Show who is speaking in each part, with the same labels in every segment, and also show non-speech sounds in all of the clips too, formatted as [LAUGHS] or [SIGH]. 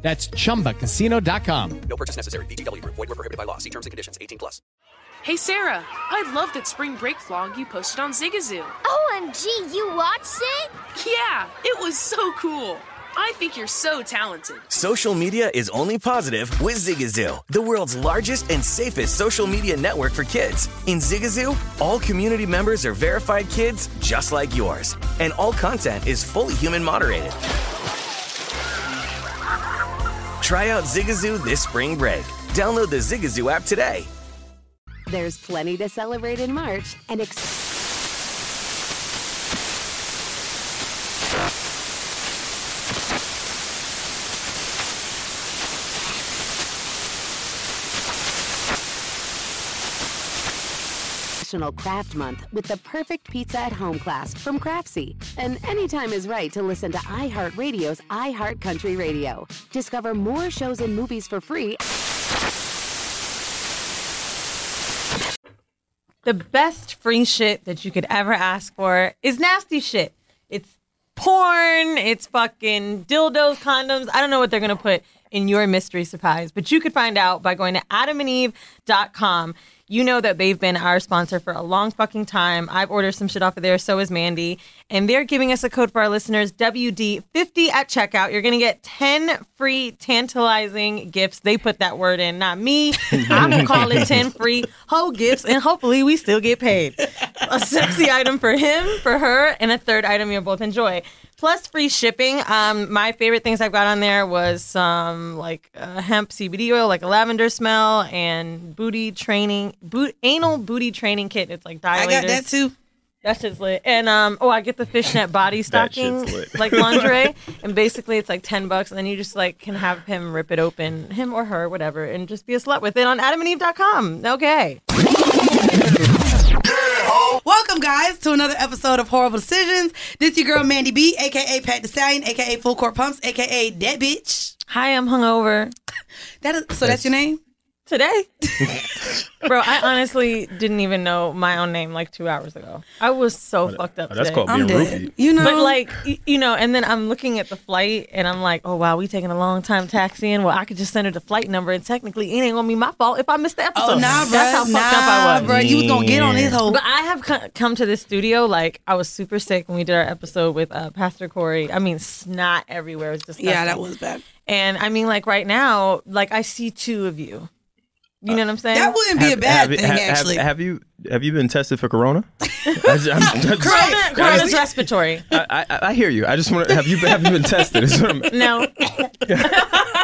Speaker 1: That's chumbacasino.com.
Speaker 2: No purchase necessary. VGW Group. Void were prohibited by law. See terms and conditions. 18 plus.
Speaker 3: Hey Sarah, I love that spring break vlog you posted on Zigazoo.
Speaker 4: OMG, you watched it?
Speaker 3: Yeah, it was so cool. I think you're so talented.
Speaker 5: Social media is only positive with Zigazoo, the world's largest and safest social media network for kids. In Zigazoo, all community members are verified kids just like yours, and all content is fully human moderated. Try out Zigazoo this spring break. Download the Zigazoo app today.
Speaker 6: There's plenty to celebrate in March and ex- National Craft Month with the perfect pizza at home class from Craftsy. And anytime is right to listen to iHeartRadio's iHeartCountry Radio. Discover more shows and movies for free
Speaker 7: The best free shit that you could ever ask for is nasty shit. It's porn, it's fucking dildos, condoms. I don't know what they're going to put in your mystery surprise, but you could find out by going to adamandeve.com. You know that they've been our sponsor for a long fucking time. I've ordered some shit off of there, so is Mandy. And they're giving us a code for our listeners WD50 at checkout. You're going to get 10 free tantalizing gifts. They put that word in, not me. I'm going to call it 10 free whole gifts, and hopefully we still get paid. A sexy item for him, for her, and a third item you'll both enjoy. Plus free shipping. Um, my favorite things I've got on there was some like uh, hemp CBD oil, like a lavender smell, and booty training, boot, anal booty training kit. It's like dilators.
Speaker 8: I got that too.
Speaker 7: That shit's lit. And um, oh, I get the fishnet body stocking, like lingerie, and basically it's like ten bucks, and then you just like can have him rip it open, him or her, whatever, and just be a slut with it on AdamAndEve.com. Okay.
Speaker 8: Welcome, guys, to another episode of Horrible Decisions. This your girl Mandy B, aka Pat the Stallion, aka Full Court Pumps, aka That Bitch.
Speaker 7: Hi, I'm hungover
Speaker 8: That is, so that's your name?
Speaker 9: [LAUGHS]
Speaker 7: today, bro. I honestly didn't even know my own name like two hours ago. I was so fucked up.
Speaker 9: Oh, That's
Speaker 7: today.
Speaker 9: called being
Speaker 8: I'm dead.
Speaker 9: roofied.
Speaker 8: You know,
Speaker 7: But like y- you know, and then I'm looking at the flight, and I'm like, oh wow, we taking a long time taxiing. Well, I could just send her the flight number, and technically, it ain't gonna be my fault if I miss the episode.
Speaker 8: oh nah, bro,
Speaker 7: That's how
Speaker 8: nah,
Speaker 7: fucked up I was.
Speaker 8: bro. You was gonna get on this whole.
Speaker 7: But I have co- come to this studio like I was super sick when we did our episode with uh, Pastor Corey. I mean, snot everywhere. It was disgusting.
Speaker 8: Yeah, that was bad.
Speaker 7: And I mean, like right now, like I see two of you. You know what I'm saying?
Speaker 8: That wouldn't [LAUGHS] be a bad thing,
Speaker 9: have-
Speaker 8: actually.
Speaker 9: Have, you have you been tested for
Speaker 8: [LAUGHS]
Speaker 9: corona? I, just- I'm- I'm just-
Speaker 7: Corona, corona's respiratory.
Speaker 9: I, I, I hear you. I just want to have you have you been tested? Is what I'm-
Speaker 7: No,
Speaker 8: [LAUGHS]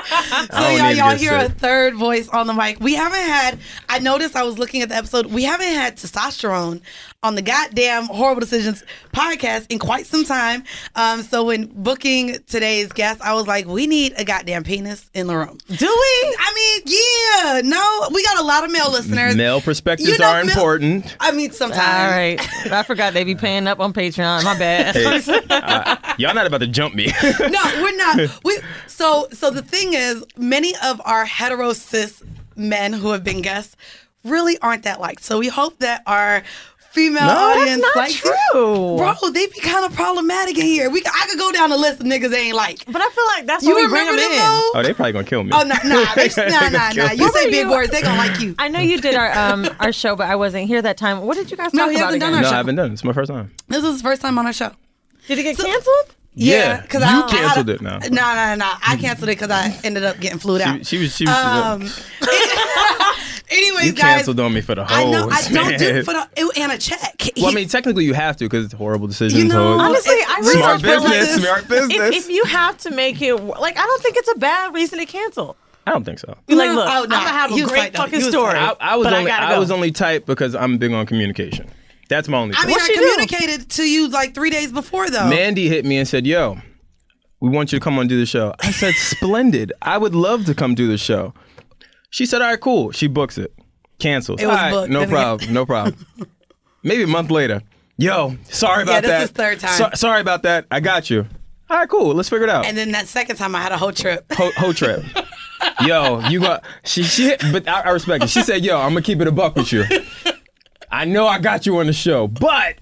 Speaker 8: So
Speaker 9: don't
Speaker 8: y'all,
Speaker 9: need to
Speaker 8: y'all
Speaker 9: get
Speaker 8: hear a
Speaker 9: sick.
Speaker 8: third voice on the mic. We haven't had. I noticed. I was looking at the episode. We haven't had testosterone on the goddamn horrible decisions podcast in quite some time. Um, so when booking today's guest, I was like, we need a goddamn penis in the room.
Speaker 7: do we?
Speaker 8: I mean, yeah, no, we got a lot of male listeners.
Speaker 9: Male perspectives
Speaker 8: You know,
Speaker 9: are
Speaker 8: male-
Speaker 9: important.
Speaker 8: I mean, sometimes.
Speaker 7: All right, I forgot they be paying up on Patreon. My bad.
Speaker 9: Hey, I- y'all not about to jump
Speaker 8: [LAUGHS]
Speaker 9: me. [LAUGHS]
Speaker 8: no, we're not. We so so the thing is, many of our hetero cis men who have been guests really aren't that liked. So we hope that our female
Speaker 9: that's
Speaker 8: audience
Speaker 7: not
Speaker 8: likes it.
Speaker 7: true.
Speaker 8: Bro, they be kind of problematic in here. We I could go down the list of niggas they ain't like.
Speaker 7: But I feel like that's
Speaker 8: You
Speaker 7: why we bring
Speaker 8: remember
Speaker 7: them
Speaker 8: them
Speaker 7: in.
Speaker 8: though?
Speaker 9: oh, they probably gonna kill me.
Speaker 8: Oh no,
Speaker 9: [LAUGHS]
Speaker 8: nah, they, nah, nah, nah. You
Speaker 7: What
Speaker 8: say
Speaker 7: were
Speaker 8: big
Speaker 7: you-
Speaker 8: words, they gonna like you.
Speaker 7: I know you did our [LAUGHS] um our show, but I wasn't here that time. What did you guys
Speaker 8: No,
Speaker 7: talk
Speaker 8: he
Speaker 7: about?
Speaker 8: hasn't done
Speaker 9: No,
Speaker 7: again?
Speaker 8: our
Speaker 9: I
Speaker 8: show.
Speaker 9: haven't done it. It's my first time.
Speaker 8: This is his first time on our show.
Speaker 7: Did it get canceled?
Speaker 8: Yeah, because
Speaker 9: you
Speaker 8: I
Speaker 9: canceled
Speaker 8: I,
Speaker 9: it
Speaker 8: [LAUGHS]
Speaker 9: now.
Speaker 8: No, no, no, I canceled it because I ended up getting flued out.
Speaker 9: She was she was.
Speaker 8: Um, anyways,
Speaker 9: you
Speaker 8: guys,
Speaker 9: canceled on me for the
Speaker 8: I
Speaker 9: whole.
Speaker 8: know I don't do it for
Speaker 9: the.
Speaker 8: the it- and a check.
Speaker 9: Oh, Well, I mean, technically you have to because it's a horrible decision.
Speaker 8: You know,
Speaker 9: so
Speaker 7: Honestly,
Speaker 8: Well,
Speaker 7: I
Speaker 8: it-
Speaker 7: really
Speaker 9: smart
Speaker 7: don't feel
Speaker 9: business,
Speaker 8: [LAUGHS]
Speaker 7: like
Speaker 9: smart business.
Speaker 7: If, if you have to make it, wo- like, I don't think it's a bad reason to cancel.
Speaker 9: I don't think so.
Speaker 7: You're like,
Speaker 8: No,
Speaker 7: look,
Speaker 8: oh, no.
Speaker 7: I'm gonna have
Speaker 8: He
Speaker 7: a
Speaker 8: was
Speaker 7: great
Speaker 8: right, though.
Speaker 7: fucking
Speaker 8: He was
Speaker 7: story.
Speaker 9: I, I was
Speaker 7: but
Speaker 9: only
Speaker 7: I, gotta
Speaker 9: I,
Speaker 7: go.
Speaker 9: was only tight because I'm big on communication. That's my only.
Speaker 8: I
Speaker 9: thing.
Speaker 8: mean,
Speaker 7: What'd
Speaker 8: I
Speaker 7: she do?
Speaker 8: communicated to you like three days before though.
Speaker 9: Mandy hit me and said, "Yo, we want you to come on do the show." I
Speaker 8: [LAUGHS]
Speaker 9: said, "Splendid! I would love to come do the show." She said, "All right, cool." She books it. Canceled.
Speaker 8: It was
Speaker 9: All right,
Speaker 8: booked,
Speaker 9: no
Speaker 8: didn't it?
Speaker 9: problem. No problem. Maybe a month later. Yo, sorry
Speaker 8: Yeah,
Speaker 9: about
Speaker 8: this
Speaker 9: that.
Speaker 8: is third time.
Speaker 9: So- sorry about that. I got you. All right, cool. Let's figure it out.
Speaker 8: And then that second time, I had a whole trip.
Speaker 9: Ho, ho trap. yo, you got she she but I, I respect it. She said, "Yo, I'm gonna keep it a buck with you. I know I got you on the show, but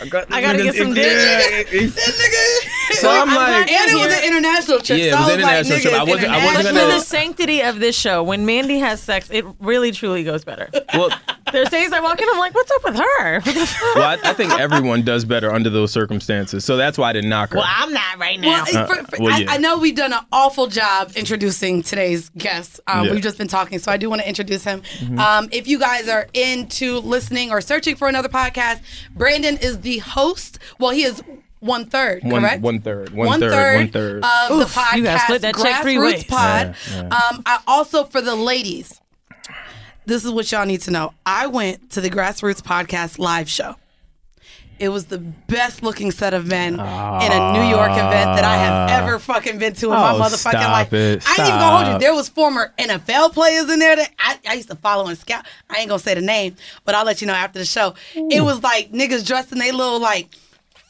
Speaker 9: I got,
Speaker 7: I gotta get some
Speaker 8: [LAUGHS]
Speaker 9: dick." so
Speaker 7: Well,
Speaker 9: I'm
Speaker 7: I'm
Speaker 9: like,
Speaker 7: glad you're
Speaker 8: And it was an international trip.
Speaker 9: Yeah,
Speaker 8: so
Speaker 9: it was
Speaker 8: I was
Speaker 9: international
Speaker 8: like, nigga,
Speaker 9: trip.
Speaker 8: it's
Speaker 9: I wasn't- I wasn't
Speaker 7: But
Speaker 8: international.
Speaker 7: for
Speaker 9: gonna-
Speaker 7: the sanctity of this show, when Mandy has sex, it really truly goes better.
Speaker 9: well,
Speaker 7: There's days I walk in, I'm like, what's up with her?
Speaker 9: well I, I think everyone does better under those circumstances. So that's why I didn't knock her.
Speaker 7: well, I'm not right now.
Speaker 8: Well, for- for-
Speaker 9: well,
Speaker 8: I,
Speaker 9: yeah.
Speaker 8: I know we've done an awful job introducing today's guest. Um,
Speaker 9: Yeah. Mm-hmm.
Speaker 8: We've just been talking, so I do want to introduce him. Um, if you guys are into listening or searching for another podcast, Brandon is the host. Well, he is one third,
Speaker 9: One-
Speaker 8: correct?
Speaker 9: one-third, one-third, one-third.
Speaker 8: of the podcast.
Speaker 7: you gotta split that check three
Speaker 8: Grassroots
Speaker 7: ways.
Speaker 8: Pod. Um, I also for the ladies. This is what y'all need to know. I went to the Grassroots Podcast live show. It was the best looking set of men in a New York event that I have ever fucking been to in my
Speaker 9: Ah. Oh,
Speaker 8: motherfucking
Speaker 9: stop
Speaker 8: life.
Speaker 9: it.
Speaker 8: I ain't even gonna hold you.
Speaker 9: Stop.
Speaker 8: There was former NFL players in there that I, I used to follow and scout. I ain't gonna say the name, but I'll let you know after the show. It was like niggas dressed in they little like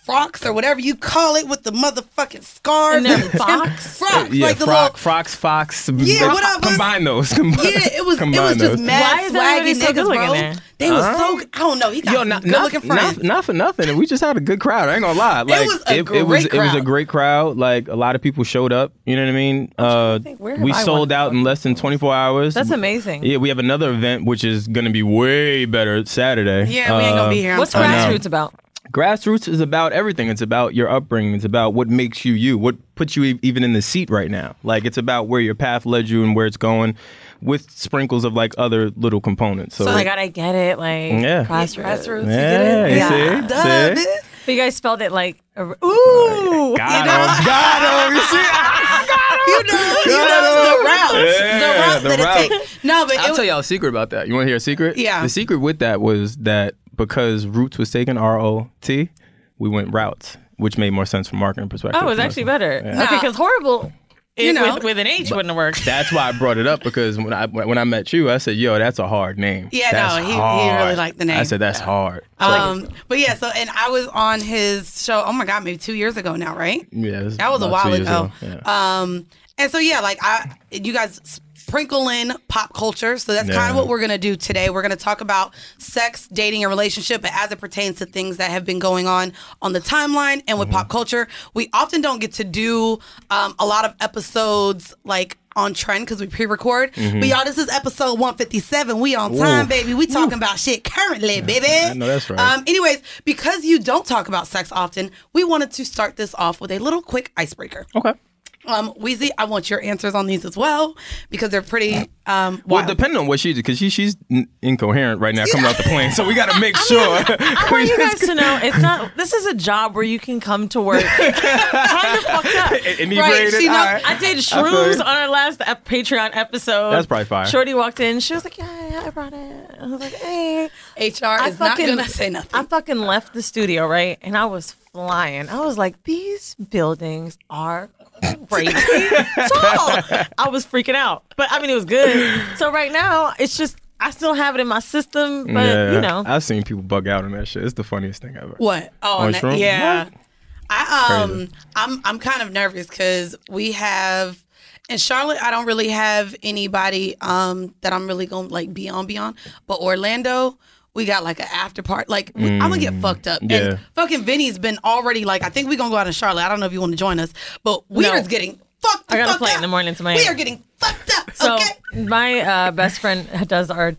Speaker 8: frocks or whatever you call it with the motherfucking scarves
Speaker 7: And their
Speaker 8: the
Speaker 7: [LAUGHS]
Speaker 8: tim-
Speaker 7: fox?
Speaker 8: frocks
Speaker 9: yeah,
Speaker 8: like the
Speaker 9: Frock,
Speaker 8: little
Speaker 9: Fox, Fox.
Speaker 8: Yeah, what up, us-
Speaker 9: Combine those. Combine,
Speaker 8: yeah, it was it
Speaker 9: combine
Speaker 8: was just
Speaker 9: those.
Speaker 7: Why
Speaker 8: mad
Speaker 7: is everybody
Speaker 8: swaggy
Speaker 7: so
Speaker 8: niggas,
Speaker 7: good looking
Speaker 8: bro.
Speaker 7: there?
Speaker 8: They was so I don't know. He got
Speaker 9: Yo,
Speaker 8: some
Speaker 9: not,
Speaker 8: good
Speaker 9: not,
Speaker 8: looking friends.
Speaker 9: not, not for nothing. We just had a good crowd. I ain't gonna lie. Like
Speaker 8: was a
Speaker 9: it
Speaker 8: great
Speaker 9: was it was a
Speaker 8: crowd.
Speaker 9: great crowd. Like a lot of people showed up. You know what I mean? Uh,
Speaker 7: where have
Speaker 9: we
Speaker 7: I
Speaker 9: sold
Speaker 7: wanted
Speaker 9: out in less than 24 hours.
Speaker 7: That's amazing.
Speaker 9: Yeah, we have another event which is gonna be way better Saturday. Um,
Speaker 8: yeah, we ain't gonna be here. I'm
Speaker 7: What's
Speaker 8: sorry.
Speaker 7: grassroots about?
Speaker 9: Grassroots is about everything. It's about your upbringing. It's about what makes you you. What puts you e- even in the seat right now. Like it's about where your path led you and where it's going, with sprinkles of like other little components. So,
Speaker 7: Oh my god, I get it. Like
Speaker 9: Yeah.
Speaker 7: grassroots.
Speaker 8: Grassroots, you get
Speaker 9: yeah,
Speaker 8: it?
Speaker 9: you
Speaker 7: Yeah.
Speaker 9: see,
Speaker 8: Duh,
Speaker 9: see?
Speaker 8: bitch.
Speaker 7: But you guys spelled it like a- ooh.
Speaker 9: Got him. Got him. You see?
Speaker 8: You know, you know the route, the
Speaker 9: Yeah,
Speaker 8: route
Speaker 9: the
Speaker 8: that it
Speaker 9: route.
Speaker 8: takes. No, but
Speaker 9: I'll
Speaker 8: it,
Speaker 9: tell y'all a secret about that. You want to hear a secret?
Speaker 8: Yeah.
Speaker 9: The secret with that was that because Roots was taken R O T, we went routes, which made more sense from a marketing perspective.
Speaker 7: Oh, it was actually better. Okay,
Speaker 8: Nah.
Speaker 7: because horrible
Speaker 8: You
Speaker 7: it-
Speaker 8: know.
Speaker 7: with, with an H wouldn't have worked.
Speaker 9: That's why I brought it up because when I when I met you, I said, "Yo, that's a hard name."
Speaker 8: Yeah,
Speaker 9: That's
Speaker 8: no, he- he
Speaker 9: hard.
Speaker 8: really liked the name.
Speaker 9: I said, "That's hard."
Speaker 8: um, but yeah. So, and I was on his show. Oh my god, maybe two years ago now, right?
Speaker 9: yeah, this is
Speaker 8: That was a
Speaker 9: about two
Speaker 8: while
Speaker 9: years
Speaker 8: ago.
Speaker 9: Yeah.
Speaker 8: Um, and so yeah, like I, you guys sprinkle in pop culture. So that's kind
Speaker 9: Yeah.
Speaker 8: of what we're gonna do today. We're gonna talk about sex, dating, and relationship, but as it pertains to things that have been going on on the timeline and
Speaker 9: Mm-hmm.
Speaker 8: with pop culture, we often don't get to do um, a lot of episodes like on trend because we pre-record.
Speaker 9: Mm-hmm.
Speaker 8: But y'all, this is episode 157. We on time, baby. We talking about shit currently, baby. [LAUGHS]
Speaker 9: I know that's right.
Speaker 8: Um, anyways, because you don't talk about sex often, we wanted to start this off with a little quick icebreaker.
Speaker 9: okay.
Speaker 8: Um, Wheezy, I want your answers on these as well because they're pretty um,
Speaker 9: Well,
Speaker 8: wild.
Speaker 9: depending on what she did, because she, she's n- incoherent right now coming out the plane. So we got
Speaker 8: [LAUGHS]
Speaker 9: to make [LAUGHS] sure.
Speaker 7: [LAUGHS] I want you guys to know it's not. This is a job where you can come to [LAUGHS] work. kind of fucked up.
Speaker 9: Inebriated.
Speaker 8: she know-
Speaker 9: All right.
Speaker 7: I did
Speaker 9: feel
Speaker 7: shrooms
Speaker 9: you.
Speaker 7: on our last ep- Patreon episode.
Speaker 9: That's probably fire.
Speaker 7: Shorty walked in. She was like, "Yeah, yeah, I brought it." I was like, "Hey."
Speaker 8: HR
Speaker 7: I
Speaker 8: is not going to say nothing.
Speaker 7: I fucking left the studio, right? And I was flying. I was like, these buildings are
Speaker 8: [LAUGHS]
Speaker 7: crazy tall. I was freaking out. But I mean, it was good. So right now, it's just, I still have it in my system, but
Speaker 9: yeah,
Speaker 7: you know.
Speaker 9: I've seen people bug out on that shit. It's the funniest thing ever.
Speaker 8: what? Oh,
Speaker 9: On
Speaker 8: that-
Speaker 9: Shroom?
Speaker 8: yeah.
Speaker 9: What?
Speaker 8: I um,
Speaker 9: Crazy.
Speaker 8: I'm I'm kind of nervous because we have in Charlotte. I don't really have anybody um that I'm really gonna like be on beyond. But Orlando, we got like an after part. Like we, I'm gonna get fucked up.
Speaker 9: Mm. yeah.
Speaker 8: And fucking Vinny's been already like. I think we gonna go out in Charlotte. I don't know if you want to join us, but we
Speaker 7: No.
Speaker 8: are getting fucked. the
Speaker 7: I got a
Speaker 8: fuck
Speaker 7: flight in
Speaker 8: up.
Speaker 7: the morning to Miami.
Speaker 8: We are getting fucked up.
Speaker 7: So
Speaker 8: okay.
Speaker 7: my uh, best friend does our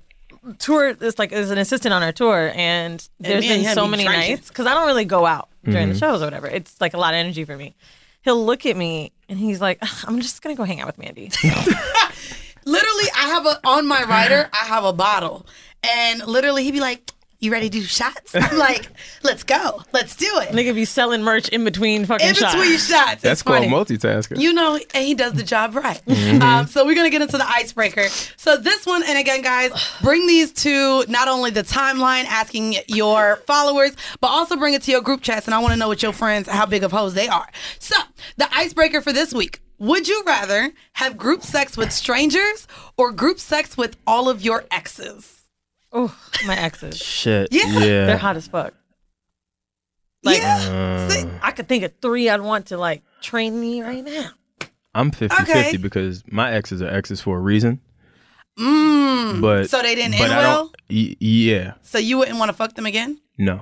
Speaker 7: tour. Is like is an assistant on our tour, and there's
Speaker 8: me and
Speaker 7: been
Speaker 8: him
Speaker 7: so
Speaker 8: be
Speaker 7: many
Speaker 8: drinking.
Speaker 7: nights because I don't really go out during the shows or whatever. It's like a lot of energy for me. He'll look at me and he's like, "Ugh, "I'm just gonna go hang out with Mandy."
Speaker 8: Literally, I have a on my rider. I have a bottle, and literally he'd be like, "You ready to do shots?" I'm like, "Let's go. Let's do it."
Speaker 7: Nigga be selling merch in between fucking
Speaker 8: in
Speaker 7: shots.
Speaker 8: between shots.
Speaker 9: That's
Speaker 8: it's funny.
Speaker 9: called Mm-hmm. multitasking.
Speaker 8: You know, and he does the job
Speaker 9: [LAUGHS]
Speaker 8: right. Um, so we're gonna get into the icebreaker. So this one, and again, guys, bring these to not only the timeline, asking your followers, but also bring it to your group chats, and I want to know what your friends, how big of hoes they are. So the icebreaker for this week: Would you rather have group sex with strangers or group sex with all of your exes?
Speaker 7: Oh, my exes.
Speaker 9: Shit.
Speaker 8: Yeah. [LAUGHS]
Speaker 7: They're
Speaker 9: Um,
Speaker 7: hot as fuck. Like,
Speaker 8: yeah. See,
Speaker 7: I could think of three I'd want to like train me right now.
Speaker 9: I'm 50
Speaker 8: Okay.
Speaker 9: 50 because my exes are exes for a reason.
Speaker 8: Mm.
Speaker 9: But
Speaker 8: So they didn't
Speaker 9: but
Speaker 8: end
Speaker 9: I don't-
Speaker 8: well.
Speaker 9: y- yeah.
Speaker 8: So you wouldn't want to fuck them again. [LAUGHS]
Speaker 9: No.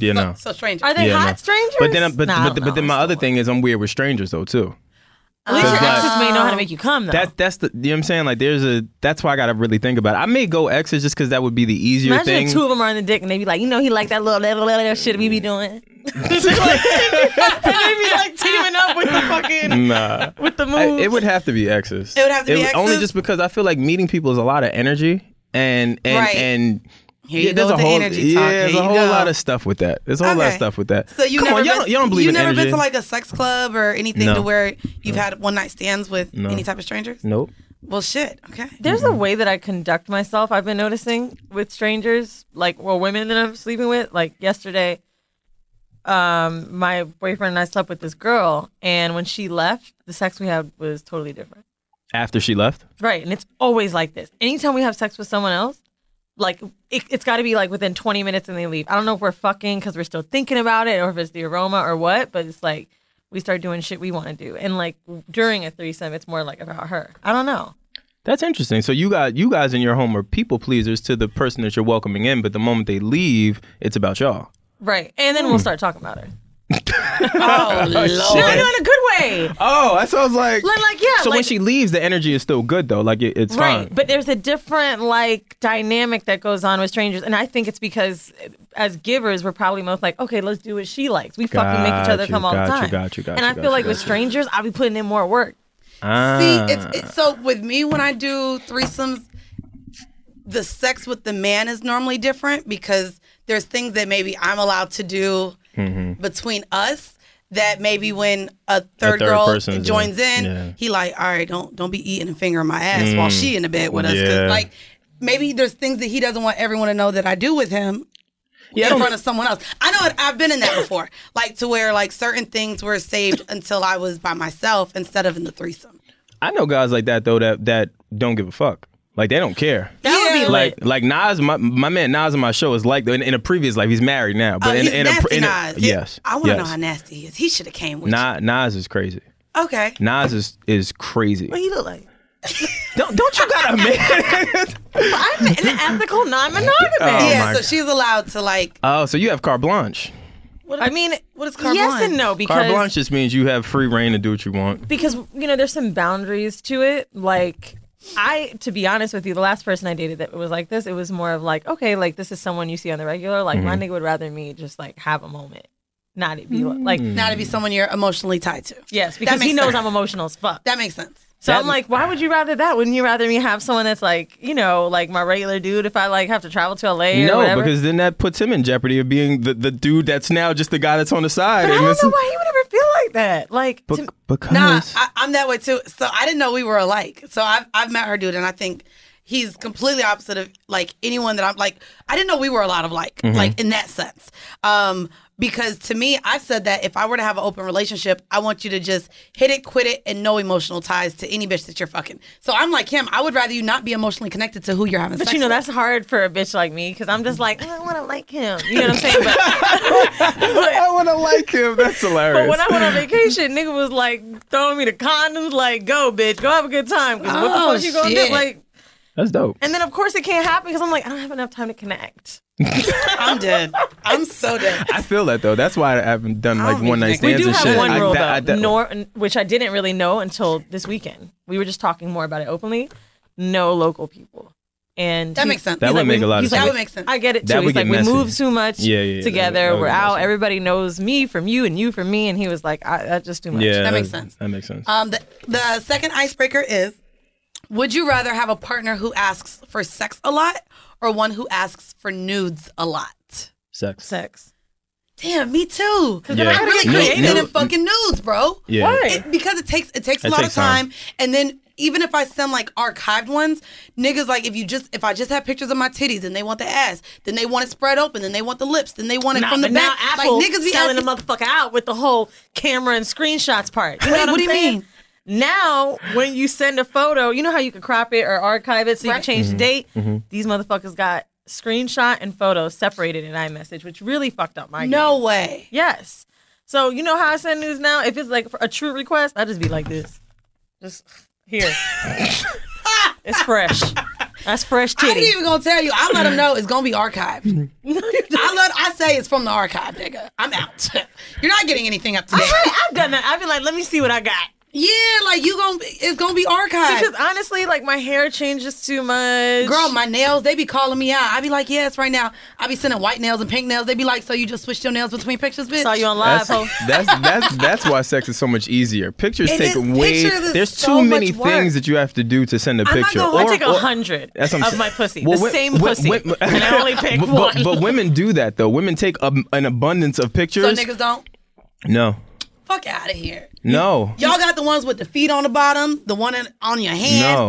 Speaker 9: yeah, no.
Speaker 8: So strange.
Speaker 7: Are they
Speaker 9: Yeah,
Speaker 7: hot
Speaker 9: no.
Speaker 7: strangers?
Speaker 9: But then, I- but,
Speaker 7: Nah, I
Speaker 9: but,
Speaker 7: don't
Speaker 9: but then
Speaker 7: know.
Speaker 9: my other thing is I'm weird with strangers though too.
Speaker 7: At least your
Speaker 9: Cause, like-
Speaker 7: exes may know how to make you come though.
Speaker 8: Oh.
Speaker 9: That that's the you know what I'm saying. Like there's a that's why I gotta really think about. it. I may go exes just because that would be the easier
Speaker 7: Imagine
Speaker 9: thing. Mm.
Speaker 7: if two of them are on the dick and they be like, you know, he like that little little, little, little shit we be doing. and they be like teaming up with the fucking
Speaker 9: nah,
Speaker 7: with the move.
Speaker 9: I- it would have to be exes.
Speaker 8: It would have to be
Speaker 9: only
Speaker 8: exes?
Speaker 9: just because I feel like meeting people is a lot of energy and and
Speaker 8: Right.
Speaker 9: and.
Speaker 8: Here you
Speaker 9: yeah,
Speaker 8: go
Speaker 9: there's a
Speaker 8: with the
Speaker 9: whole
Speaker 8: energy
Speaker 9: yeah,
Speaker 8: talk. Here
Speaker 9: there's
Speaker 8: you
Speaker 9: a whole
Speaker 8: go.
Speaker 9: lot of stuff with that. There's a whole lot of
Speaker 8: Okay.
Speaker 9: stuff with that.
Speaker 8: So you
Speaker 9: Come
Speaker 8: never
Speaker 9: on,
Speaker 8: been,
Speaker 9: y'all, don't, y'all don't believe
Speaker 8: you
Speaker 9: in
Speaker 8: never
Speaker 9: energy.
Speaker 8: been to like a sex club or anything
Speaker 9: No.
Speaker 8: to where you've had one night stands with
Speaker 9: No.
Speaker 8: any type of strangers?
Speaker 9: nope.
Speaker 8: Well, shit. Okay.
Speaker 7: There's a way that I conduct myself. I've been noticing with strangers, like well, women that I'm sleeping with. Like yesterday, um, my boyfriend and I slept with this girl, and when she left, the sex we had was totally different.
Speaker 9: After she left,
Speaker 7: Right, and it's always like this. Anytime we have sex with someone else, like it, it's got to be like within 20 minutes and they leave. I don't know if we're fucking because we're still thinking about it, or if it's the aroma or what, but it's like we start doing shit we want to do, and like during a threesome, it's more like about her. I don't know.
Speaker 9: that's interesting. So you got you guys in your home are people pleasers to the person that you're welcoming in, but the moment they leave, it's about y'all.
Speaker 7: Right. And then we'll start talking
Speaker 9: [LAUGHS]
Speaker 7: about her.
Speaker 8: Oh,
Speaker 7: No,
Speaker 8: Lord.
Speaker 7: no, in a good way.
Speaker 9: Oh, that sounds like.
Speaker 7: Like, like, yeah,
Speaker 9: So when
Speaker 7: like-
Speaker 9: she leaves, the energy is still good though. Like it, it's
Speaker 7: Right.
Speaker 9: fine.
Speaker 7: But there's a different like dynamic that goes on with strangers. And I think it's because uh, as givers, we're probably most like, okay, let's do what she likes. We fucking make each
Speaker 9: Got
Speaker 7: other
Speaker 9: you,
Speaker 7: come all the
Speaker 9: got you,
Speaker 7: time.
Speaker 9: got you, got
Speaker 7: and
Speaker 9: you,
Speaker 7: I
Speaker 9: got
Speaker 7: feel
Speaker 9: you,
Speaker 7: like
Speaker 9: got
Speaker 7: with
Speaker 9: you.
Speaker 7: strangers, I'll be putting in more work.
Speaker 9: Ah.
Speaker 8: See, it's, it's so with me when I do threesomes, the sex with the man is normally different because there's things that maybe I'm allowed to do between us that maybe when a third,
Speaker 9: Mm-hmm. third
Speaker 8: girl
Speaker 9: person's in,
Speaker 8: joins in,
Speaker 9: yeah. Mm.
Speaker 8: he like, all right, don't don't be eating a finger in my ass while she in the bed with us. 'Cause,
Speaker 9: Yeah.
Speaker 8: like maybe there's things that he doesn't want everyone to know that I do with him
Speaker 9: Yeah, I
Speaker 8: in
Speaker 9: don't-
Speaker 8: front of someone else. I know it, I've been
Speaker 9: [LAUGHS]
Speaker 8: in that before, like to where like certain things were saved until I was by myself instead of in the threesome.
Speaker 9: I know guys like that though that that don't give a fuck. Like they don't care.
Speaker 7: That would
Speaker 8: Yeah.
Speaker 7: be
Speaker 9: Like like
Speaker 7: like,
Speaker 9: Nas, my my man Nas on my show is like in, in a previous life. He's married now, but
Speaker 8: Oh,
Speaker 9: in,
Speaker 8: he's
Speaker 9: in a
Speaker 8: nasty
Speaker 9: in a-
Speaker 8: Nas.
Speaker 9: yes,
Speaker 8: I want to
Speaker 9: yes.
Speaker 8: know how nasty he is. He should have came with
Speaker 9: Na- Nas is crazy.
Speaker 8: you. Okay.
Speaker 9: Nas is is crazy.
Speaker 7: what he look like?
Speaker 9: Don't don't you
Speaker 8: [LAUGHS]
Speaker 9: got a man?
Speaker 7: I'm an ethical non monogamous.
Speaker 8: yeah,
Speaker 9: my
Speaker 8: so she's allowed to like.
Speaker 9: oh, so you have carte blanche.
Speaker 7: I mean,
Speaker 8: What is carte
Speaker 7: yes
Speaker 8: blanche?
Speaker 7: and no
Speaker 9: Carte
Speaker 7: because
Speaker 9: blanche just means you have free reign to do what you want.
Speaker 7: because you know there's some boundaries to it like i to be honest with you the last person i dated that was like this it was more of like okay like this is someone you see on the regular like
Speaker 9: Mm-hmm.
Speaker 7: my nigga would rather me just like have a moment not it be like
Speaker 9: Mm.
Speaker 8: Not to be someone you're emotionally tied to.
Speaker 7: yes because he
Speaker 8: makes
Speaker 7: knows
Speaker 8: sense.
Speaker 7: i'm emotional as fuck
Speaker 8: That makes sense.
Speaker 7: so i'm like why would you rather that wouldn't you rather me have someone that's like you know like my regular dude if i like have to travel to la or
Speaker 9: No,
Speaker 7: whatever
Speaker 9: because then that puts him in jeopardy of being the, the dude that's now just the guy that's on the side.
Speaker 7: but i
Speaker 9: and
Speaker 7: don't
Speaker 9: this
Speaker 7: know
Speaker 9: is-
Speaker 7: why he would ever feel like that like
Speaker 9: Bec-
Speaker 7: to-
Speaker 9: because
Speaker 8: Nah, I, I'm that way too. So I didn't know we were alike. So I've I've met her dude, and I think he's completely opposite of like anyone that I'm like. I didn't know we were a lot of like
Speaker 7: Mm-hmm.
Speaker 8: like in that sense. Um, because to me, I said that if I were to have an open relationship, I want you to just hit it, quit it, and no emotional ties to any bitch that you're fucking. So I'm like him. I would rather you not be emotionally connected to who you're having.
Speaker 7: But
Speaker 8: sex
Speaker 7: you know
Speaker 8: with.
Speaker 7: that's hard for a bitch like me because I'm just like "Mm, I don't want to like him. You know what I'm saying?
Speaker 8: [LAUGHS]
Speaker 7: But,
Speaker 9: [LAUGHS]
Speaker 7: but,
Speaker 9: I want to like him. That's hilarious.
Speaker 7: but when I
Speaker 9: [LAUGHS]
Speaker 7: went on vacation, nigga was like throwing me the condoms, like go bitch, go have a good time. 'cause
Speaker 8: Oh,
Speaker 7: what the fuck you gonna
Speaker 8: shit.
Speaker 7: do? Like,
Speaker 9: that's dope.
Speaker 7: and then of course it can't happen because I'm like I don't have enough time to connect.
Speaker 8: I'm dead. I'm so
Speaker 7: [LAUGHS]
Speaker 8: dead.
Speaker 9: I feel that though. That's why I haven't done like
Speaker 8: don't
Speaker 9: one night
Speaker 8: think we
Speaker 7: We
Speaker 9: stands and
Speaker 7: do have
Speaker 9: shit.
Speaker 7: one
Speaker 9: I-
Speaker 7: rule
Speaker 9: that- I-
Speaker 7: though,
Speaker 9: that-
Speaker 7: nor, which I didn't really know until this weekend. We were just talking more about it openly. No local people, and
Speaker 8: That
Speaker 7: he-
Speaker 8: makes sense.
Speaker 9: That
Speaker 8: He's
Speaker 9: would
Speaker 8: like,
Speaker 9: make
Speaker 7: we-
Speaker 9: a lot of
Speaker 7: he's like,
Speaker 9: sense.
Speaker 8: That would make sense.
Speaker 7: I get it too.
Speaker 9: That would
Speaker 7: He's like,
Speaker 9: get
Speaker 7: we
Speaker 9: messy.
Speaker 7: move too much
Speaker 9: Yeah, yeah, yeah, that-
Speaker 7: together.
Speaker 9: that would
Speaker 7: We're
Speaker 9: get
Speaker 7: out.
Speaker 9: messy.
Speaker 7: Everybody knows me from you, and you from me. And he was like, I, that's just too much.
Speaker 9: yeah,
Speaker 8: That makes
Speaker 9: that-
Speaker 8: sense.
Speaker 9: That makes
Speaker 7: Uh,
Speaker 9: sense.
Speaker 8: Um, the, the second icebreaker is Would you rather have a partner who asks for sex a lot or one who asks for nudes a lot?
Speaker 9: Sex.
Speaker 7: Sex.
Speaker 8: Damn, me too.
Speaker 9: Yeah.
Speaker 8: I really
Speaker 9: No,
Speaker 8: created
Speaker 9: no.
Speaker 8: in fucking nudes, bro.
Speaker 9: Yeah.
Speaker 7: Why?
Speaker 8: It, because it takes it takes a
Speaker 9: It
Speaker 8: lot
Speaker 9: takes
Speaker 8: of time.
Speaker 9: time.
Speaker 8: and then even if I send like archived ones, niggas like if you just if I just have pictures of my titties and they want the ass, then they want it spread open, then they want the lips, then they want it
Speaker 7: Nah,
Speaker 8: from the
Speaker 7: but now
Speaker 8: back.
Speaker 7: Apple
Speaker 8: like niggas be
Speaker 7: selling
Speaker 8: asking,
Speaker 7: the motherfucker out with the whole camera and screenshots part. You know
Speaker 8: Wait,
Speaker 7: what,
Speaker 8: what do
Speaker 7: I'm
Speaker 8: you
Speaker 7: saying?
Speaker 8: mean?
Speaker 7: Now, when you send a photo, you know how you can crop it or archive it so you can change the date. These motherfuckers got screenshot and photos separated in iMessage, which really fucked up my game.
Speaker 8: No way.
Speaker 7: Yes. So you know how I send news now? If it's like a true request, I just be like this. Just [SIGHS] here.
Speaker 8: [LAUGHS]
Speaker 7: it's fresh. That's fresh
Speaker 8: I ain't
Speaker 7: titty.
Speaker 8: even gonna tell you. I let them know it's gonna
Speaker 7: [LAUGHS]
Speaker 8: be archived. I let I say it's from the archive, nigga. I'm out. [LAUGHS] You're not getting anything up to date.
Speaker 7: I've done that. I've been like, let me see what I got.
Speaker 8: [LAUGHS] Yeah, like you gonna be- it's gonna be archived.
Speaker 7: Because honestly, like my hair changes too much.
Speaker 8: Girl, my nails, they be calling me out. I be like, yes, right now. I be sending white nails and pink nails. They be like, so you just switched your nails between pictures, bitch?
Speaker 7: saw you on live.
Speaker 9: That's,
Speaker 7: Ho.
Speaker 9: that's that's that's why sex is so much easier. Pictures
Speaker 8: It
Speaker 9: take
Speaker 8: is-
Speaker 9: way.
Speaker 8: pictures is
Speaker 9: There's
Speaker 8: so
Speaker 9: too many
Speaker 8: much work.
Speaker 9: things that you have to do to send a
Speaker 7: Oh, I'm not
Speaker 9: picture.
Speaker 7: gonna lie, I take a
Speaker 9: or-
Speaker 7: hundred
Speaker 9: that's what I'm
Speaker 7: of
Speaker 9: saying.
Speaker 7: my pussy,
Speaker 9: Well,
Speaker 7: the
Speaker 9: wi-
Speaker 7: same
Speaker 9: wi-
Speaker 7: pussy,
Speaker 9: wi-
Speaker 7: [LAUGHS]
Speaker 9: [LAUGHS]
Speaker 7: and I only pick
Speaker 9: but,
Speaker 7: one.
Speaker 9: But, but women do that though. Women take a, an abundance of
Speaker 8: so
Speaker 9: pictures.
Speaker 8: niggas don't?
Speaker 9: no,
Speaker 8: Fuck out of here.
Speaker 9: no,
Speaker 8: Y'all got the ones with the feet on the bottom, the one in, on your hand,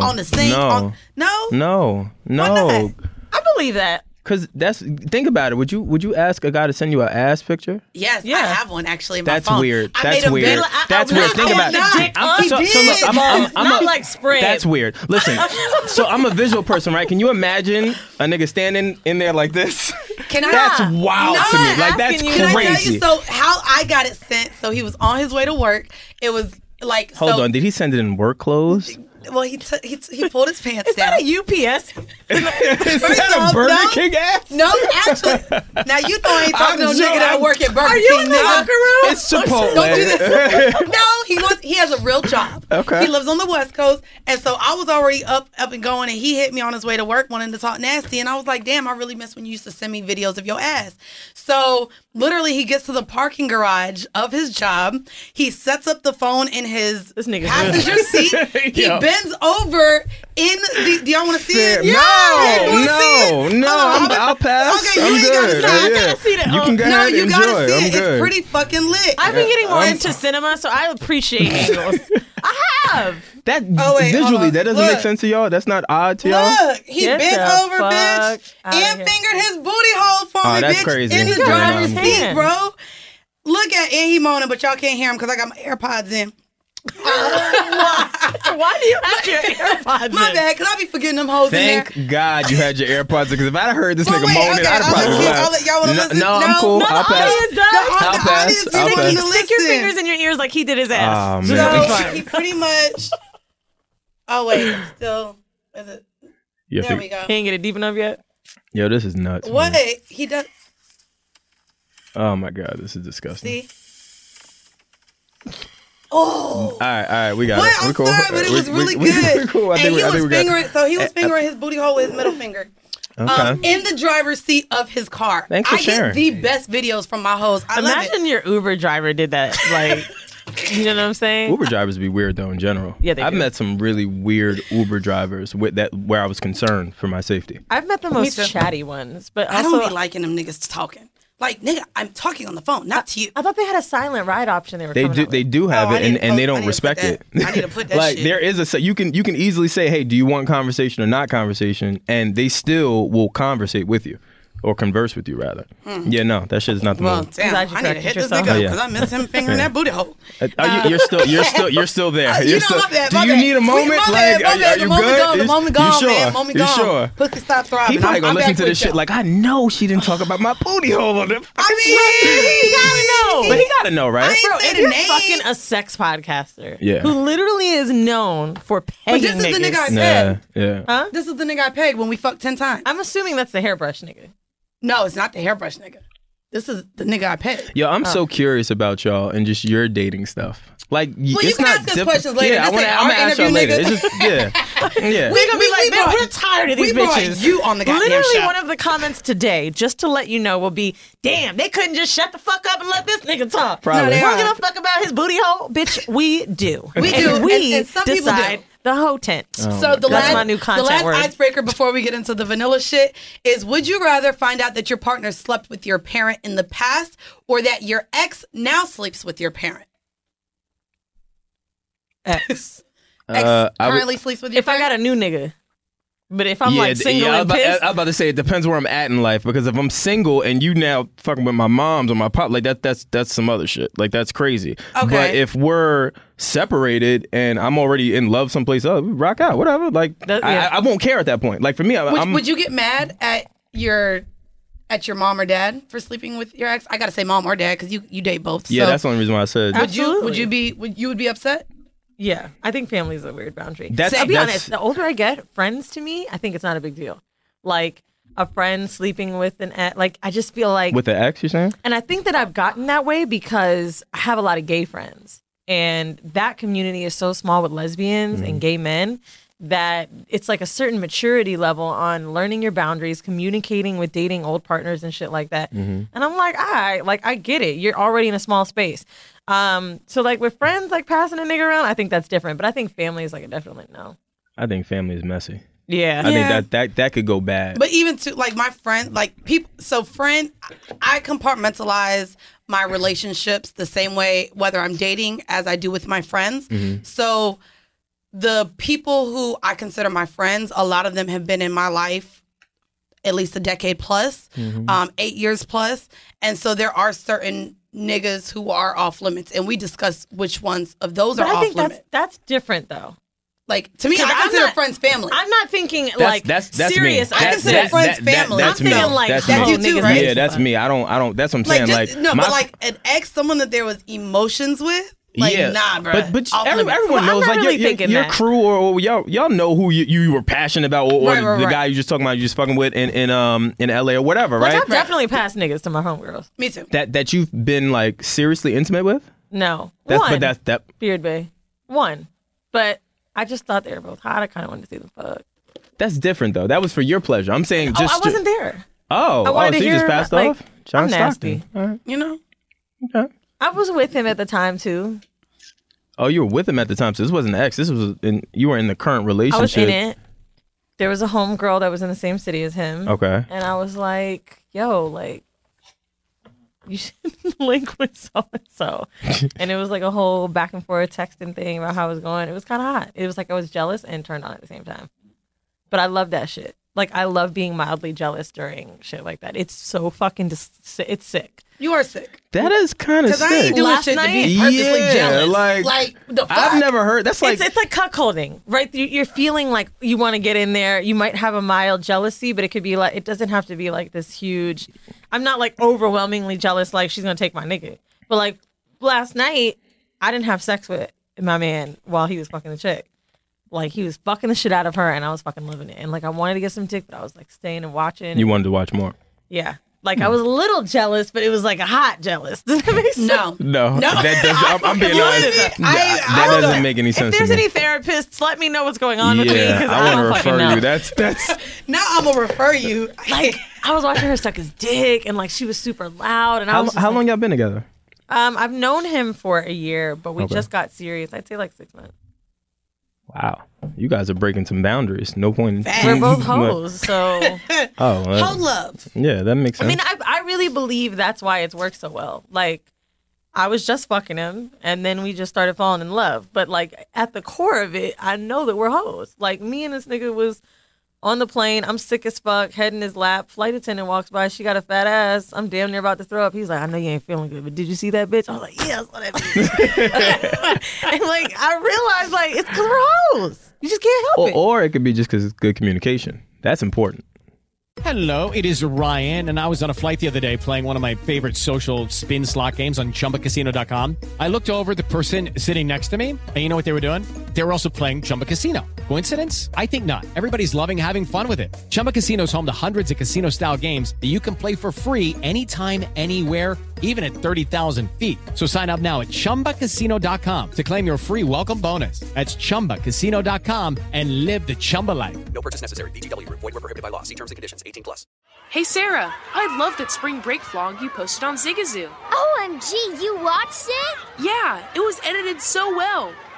Speaker 9: No.
Speaker 8: on the sink.
Speaker 9: No.
Speaker 8: On, no?
Speaker 9: no,
Speaker 8: Why
Speaker 9: no.
Speaker 8: not?
Speaker 7: I believe that.
Speaker 9: Because that's think about it. Would you would you ask a guy to send you an ass picture?
Speaker 8: Yes, I
Speaker 7: Yeah.
Speaker 8: have one actually in
Speaker 9: That's
Speaker 8: my phone.
Speaker 9: weird.
Speaker 8: I made
Speaker 9: that's
Speaker 8: a
Speaker 9: weird.
Speaker 8: big-
Speaker 7: I-
Speaker 9: that's
Speaker 7: I-
Speaker 9: weird.
Speaker 7: I
Speaker 9: Think
Speaker 7: did
Speaker 9: about
Speaker 7: not.
Speaker 9: it.
Speaker 8: He did.
Speaker 9: I'm, I'm, I'm
Speaker 7: Not
Speaker 9: a-
Speaker 7: like spread.
Speaker 9: That's weird. Listen.
Speaker 8: [LAUGHS]
Speaker 9: so I'm a visual person, right? Can you imagine a nigga standing in there like this?
Speaker 8: Can I?
Speaker 9: That's
Speaker 8: Nah.
Speaker 9: wild
Speaker 8: Nah.
Speaker 9: to me. Like that's
Speaker 7: Can
Speaker 8: Can I tell
Speaker 9: crazy.
Speaker 8: you so how I got it sent? So he was on his way to work. It was like
Speaker 9: Hold
Speaker 8: so,
Speaker 9: on. Did he send it in work clothes?
Speaker 8: Well, he t- he, t- he pulled his pants
Speaker 7: Is
Speaker 8: down.
Speaker 7: that a UPS?
Speaker 9: Is
Speaker 8: [LAUGHS] First
Speaker 9: that
Speaker 8: off,
Speaker 9: a Burger
Speaker 8: no.
Speaker 9: King ass?
Speaker 8: No, actually, now you thought I ain't talking to no
Speaker 9: I'm
Speaker 8: nigga that
Speaker 9: joking.
Speaker 8: work at Burger
Speaker 7: Are you
Speaker 8: King,
Speaker 7: in the
Speaker 8: nigga.
Speaker 7: locker room?
Speaker 9: It's Chipotle.
Speaker 8: Don't do this.
Speaker 9: [LAUGHS]
Speaker 8: no, he was. He has a real job.
Speaker 9: Okay.
Speaker 8: He lives on the West Coast, and so I was already up, up and going, and he hit me on his way to work, wanting to talk nasty, and I was like, "Damn, I really miss when you used to send me videos of your ass." So literally, he gets to the parking garage of his job. He sets up the phone in his
Speaker 7: This nigga's [LAUGHS]
Speaker 8: passenger seat. He
Speaker 9: Yo.
Speaker 8: bends over in the. Do y'all want to see it?
Speaker 9: No,
Speaker 8: Yeah, you wanna see
Speaker 9: no,
Speaker 8: it?
Speaker 9: no.
Speaker 8: Hold on,
Speaker 9: I'm, I'll pass.
Speaker 8: Okay, you
Speaker 9: I'm
Speaker 8: ain't gotta
Speaker 9: good.
Speaker 8: see it. I
Speaker 9: Yeah.
Speaker 7: gotta see that.
Speaker 9: You
Speaker 7: Oh.
Speaker 9: can go
Speaker 8: No,
Speaker 9: ahead
Speaker 8: you
Speaker 9: and
Speaker 8: gotta
Speaker 9: enjoy.
Speaker 8: see it.
Speaker 9: I'm
Speaker 8: It's
Speaker 9: good.
Speaker 8: pretty fucking lit.
Speaker 7: I've been getting more
Speaker 9: I'm-
Speaker 7: into cinema, so
Speaker 9: [LAUGHS]
Speaker 7: I appreciate angles. I have.
Speaker 9: That
Speaker 8: Oh, wait, hold
Speaker 9: visually,
Speaker 8: on.
Speaker 9: that doesn't
Speaker 8: Look.
Speaker 9: make sense to y'all. That's not odd to y'all.
Speaker 8: Look, he
Speaker 7: Get
Speaker 8: bent
Speaker 7: the
Speaker 8: over,
Speaker 7: fuck
Speaker 8: bitch,
Speaker 7: outta
Speaker 8: and
Speaker 7: here.
Speaker 8: fingered his booty hole for
Speaker 9: Oh,
Speaker 8: me,
Speaker 9: that's
Speaker 8: bitch,
Speaker 9: crazy.
Speaker 8: in the
Speaker 9: He got it
Speaker 8: driver's
Speaker 9: in
Speaker 7: his
Speaker 8: seat,
Speaker 7: hand.
Speaker 8: bro. Look at and he moaning, but y'all can't hear him because I got my AirPods in.
Speaker 7: Why do you have your AirPods?
Speaker 8: [LAUGHS] My
Speaker 7: in?
Speaker 8: bad, because I be forgetting them hoes in there.
Speaker 9: Thank God you had your AirPods because if I'd have heard this
Speaker 8: But
Speaker 9: nigga
Speaker 8: wait,
Speaker 9: moaning,
Speaker 8: okay,
Speaker 9: I'd
Speaker 8: I'll
Speaker 9: have probably
Speaker 8: let you- I'll
Speaker 9: laughed.
Speaker 8: let- y'all wanna listen?
Speaker 9: no, no, I'm
Speaker 8: No.
Speaker 9: cool.
Speaker 8: No,
Speaker 9: I'll
Speaker 7: the
Speaker 9: pass.
Speaker 7: audience does.
Speaker 8: The, au-
Speaker 9: I'll
Speaker 8: the
Speaker 9: pass.
Speaker 8: audience
Speaker 9: I'll
Speaker 8: didn't
Speaker 9: pass.
Speaker 8: even listen.
Speaker 7: Stick your fingers in your ears like he did his ass.
Speaker 9: Oh, man.
Speaker 7: So-
Speaker 8: So he pretty much. Oh wait, it's still is it?
Speaker 9: Yeah,
Speaker 8: There
Speaker 9: fig-
Speaker 8: we go.
Speaker 7: he ain't get it deep enough yet.
Speaker 9: Yo, this is nuts.
Speaker 8: What
Speaker 9: man.
Speaker 8: he does?
Speaker 9: Oh my God, this is disgusting.
Speaker 8: See. Oh.
Speaker 9: All right, all right, we got
Speaker 8: What?
Speaker 9: it.
Speaker 8: I'm
Speaker 9: We're cool.
Speaker 8: sorry, but it
Speaker 9: We-
Speaker 8: was
Speaker 9: we- [LAUGHS]
Speaker 8: really
Speaker 9: we-
Speaker 8: good.
Speaker 9: We're cool. I
Speaker 8: and
Speaker 9: think we,
Speaker 8: he
Speaker 9: I
Speaker 8: was
Speaker 9: think we got
Speaker 8: fingering,
Speaker 9: it.
Speaker 8: so he was fingering his booty hole with his middle finger. Um,
Speaker 9: Okay.
Speaker 8: in the driver's seat of his car.
Speaker 9: Thanks for
Speaker 8: I
Speaker 9: sharing.
Speaker 8: get the best videos from my hoes. I love
Speaker 7: Imagine
Speaker 8: it.
Speaker 7: your Uber driver did that. Like, you know what I'm saying?
Speaker 9: Uber drivers be weird though in general.
Speaker 7: Yeah, they
Speaker 9: I've
Speaker 7: do.
Speaker 9: met some really weird Uber drivers with that where I was concerned for my safety.
Speaker 7: I've met the most
Speaker 8: too.
Speaker 7: chatty ones, but also
Speaker 8: I don't be liking them niggas talking. Like, nigga, I'm talking on the phone, not to you.
Speaker 7: I thought they had a silent ride option. They were
Speaker 9: They
Speaker 7: coming
Speaker 9: do.
Speaker 7: out
Speaker 9: They
Speaker 7: with.
Speaker 9: do have
Speaker 8: Oh, I
Speaker 9: it,
Speaker 8: need
Speaker 9: and,
Speaker 8: to
Speaker 9: and they
Speaker 8: put- I
Speaker 9: don't
Speaker 8: need to
Speaker 9: respect
Speaker 8: put
Speaker 9: it.
Speaker 8: that- I need to put
Speaker 9: [LAUGHS]
Speaker 8: that
Speaker 9: like
Speaker 8: shit.
Speaker 9: there is a se- you can you can easily say, hey, do you want conversation or not conversation, and they still will conversate with you, or converse with you rather. Yeah, no, that shit is not the
Speaker 8: Hmm. Well,
Speaker 9: move.
Speaker 8: damn,
Speaker 7: Glad
Speaker 8: I
Speaker 7: you
Speaker 8: need to
Speaker 7: corrected
Speaker 8: hit this
Speaker 7: yourself.
Speaker 8: nigga because
Speaker 9: Oh, yeah.
Speaker 8: I miss him fingering that booty hole.
Speaker 9: Uh, are you, you're still you're still you're still there.
Speaker 8: Uh, [LAUGHS]
Speaker 9: [LAUGHS]
Speaker 8: you
Speaker 9: You're
Speaker 8: know,
Speaker 9: still-
Speaker 8: my bad,
Speaker 9: do
Speaker 8: [LAUGHS] my
Speaker 9: you
Speaker 8: bad.
Speaker 9: need a
Speaker 8: Sweet,
Speaker 9: moment?
Speaker 8: my
Speaker 9: like, are,
Speaker 8: bad, my bad.
Speaker 9: are
Speaker 8: The
Speaker 9: you
Speaker 8: moment
Speaker 9: good?
Speaker 8: gone, the
Speaker 9: Is-
Speaker 8: moment
Speaker 9: you
Speaker 8: gone,
Speaker 9: sure?
Speaker 8: man, moment
Speaker 9: you
Speaker 8: gone.
Speaker 9: sure?
Speaker 8: Pussy stop
Speaker 9: He
Speaker 8: throbbing.
Speaker 9: probably
Speaker 8: I'm-
Speaker 9: gonna
Speaker 8: I'm
Speaker 9: listen
Speaker 8: back
Speaker 9: to
Speaker 8: with
Speaker 9: this shit.
Speaker 8: y'all.
Speaker 9: Like, I know she didn't talk about my booty hole on the
Speaker 8: I
Speaker 9: [LAUGHS] fucking
Speaker 8: mean,
Speaker 9: train.
Speaker 8: he
Speaker 7: [LAUGHS]
Speaker 8: gotta [LAUGHS] know.
Speaker 9: but he gotta know, right?
Speaker 8: I ain't
Speaker 7: Bro,
Speaker 8: say
Speaker 7: if
Speaker 8: the
Speaker 7: you're
Speaker 8: name.
Speaker 7: fucking a sex podcaster,
Speaker 9: Yeah.
Speaker 7: who literally is known for
Speaker 8: But
Speaker 7: pegging
Speaker 8: this is the
Speaker 7: niggas,
Speaker 8: nigga I
Speaker 9: Yeah,
Speaker 8: pegged.
Speaker 9: yeah.
Speaker 8: This is the nigga I pegged when we fucked ten times.
Speaker 7: I'm assuming that's the hairbrush nigga.
Speaker 8: No, it's not the hairbrush nigga. This is the nigga I pegged.
Speaker 9: Yo, I'm so curious about y'all and just your dating stuff. Like, well,
Speaker 8: you
Speaker 9: it's
Speaker 8: can
Speaker 9: not
Speaker 8: ask us
Speaker 9: diff-
Speaker 8: questions later.
Speaker 9: Yeah,
Speaker 8: This
Speaker 9: wanna,
Speaker 8: ain't
Speaker 9: I'm
Speaker 8: our
Speaker 9: gonna ask y'all
Speaker 8: interview,
Speaker 9: later.
Speaker 8: nigga.
Speaker 9: It's just, yeah,
Speaker 8: [LAUGHS]
Speaker 9: yeah.
Speaker 8: We-
Speaker 7: Gonna be like, man,
Speaker 8: brought-
Speaker 7: we're tired of these
Speaker 8: we brought
Speaker 7: bitches.
Speaker 8: you on the goddamn
Speaker 7: Literally,
Speaker 8: show.
Speaker 7: one of the comments today, just to let you know, will be, damn, they couldn't just shut the fuck up and let this nigga talk.
Speaker 9: Probably. No, they
Speaker 7: We're
Speaker 8: aren't.
Speaker 7: gonna fuck about his booty hole, bitch. We do.
Speaker 8: We
Speaker 7: And
Speaker 8: do, and-
Speaker 7: we
Speaker 8: and some people do.
Speaker 7: decide the hoe tent.
Speaker 9: Oh
Speaker 8: So
Speaker 7: That's
Speaker 8: the last,
Speaker 7: my new
Speaker 8: the
Speaker 7: content
Speaker 8: last
Speaker 7: word.
Speaker 8: icebreaker before we get into the vanilla shit is: Would you rather find out that your partner slept with your parent in the past, or that your ex now sleeps with your parent?
Speaker 7: X.
Speaker 8: Ex
Speaker 9: Uh, I would- Uh,
Speaker 8: currently sleeps with your
Speaker 7: If I
Speaker 8: parent.
Speaker 7: got a new nigga, But if I'm like
Speaker 9: d- uh,
Speaker 7: single
Speaker 9: I was
Speaker 7: and
Speaker 9: about,
Speaker 7: pissed,
Speaker 9: I was about to say it depends where I'm at in life because if I'm single and you now fucking with my mom's or my pop, like that, that's that's some other shit. Like that's crazy.
Speaker 8: Okay.
Speaker 9: But if we're separated and I'm already in love someplace else, we rock out, whatever. Like
Speaker 7: That-
Speaker 9: I-
Speaker 7: yeah.
Speaker 9: I, I won't care at that point. Like for me, I,
Speaker 8: Would,
Speaker 9: I'm.
Speaker 8: would you get mad at your at your mom or dad for sleeping with your ex? I gotta say mom or dad because you you date both.
Speaker 9: yeah,
Speaker 8: so
Speaker 9: that's the only reason why I said.
Speaker 8: Would you would
Speaker 7: Absolutely.
Speaker 8: you be would you would be upset?
Speaker 7: yeah, I think family's a weird boundary.
Speaker 9: That's-
Speaker 7: I'll be
Speaker 9: that's-
Speaker 7: honest. The older I get, friends to me, I think it's not a big deal. Like a friend sleeping with an ex, like I just feel like
Speaker 9: with the ex, you're saying?
Speaker 7: And I think that I've gotten that way because I have a lot of gay friends. And that community is so small with lesbians
Speaker 9: Mm-hmm.
Speaker 7: and gay men that it's like a certain maturity level on learning your boundaries, communicating with dating old partners and shit like that.
Speaker 9: Mm-hmm.
Speaker 7: And I'm like, all right, like I get it. You're already in a small space. Um, so like with friends, like passing a nigga around, I think that's different. But I think family is like a definite no.
Speaker 9: I think family is messy.
Speaker 7: Yeah.
Speaker 9: I think
Speaker 8: Yeah.
Speaker 9: that that that could go bad.
Speaker 8: But even to like my friend, like people, so friend, I compartmentalize my relationships the same way, whether I'm dating as I do with my friends. So the people who I consider my friends, a lot of them have been in my life at least a decade plus, um, eight years plus. And so there are certain niggas who are off limits, and we discuss which ones of those
Speaker 7: But
Speaker 8: are
Speaker 7: I
Speaker 8: off
Speaker 7: think that's
Speaker 8: limits.
Speaker 7: that's different though.
Speaker 8: Like to me, I
Speaker 7: 'Cause I'm
Speaker 8: consider
Speaker 7: not-
Speaker 8: friends family.
Speaker 7: I'm not thinking
Speaker 9: That's,
Speaker 7: like
Speaker 9: that's that's
Speaker 7: serious.
Speaker 9: me.
Speaker 7: I
Speaker 9: That-
Speaker 7: consider
Speaker 9: that-
Speaker 7: friends
Speaker 9: that- that-
Speaker 8: family.
Speaker 9: that's
Speaker 8: I'm
Speaker 9: me.
Speaker 8: thinking
Speaker 7: like,
Speaker 9: that's
Speaker 8: that's
Speaker 9: me.
Speaker 8: you too,
Speaker 7: niggas
Speaker 8: right?
Speaker 9: Yeah, that's
Speaker 7: fun.
Speaker 9: me. I don't. I don't. That's what I'm saying.
Speaker 8: like,
Speaker 9: Like,
Speaker 8: just, no,
Speaker 9: my-
Speaker 8: but like an ex, someone that there was emotions with, like nah, bro.
Speaker 9: But but
Speaker 8: Off
Speaker 9: every-
Speaker 8: limits.
Speaker 9: everyone
Speaker 7: Well, I'm
Speaker 9: knows like
Speaker 7: not really
Speaker 9: your, your,
Speaker 7: thinking
Speaker 9: your
Speaker 7: that.
Speaker 9: crew or, or y'all y'all know who you, you were passionate about or, or
Speaker 8: Right, right,
Speaker 9: the
Speaker 8: right.
Speaker 9: guy you just talking about you just fucking with in, in um in LA or whatever,
Speaker 7: Like
Speaker 9: right?
Speaker 7: I've definitely passed niggas to my homegirls.
Speaker 8: Me too.
Speaker 9: That that you've been like seriously intimate with?
Speaker 7: No,
Speaker 9: That's
Speaker 7: one
Speaker 9: but that's that
Speaker 7: Beard Bay, one. But I just thought they were both hot. I kind of wanted to see them fuck.
Speaker 9: that's different though. That was for your pleasure. I'm saying just
Speaker 7: oh, I wasn't there.
Speaker 9: Oh,
Speaker 7: I
Speaker 9: oh,
Speaker 7: wanted
Speaker 9: so
Speaker 7: to
Speaker 9: you just
Speaker 7: hear about,
Speaker 9: passed
Speaker 7: like,
Speaker 9: off? John
Speaker 7: I'm nasty.
Speaker 9: Stockton. All right.
Speaker 8: You know,
Speaker 9: okay.
Speaker 7: I was with him at the time too.
Speaker 9: Oh, you were with him at the time, so this wasn't an ex. This was in you were in the current relationship.
Speaker 7: I was in it. There was a homegirl that was in the same city as him.
Speaker 9: Okay.
Speaker 7: And I was like, yo, like, you should [LAUGHS] link with so and so.
Speaker 9: [LAUGHS]
Speaker 7: And it was like a whole back and forth texting thing about how it was going. It was kind of hot. It was like I was jealous and turned on at the same time. But I love that shit. Like, I love being mildly jealous during shit like that. It's so fucking, dis- it's sick.
Speaker 8: you are sick.
Speaker 9: That is kind of
Speaker 8: Because I ain't
Speaker 9: sick.
Speaker 8: doing
Speaker 7: Last
Speaker 8: shit to be
Speaker 7: night-
Speaker 8: purposely
Speaker 9: Yeah,
Speaker 8: jealous.
Speaker 9: like-
Speaker 8: the fuck?
Speaker 9: I've never heard. That's like
Speaker 7: it's, it's like cuckolding, right? You- You're feeling like you want to get in there. You might have a mild jealousy, but it could be like it doesn't have to be like this huge. I'm not like overwhelmingly jealous, like she's gonna take my nigga. But like last night, I didn't have sex with my man while he was fucking the chick. Like he was fucking the shit out of her, and I was fucking loving it. And like I wanted to get some dick, but I was like staying and watching.
Speaker 9: you wanted to watch more.
Speaker 7: yeah. Like I was a little jealous, but it was like a hot jealous. [LAUGHS] Does that make sense?
Speaker 8: No.
Speaker 9: No, that does. I'm, I'm being
Speaker 7: [LAUGHS] You
Speaker 9: honest.
Speaker 7: wanted
Speaker 9: Nah, that
Speaker 7: I don't
Speaker 9: doesn't
Speaker 7: know.
Speaker 9: make any
Speaker 7: If
Speaker 9: sense.
Speaker 7: there's
Speaker 9: to me.
Speaker 7: any therapists, let me know what's going on with me
Speaker 9: yeah,
Speaker 7: because I,
Speaker 9: want to
Speaker 7: don't fucking
Speaker 9: refer
Speaker 7: know.
Speaker 9: you. That's
Speaker 7: [LAUGHS]
Speaker 9: that's.
Speaker 8: Now I'm gonna refer you.
Speaker 7: like I was watching her suck his dick, and like she was super loud. And I
Speaker 9: how
Speaker 7: was just
Speaker 9: how
Speaker 7: like-
Speaker 9: long y'all been together?
Speaker 7: Um, I've known him for a year, but we just got serious. I'd say like six months.
Speaker 9: Wow, you guys are breaking some boundaries. No point. In,
Speaker 7: We're both hoes, so
Speaker 9: Oh, that-
Speaker 8: Whole love.
Speaker 9: yeah, that makes
Speaker 7: I
Speaker 9: sense.
Speaker 7: mean, I I really believe that's why it's worked so well. Like. I was just fucking him, and then we just started falling in love. But like at the core of it, I know that we're hoes. Like me and this nigga was on the plane. I'm sick as fuck, head in his lap. Flight attendant walks by. She got a fat ass. I'm damn near about to throw up. He's like, I know you ain't feeling good, but did you see that bitch? I was like, yeah, I
Speaker 9: [LAUGHS]
Speaker 7: saw that bitch. [LAUGHS] and like, I realized, like, it's because we're hoes. You just can't
Speaker 9: or,
Speaker 7: help it.
Speaker 9: or it could be just because it's good communication. That's important.
Speaker 1: Hello, it is Ryan, and I was on a flight the other day playing one of my favorite social spin slot games on chumbacasino.com. I looked over at the person sitting next to me, and you know what they were doing? They were also playing Chumba Casino. Coincidence? I think not. Everybody's loving having fun with it. Chumba Casino is home to hundreds of casino style games that you can play for free anytime, anywhere, even at 30,000 feet. So sign up now at chumbacasino.com to claim your free welcome bonus. That's chumbacasino.com and live the Chumba life.
Speaker 2: No purchase necessary. VGW Group. Void were prohibited by law. See terms and conditions. 18 plus.
Speaker 3: Hey Sarah, I love that spring break vlog you posted on Zigazoo.
Speaker 4: OMG, you watched it?
Speaker 3: Yeah, it was edited so well.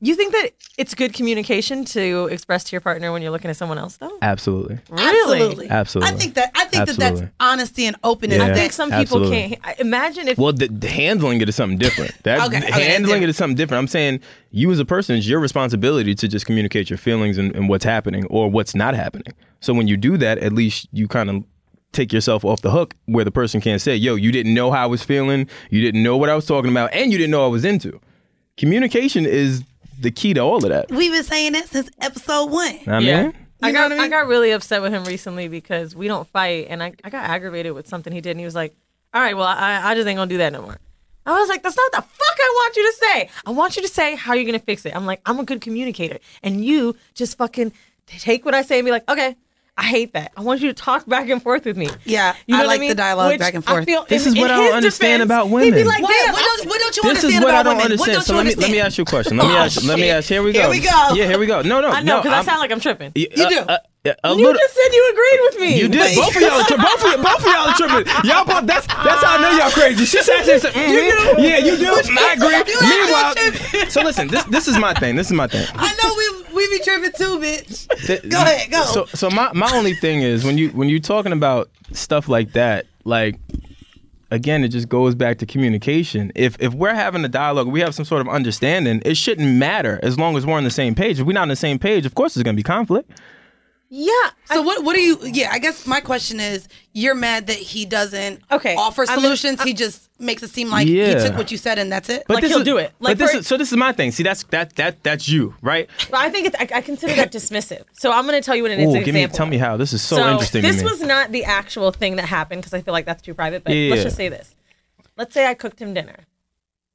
Speaker 7: You think that it's good communication to express to your partner when you're looking at someone else, though?
Speaker 9: Absolutely.
Speaker 7: Really?
Speaker 8: Absolutely.
Speaker 9: Absolutely.
Speaker 8: I think that I think that that's
Speaker 9: Absolutely.
Speaker 8: honesty and openness.
Speaker 9: Yeah.
Speaker 7: I
Speaker 8: That-
Speaker 7: think some people
Speaker 9: absolutely.
Speaker 7: can't. I- Imagine if
Speaker 9: Well, the, the handling it is something
Speaker 8: [LAUGHS]
Speaker 9: different. That
Speaker 8: Okay, okay,
Speaker 9: handling
Speaker 8: different.
Speaker 9: it is something different. I'm saying you as a person, it's your responsibility to just communicate your feelings and, and what's happening or what's not happening. So when you do that, at least you kind of take yourself off the hook where the person can't say, "Yo, you didn't know how I was feeling, you didn't know what I was talking about, and you didn't know I was into." Communication is the key to all of that.
Speaker 8: We've been saying that since episode one.
Speaker 9: I mean,
Speaker 7: I
Speaker 8: You know
Speaker 7: got,
Speaker 8: what I
Speaker 7: I
Speaker 8: mean?
Speaker 7: got really upset with him recently because we don't fight, and I, I got aggravated with something he did, and he was like, "All right, well, I, I just ain't gonna do that no more." I was like, "That's not the fuck I want you to say. I want you to say how you're gonna fix it." I'm like, "I'm a good communicator, and you just fucking t- take what I say and be like, okay." I hate that. I want you to talk back and forth with me.
Speaker 8: Yeah,
Speaker 7: you know
Speaker 8: I
Speaker 7: what
Speaker 8: like
Speaker 7: I
Speaker 8: the
Speaker 7: mean?
Speaker 8: dialogue
Speaker 7: Which
Speaker 8: back and
Speaker 7: I
Speaker 8: forth.
Speaker 7: feel
Speaker 9: This
Speaker 7: in-
Speaker 9: is
Speaker 7: in
Speaker 9: what I don't
Speaker 7: his
Speaker 9: understand
Speaker 7: defense,
Speaker 9: about
Speaker 7: He'd be
Speaker 9: women.
Speaker 7: like,
Speaker 8: What,
Speaker 7: "Damn,
Speaker 8: what,
Speaker 7: I-
Speaker 8: don't, what don't you
Speaker 9: This
Speaker 8: understand
Speaker 9: is what
Speaker 8: about
Speaker 9: I don't
Speaker 8: women?
Speaker 9: understand.
Speaker 8: What don't
Speaker 9: so
Speaker 8: you
Speaker 9: let me
Speaker 8: understand?
Speaker 9: let me ask you a
Speaker 8: [LAUGHS]
Speaker 9: question. Let me
Speaker 8: Oh,
Speaker 9: ask. Let me
Speaker 8: shit.
Speaker 9: ask. Here we go.
Speaker 8: Here we go.
Speaker 9: Yeah, here we go. No, no,
Speaker 7: I know
Speaker 9: no,
Speaker 7: because I
Speaker 9: I'm- uh,
Speaker 7: sound like I'm tripping.
Speaker 9: You
Speaker 8: do.
Speaker 7: you just said you agreed with me.
Speaker 9: you
Speaker 7: But- [LAUGHS]
Speaker 9: did. Both of y'all, are tri- both of, y- both of y'all are tripping. Y'all both. That's that's how I know y'all crazy. She said she said, mhm.
Speaker 7: You do.
Speaker 9: Yeah, you
Speaker 7: [LAUGHS]
Speaker 9: do. I
Speaker 8: You actually
Speaker 9: agree. Meanwhile,
Speaker 8: tripping.
Speaker 9: so listen. This this is my thing. This is my thing.
Speaker 8: I know we we be tripping too, bitch.
Speaker 9: Th-
Speaker 8: Go ahead, go.
Speaker 9: So so my my only thing is when you when you're talking about stuff like that, like again, it just goes back to communication. If if we're having a dialogue, we have some sort of understanding. It shouldn't matter as long as we're on the same page. If we're not on the same page, of course there's gonna be conflict.
Speaker 7: yeah.
Speaker 8: So what what do you? Yeah, I guess my question is, you're mad that he doesn't
Speaker 7: Okay,
Speaker 8: offer
Speaker 7: I'm gonna-
Speaker 8: solutions. he just makes it seem like he
Speaker 9: Yeah.
Speaker 8: took what you said and that's it.
Speaker 9: But
Speaker 7: Like,
Speaker 9: this
Speaker 7: he'll
Speaker 9: is,
Speaker 7: do it. Like,
Speaker 9: but this
Speaker 7: for-
Speaker 9: is, so this is my thing. See, that's that that that's you, right?
Speaker 7: But I think it's, I, I consider that dismissive. So I'm going to tell you what an
Speaker 9: Ooh,
Speaker 7: example.
Speaker 9: give me tell me how. This is so, interesting
Speaker 7: This
Speaker 9: to me.
Speaker 7: was not the actual thing that happened because I feel like that's too private. But
Speaker 9: Yeah.
Speaker 7: let's just say this. Let's say I cooked him dinner,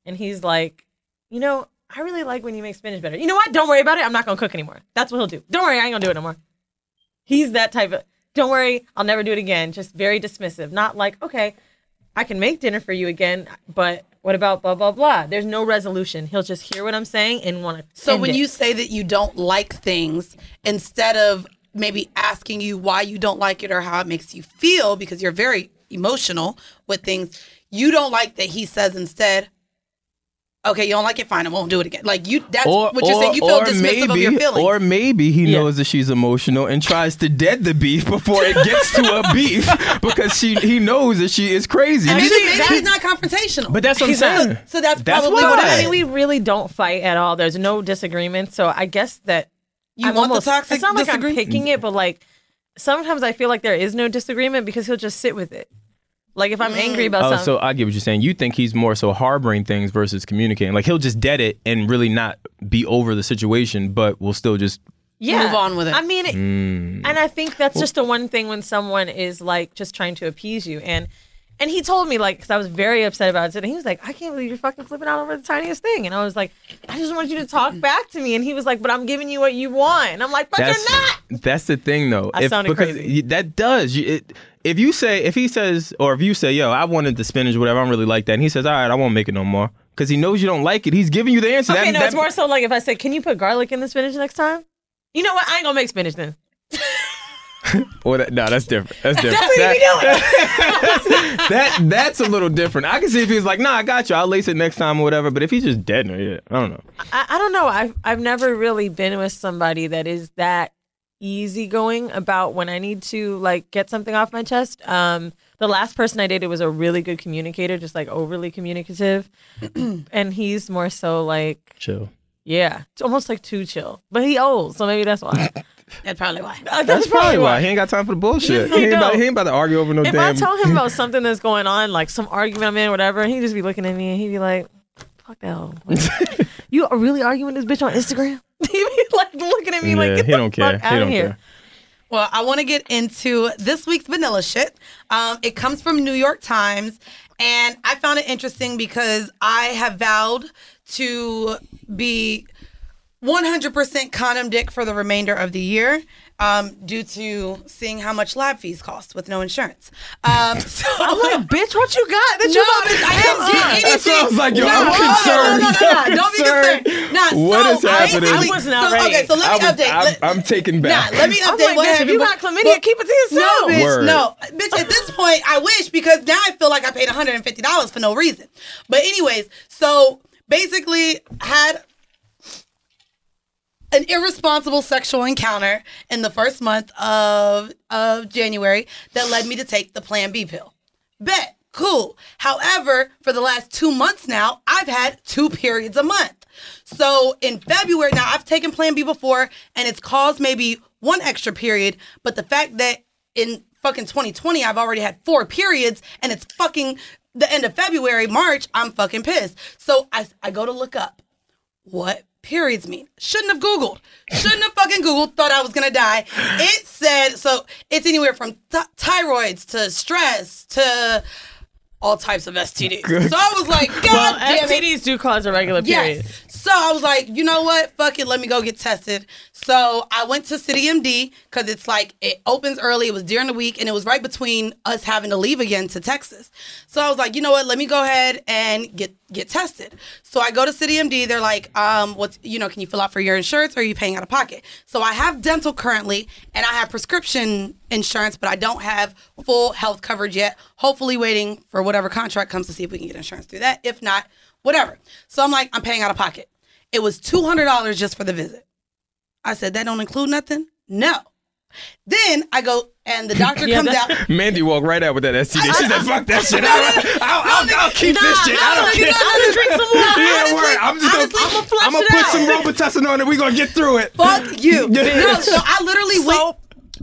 Speaker 7: and he's like, you know, I really like when you make spinach better. You know what? Don't worry about it. I'm not going to cook anymore. That's what he'll do. Don't worry, I ain't going to do it no more. He's that type of. Don't worry, I'll never do it again. Just very dismissive. Not like okay, I can make dinner for you again, but. What about blah blah blah? There's no resolution. He'll just hear what I'm saying and want to.
Speaker 8: So when you say that you don't like things, instead of maybe asking you why you don't like it or how it makes you feel, because you're very emotional with things, you don't like that he says instead, "Okay, you don't like it, fine, I won't do it again." Like you, that's what you're saying. You feel
Speaker 9: or
Speaker 8: dismissive
Speaker 9: maybe,
Speaker 8: of your feelings.
Speaker 9: Or maybe he
Speaker 7: Yeah.
Speaker 9: knows that she's emotional and tries to dead the beef before it gets to a beef because she he knows that she is crazy.
Speaker 8: maybe
Speaker 7: Actually,
Speaker 8: maybe
Speaker 7: that-
Speaker 8: he's not confrontational.
Speaker 9: but that's what I'm
Speaker 8: He's not-
Speaker 9: saying.
Speaker 8: So, that's
Speaker 9: That's
Speaker 8: probably
Speaker 9: why.
Speaker 8: what
Speaker 7: I
Speaker 8: it
Speaker 7: mean,
Speaker 8: is.
Speaker 7: we really don't fight at all. There's no disagreement. So I guess that
Speaker 8: You
Speaker 7: I'm
Speaker 8: want the
Speaker 7: almost,
Speaker 8: toxic
Speaker 7: It's not like
Speaker 8: disagree-
Speaker 7: I'm picking it, but like sometimes I feel like there is no disagreement because he'll just sit with it. Like if I'm angry about
Speaker 9: Oh,
Speaker 7: something,
Speaker 9: so I get what you're saying. You think he's more so harboring things versus communicating. Like he'll just dead it and really not be over the situation, but will still just
Speaker 7: yeah,
Speaker 8: Move on with it.
Speaker 7: I mean, it,
Speaker 9: Mm.
Speaker 7: and I think that's just the one thing when someone is like just trying to appease you and. And he told me like, because I was very upset about it, and he was like, "I can't believe you're fucking flipping out over the tiniest thing." And I was like, "I just want you to talk
Speaker 8: Mm.
Speaker 7: back to me." And he was like, "But I'm giving you what you want." And I'm like, "But
Speaker 9: that's
Speaker 7: you're not."
Speaker 9: that's the thing though.
Speaker 7: I sounded
Speaker 9: because
Speaker 7: crazy.
Speaker 9: you- that does you, it, if you say if he says or if you say yo I wanted the spinach whatever I don't really like that and he says all right I won't make it no more because he knows you don't like it he's giving you the answer.
Speaker 7: Okay,
Speaker 9: that,
Speaker 7: no,
Speaker 9: that-
Speaker 7: it's more so like if I said, "Can you put garlic in the spinach next time?" You know what? I ain't gonna make spinach then.
Speaker 9: Or that, no, that's different. That's different.
Speaker 8: That's what he be
Speaker 9: That-
Speaker 8: doing.
Speaker 9: [LAUGHS] that that's a little different. I can see if he's like, nah, I got you. I'll lace it next time or whatever. But if he's just dead, yeah, I don't know.
Speaker 7: I, I don't know. I've I've never really been with somebody that is that easygoing about when I need to like get something off my chest. Um, the last person I dated was a really good communicator, just like
Speaker 9: [CLEARS THROAT]
Speaker 7: overly communicative, and he's more so like
Speaker 9: Chill.
Speaker 7: yeah, it's almost like too chill. But he old, so maybe
Speaker 9: [LAUGHS]
Speaker 7: that's why. [LAUGHS]
Speaker 8: That's probably why.
Speaker 7: Uh,
Speaker 9: That's probably why he ain't got time for the bullshit. He ain't,
Speaker 7: No.
Speaker 9: about, he ain't about to argue over no
Speaker 7: If I
Speaker 9: damn.
Speaker 7: tell him about something that's going on, like some argument I'm in, whatever, he'd just be looking at me and he'd be like, "Fuck no,
Speaker 9: [LAUGHS]
Speaker 7: you are really arguing with this bitch on Instagram?" [LAUGHS] he'd be like looking at me like,
Speaker 9: Yeah,
Speaker 7: "Get
Speaker 9: he
Speaker 7: the
Speaker 9: don't care.
Speaker 7: fuck
Speaker 9: He
Speaker 7: out of
Speaker 9: don't
Speaker 7: here."
Speaker 9: care.
Speaker 8: [LAUGHS] Well, I want to get into this week's vanilla shit. Um, it comes from New York Times, and I found it interesting because I have vowed to be 100% condom dick for the remainder of the year um, due to seeing how much lab fees cost with no insurance. Um, [LAUGHS] so I'm
Speaker 7: Like, bitch, what you got that
Speaker 8: no,
Speaker 7: you about to
Speaker 8: I didn't get anything.
Speaker 9: That's what I was like, yo,
Speaker 8: no,
Speaker 9: I'm
Speaker 8: no,
Speaker 9: concerned.
Speaker 8: No, no, no, no, no, Don't be
Speaker 9: Concerned.
Speaker 8: concerned. Nah,
Speaker 9: What
Speaker 8: so
Speaker 9: is happening?
Speaker 8: basically-
Speaker 7: I was not
Speaker 8: so, Okay,
Speaker 7: ready.
Speaker 8: so let me
Speaker 9: I was-
Speaker 8: update.
Speaker 9: I'm-
Speaker 8: Let-
Speaker 9: I'm taken back.
Speaker 8: Nah, let me update.
Speaker 7: I'm like,
Speaker 8: what
Speaker 7: bitch, if
Speaker 8: happened
Speaker 7: you
Speaker 8: be-
Speaker 7: got chlamydia,
Speaker 8: well-
Speaker 7: keep it to yourself.
Speaker 8: No, bitch,
Speaker 9: Word.
Speaker 8: no. Bitch, at this point, I wish because now I feel like I paid $150 for no reason. But anyways, so basically had an irresponsible sexual encounter in the first month of of January that led me to take the Plan B pill. Bet, cool. However, for the last two months now, I've had two periods a month. So in February now, I've taken Plan B before, and it's caused maybe one extra period. But the fact that in fucking 2020, I've already had four periods, and it's fucking the end of February, March. I'm fucking pissed. So I I go to look up what periods mean. Shouldn't have Googled. Shouldn't have fucking Googled. Thought I was gonna die. It said so. It's anywhere from ty- thyroids to stress to all types of STDs. So I was like, God
Speaker 7: Well,
Speaker 8: damn it.
Speaker 7: STDs do cause a regular period.
Speaker 8: Yes. So I was like, you know what? Fuck it. Let me go get tested. So I went to City MD because it's like it opens early. It was during the week and it was right between us having to leave again to Texas. So I was like, you know what? Let me go ahead and get get tested. So I go to City MD. They're like, um, what's you know, can you fill out for your insurance or are you paying out of pocket? So I have dental currently and I have prescription insurance, but I don't have full health coverage yet. Hopefully waiting for whatever contract comes to see if we can get insurance through that. If not, whatever. So I'm like, I'm paying out of pocket. It was two hundred dollars just for the visit. I said that don't include nothing. No. Then I go and the doctor
Speaker 9: [LAUGHS]
Speaker 8: comes out.
Speaker 9: Mandy walked right out with that STD. She said, fuck that shit. I'll, I'll, I'll, I'll keep
Speaker 8: nah,
Speaker 9: this shit. I don't
Speaker 8: honestly,
Speaker 9: care.
Speaker 8: honestly, drink some water.
Speaker 9: Yeah, word.
Speaker 8: Honestly,
Speaker 9: I'm just gonna,
Speaker 8: honestly, I'ma flush
Speaker 9: I'm gonna
Speaker 8: it
Speaker 9: put
Speaker 8: out.
Speaker 9: some Robitussin on it. We're gonna get through it.
Speaker 8: Fuck
Speaker 9: [LAUGHS]
Speaker 8: you. No,
Speaker 9: Bitch.
Speaker 8: so I literally went.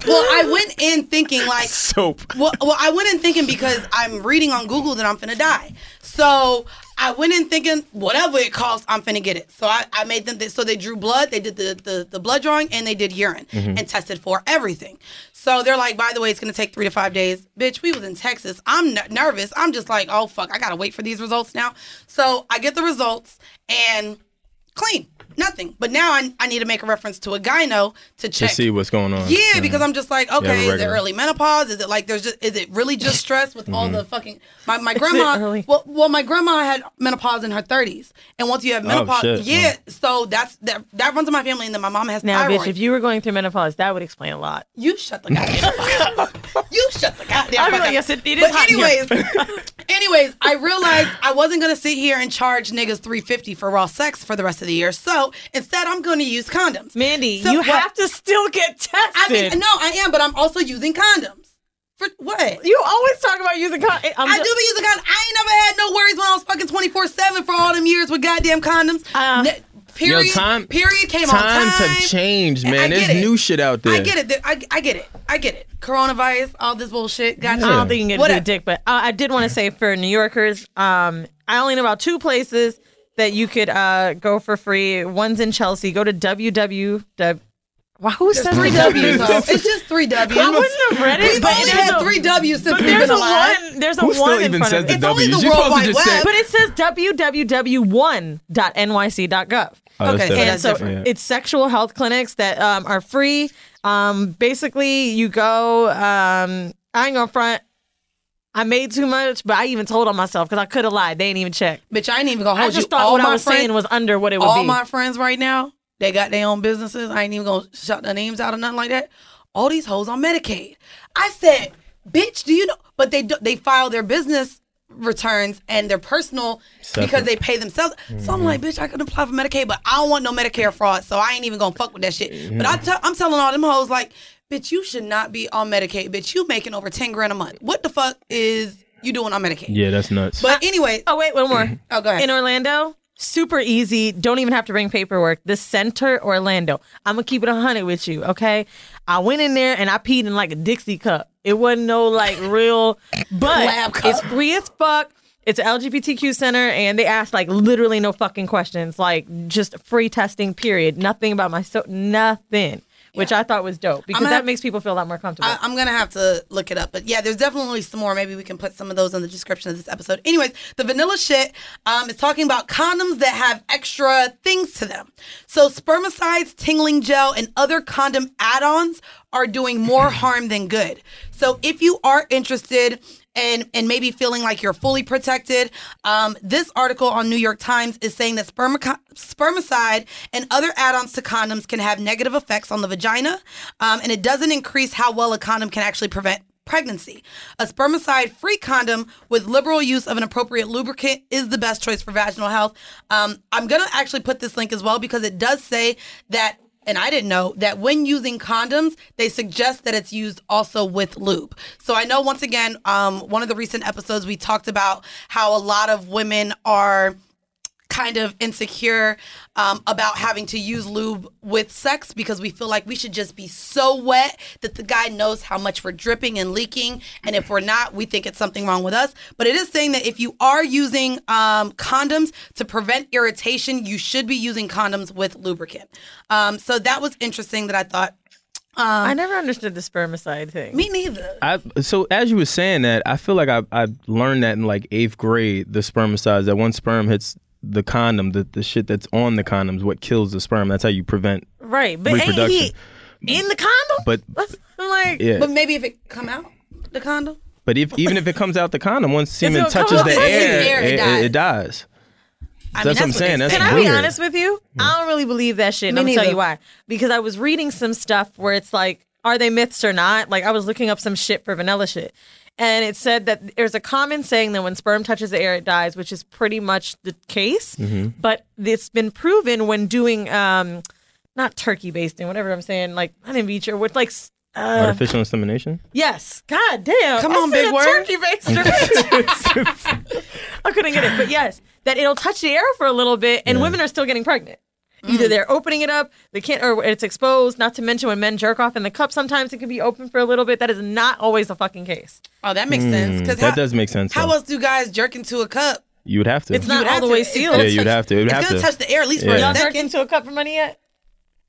Speaker 8: Well, I went in thinking like
Speaker 9: Soap.
Speaker 8: well, well, I went in thinking because I'm reading on Google that I'm finna die. So I went in thinking whatever it costs, I'm finna get it. So I, I made them. so they drew blood, they did the, the the blood drawing, and they did urine and tested for everything. So they're like, by the way, it's gonna take three to five days. Bitch, we was in Texas. I'm n- nervous. I'm just like, oh fuck, I gotta wait for these results now. So I get the results and clean, nothing. But now I, I need to make a reference to a gyno to check.
Speaker 9: see what's going on.
Speaker 8: Yeah, because I'm just like, okay, is it
Speaker 9: regular.
Speaker 8: early menopause? Is it like there's just is it
Speaker 9: [LAUGHS]
Speaker 8: really just stress with all
Speaker 9: Mm-hmm.
Speaker 8: the fucking
Speaker 7: [LAUGHS]
Speaker 8: my, my
Speaker 7: it
Speaker 8: grandma
Speaker 7: early?
Speaker 8: well well my grandma had menopause in her thirties. And once you have menopause
Speaker 9: Oh, shit.
Speaker 8: yeah, so that's that that runs in my family and then my mom has
Speaker 7: Now,
Speaker 8: thyroid.
Speaker 7: bitch, if you were going through menopause, that would explain a lot.
Speaker 8: You shut the goddamn
Speaker 7: [LAUGHS]
Speaker 8: fuck up. You shut the goddamn
Speaker 7: I
Speaker 8: fuck
Speaker 7: feel like,
Speaker 8: up.
Speaker 7: yes, it- it is
Speaker 8: but
Speaker 7: hot in here.
Speaker 8: anyways,
Speaker 7: [LAUGHS]
Speaker 8: anyways, I realized I wasn't gonna sit here and charge niggas three fifty for raw sex for the rest of the year. So instead, I'm gonna use condoms.
Speaker 7: Mandy,
Speaker 8: So
Speaker 7: you
Speaker 8: what-
Speaker 7: have to still get tested.
Speaker 8: I mean, no, I am, but I'm also using condoms. For what?
Speaker 7: you always talk about using con- I'm
Speaker 8: I
Speaker 7: ju-
Speaker 8: do be using condoms. I ain't never had no worries when I was fucking twenty four seven for all them years with goddamn condoms.
Speaker 7: Uh,
Speaker 8: Ne- period.
Speaker 9: time-
Speaker 8: period came on time.
Speaker 9: Times have changed,
Speaker 8: I
Speaker 9: man.
Speaker 8: get
Speaker 9: There's
Speaker 8: it.
Speaker 9: new shit out there.
Speaker 8: I get it. There- I, I get it. I get it. Coronavirus, all this bullshit. Got
Speaker 7: I don't think you can get
Speaker 8: Whatever.
Speaker 7: a dick, but uh, I did want to say for New Yorkers, um, I only know about two places that you could uh, go for free. One's in Chelsea. Go to www. Wow, who says
Speaker 8: Three W's. though. [LAUGHS] It's just three W's.
Speaker 7: I wouldn't have read it,
Speaker 8: We've
Speaker 7: but
Speaker 8: only
Speaker 7: there's
Speaker 8: had
Speaker 7: a-
Speaker 8: three W's since
Speaker 7: But
Speaker 8: we've
Speaker 7: there's
Speaker 8: been
Speaker 7: a
Speaker 8: alive.
Speaker 7: one. There's a
Speaker 9: Who
Speaker 7: one
Speaker 9: still
Speaker 7: in
Speaker 9: even
Speaker 7: front
Speaker 9: says
Speaker 7: of
Speaker 9: the
Speaker 7: it.
Speaker 8: It's only
Speaker 9: W?
Speaker 8: the
Speaker 9: You're
Speaker 8: World
Speaker 9: supposed
Speaker 8: Wide
Speaker 9: to just
Speaker 8: Web.
Speaker 9: say.
Speaker 7: But it says www.nyc.gov.
Speaker 9: Oh, that's
Speaker 8: Okay, so
Speaker 9: different.
Speaker 7: and so
Speaker 9: different, yeah.
Speaker 7: it's sexual health clinics that um, are free. Um, basically, you go. Um, I ain't gonna front. I made too much, but I even told on myself because I could have lied. They ain't even check.
Speaker 8: Bitch, I ain't even gonna
Speaker 7: I
Speaker 8: hold Oh, you.
Speaker 7: just thought
Speaker 8: all
Speaker 7: what
Speaker 8: my
Speaker 7: I was
Speaker 8: friends,
Speaker 7: saying was under what it would
Speaker 8: all
Speaker 7: be.
Speaker 8: my friends right now. They got their own businesses. I ain't even gonna shout their names out or nothing like that. all these hoes on Medicaid. I said, bitch, do you know? But they do, they file their business returns and their personal because they pay themselves. So I'm like, bitch, I could apply for Medicaid, but I don't want no Medicare fraud, so I ain't even gonna fuck with that shit. But I tell I'm telling all them hoes like, bitch, you should not be on Medicaid. Bitch, you making over ten grand a month. What the fuck is you doing on Medicaid?
Speaker 9: Yeah, that's nuts.
Speaker 8: But anyway,
Speaker 7: Oh, wait, one more.
Speaker 8: Oh, go ahead.
Speaker 7: In Orlando, super easy. Don't even have to bring paperwork. The center, Orlando. I'm going to keep it 100 with you, okay? I went in there and I peed in like a Dixie cup. It wasn't no like
Speaker 8: [LAUGHS]
Speaker 7: real, but
Speaker 8: Lab cup.
Speaker 7: it's free as fuck. It's an LGBTQ center and they asked like literally no fucking questions, like just free testing, period. Nothing about my so nothing, which I thought was dope because
Speaker 8: gonna
Speaker 7: that
Speaker 8: have-
Speaker 7: makes people feel a lot more comfortable.
Speaker 8: I, I'm gonna have to look it up, but yeah, there's definitely some more. Maybe we can put some of those in the description of this episode. Anyways, the vanilla shit um, is talking about condoms that have extra things to them. So spermicides, tingling gel, and other condom add-ons are doing more harm than good. So if you are interested. And, and maybe feeling like you're fully protected. Um, this article on New York Times is saying that spermico- spermicide and other add-ons to condoms can have negative effects on the vagina, um, and it doesn't increase how well a condom can actually prevent pregnancy. A spermicide-free condom with liberal use of an appropriate lubricant is the best choice for vaginal health. Um, I'm gonna actually put this link as well because it does say that. And I didn't know that when using condoms, they suggest that it's used also with lube. So I know once again, um, one of the recent episodes we talked about how a lot of women are kind of insecure um, about having to use lube with sex because we feel like we should just be so wet that the guy knows how much we're dripping and leaking. And if we're not, we think it's something wrong with us. But it is saying that if you are using um, condoms to prevent irritation, you should be using condoms with lubricant. Um, so that was interesting that I thought.
Speaker 7: I never understood the spermicide thing.
Speaker 8: um, Me neither.
Speaker 9: I, so as you were saying that, I feel like I, I learned that in like eighth grade, the spermicides that one sperm hits the condom, the, the shit that's on the condom is what kills the sperm. That's how you prevent.
Speaker 7: Right, but ain't he
Speaker 9: Reproduction.
Speaker 7: in the condom?
Speaker 9: But
Speaker 7: I'm like,
Speaker 9: yeah,
Speaker 8: But
Speaker 9: but,
Speaker 8: maybe if it come out the condom.
Speaker 9: if even if it comes out the condom, once semen
Speaker 7: gonna come
Speaker 9: touches
Speaker 7: out.
Speaker 9: the
Speaker 7: Once it's
Speaker 9: air,
Speaker 8: there, it
Speaker 9: it,
Speaker 8: dies.
Speaker 9: it, it dies.
Speaker 8: I
Speaker 9: That's what I'm
Speaker 8: they
Speaker 9: saying. That's
Speaker 8: say.
Speaker 7: Can I be
Speaker 9: weird.
Speaker 7: honest with you? I don't really believe that shit. And
Speaker 8: Me
Speaker 7: I'm gonna tell
Speaker 8: neither.
Speaker 7: you why. Because I was reading some stuff where it's like, are they myths or not? Like I was looking up some shit for vanilla shit. And it said that there's a common saying that when sperm touches the air, it dies, which is pretty much the case.
Speaker 9: Mm-hmm.
Speaker 7: But it's been proven when doing um not turkey basting, whatever I'm saying, like not in vitro, with like s- uh,
Speaker 9: Artificial insemination.
Speaker 7: Yes. God damn.
Speaker 8: Come
Speaker 7: I
Speaker 8: on,
Speaker 7: said
Speaker 8: big
Speaker 7: a
Speaker 8: word.
Speaker 7: Turkey baster. [LAUGHS] I couldn't get it, but yes, that it'll touch the air for a little bit, and women are still getting pregnant. Either
Speaker 8: Mm.
Speaker 7: they're opening it up, they can't, or it's exposed. Not to mention when men jerk off in the cup, sometimes it can be open for a little bit. That is not always the fucking case.
Speaker 8: Oh, that makes sense. Because
Speaker 9: Hmm, That does make sense.
Speaker 8: How
Speaker 9: though.
Speaker 8: else do guys jerk into a cup?
Speaker 9: you would have to.
Speaker 7: It's not
Speaker 8: would
Speaker 7: all
Speaker 8: have
Speaker 7: the
Speaker 8: to-
Speaker 7: way
Speaker 8: it's
Speaker 7: sealed.
Speaker 9: yeah, you would have to. It would
Speaker 8: It's
Speaker 9: have
Speaker 8: gonna
Speaker 9: to.
Speaker 8: touch the air at least for
Speaker 9: Yeah.
Speaker 8: a
Speaker 7: Y'all jerked
Speaker 8: second.
Speaker 7: into a cup for money yet?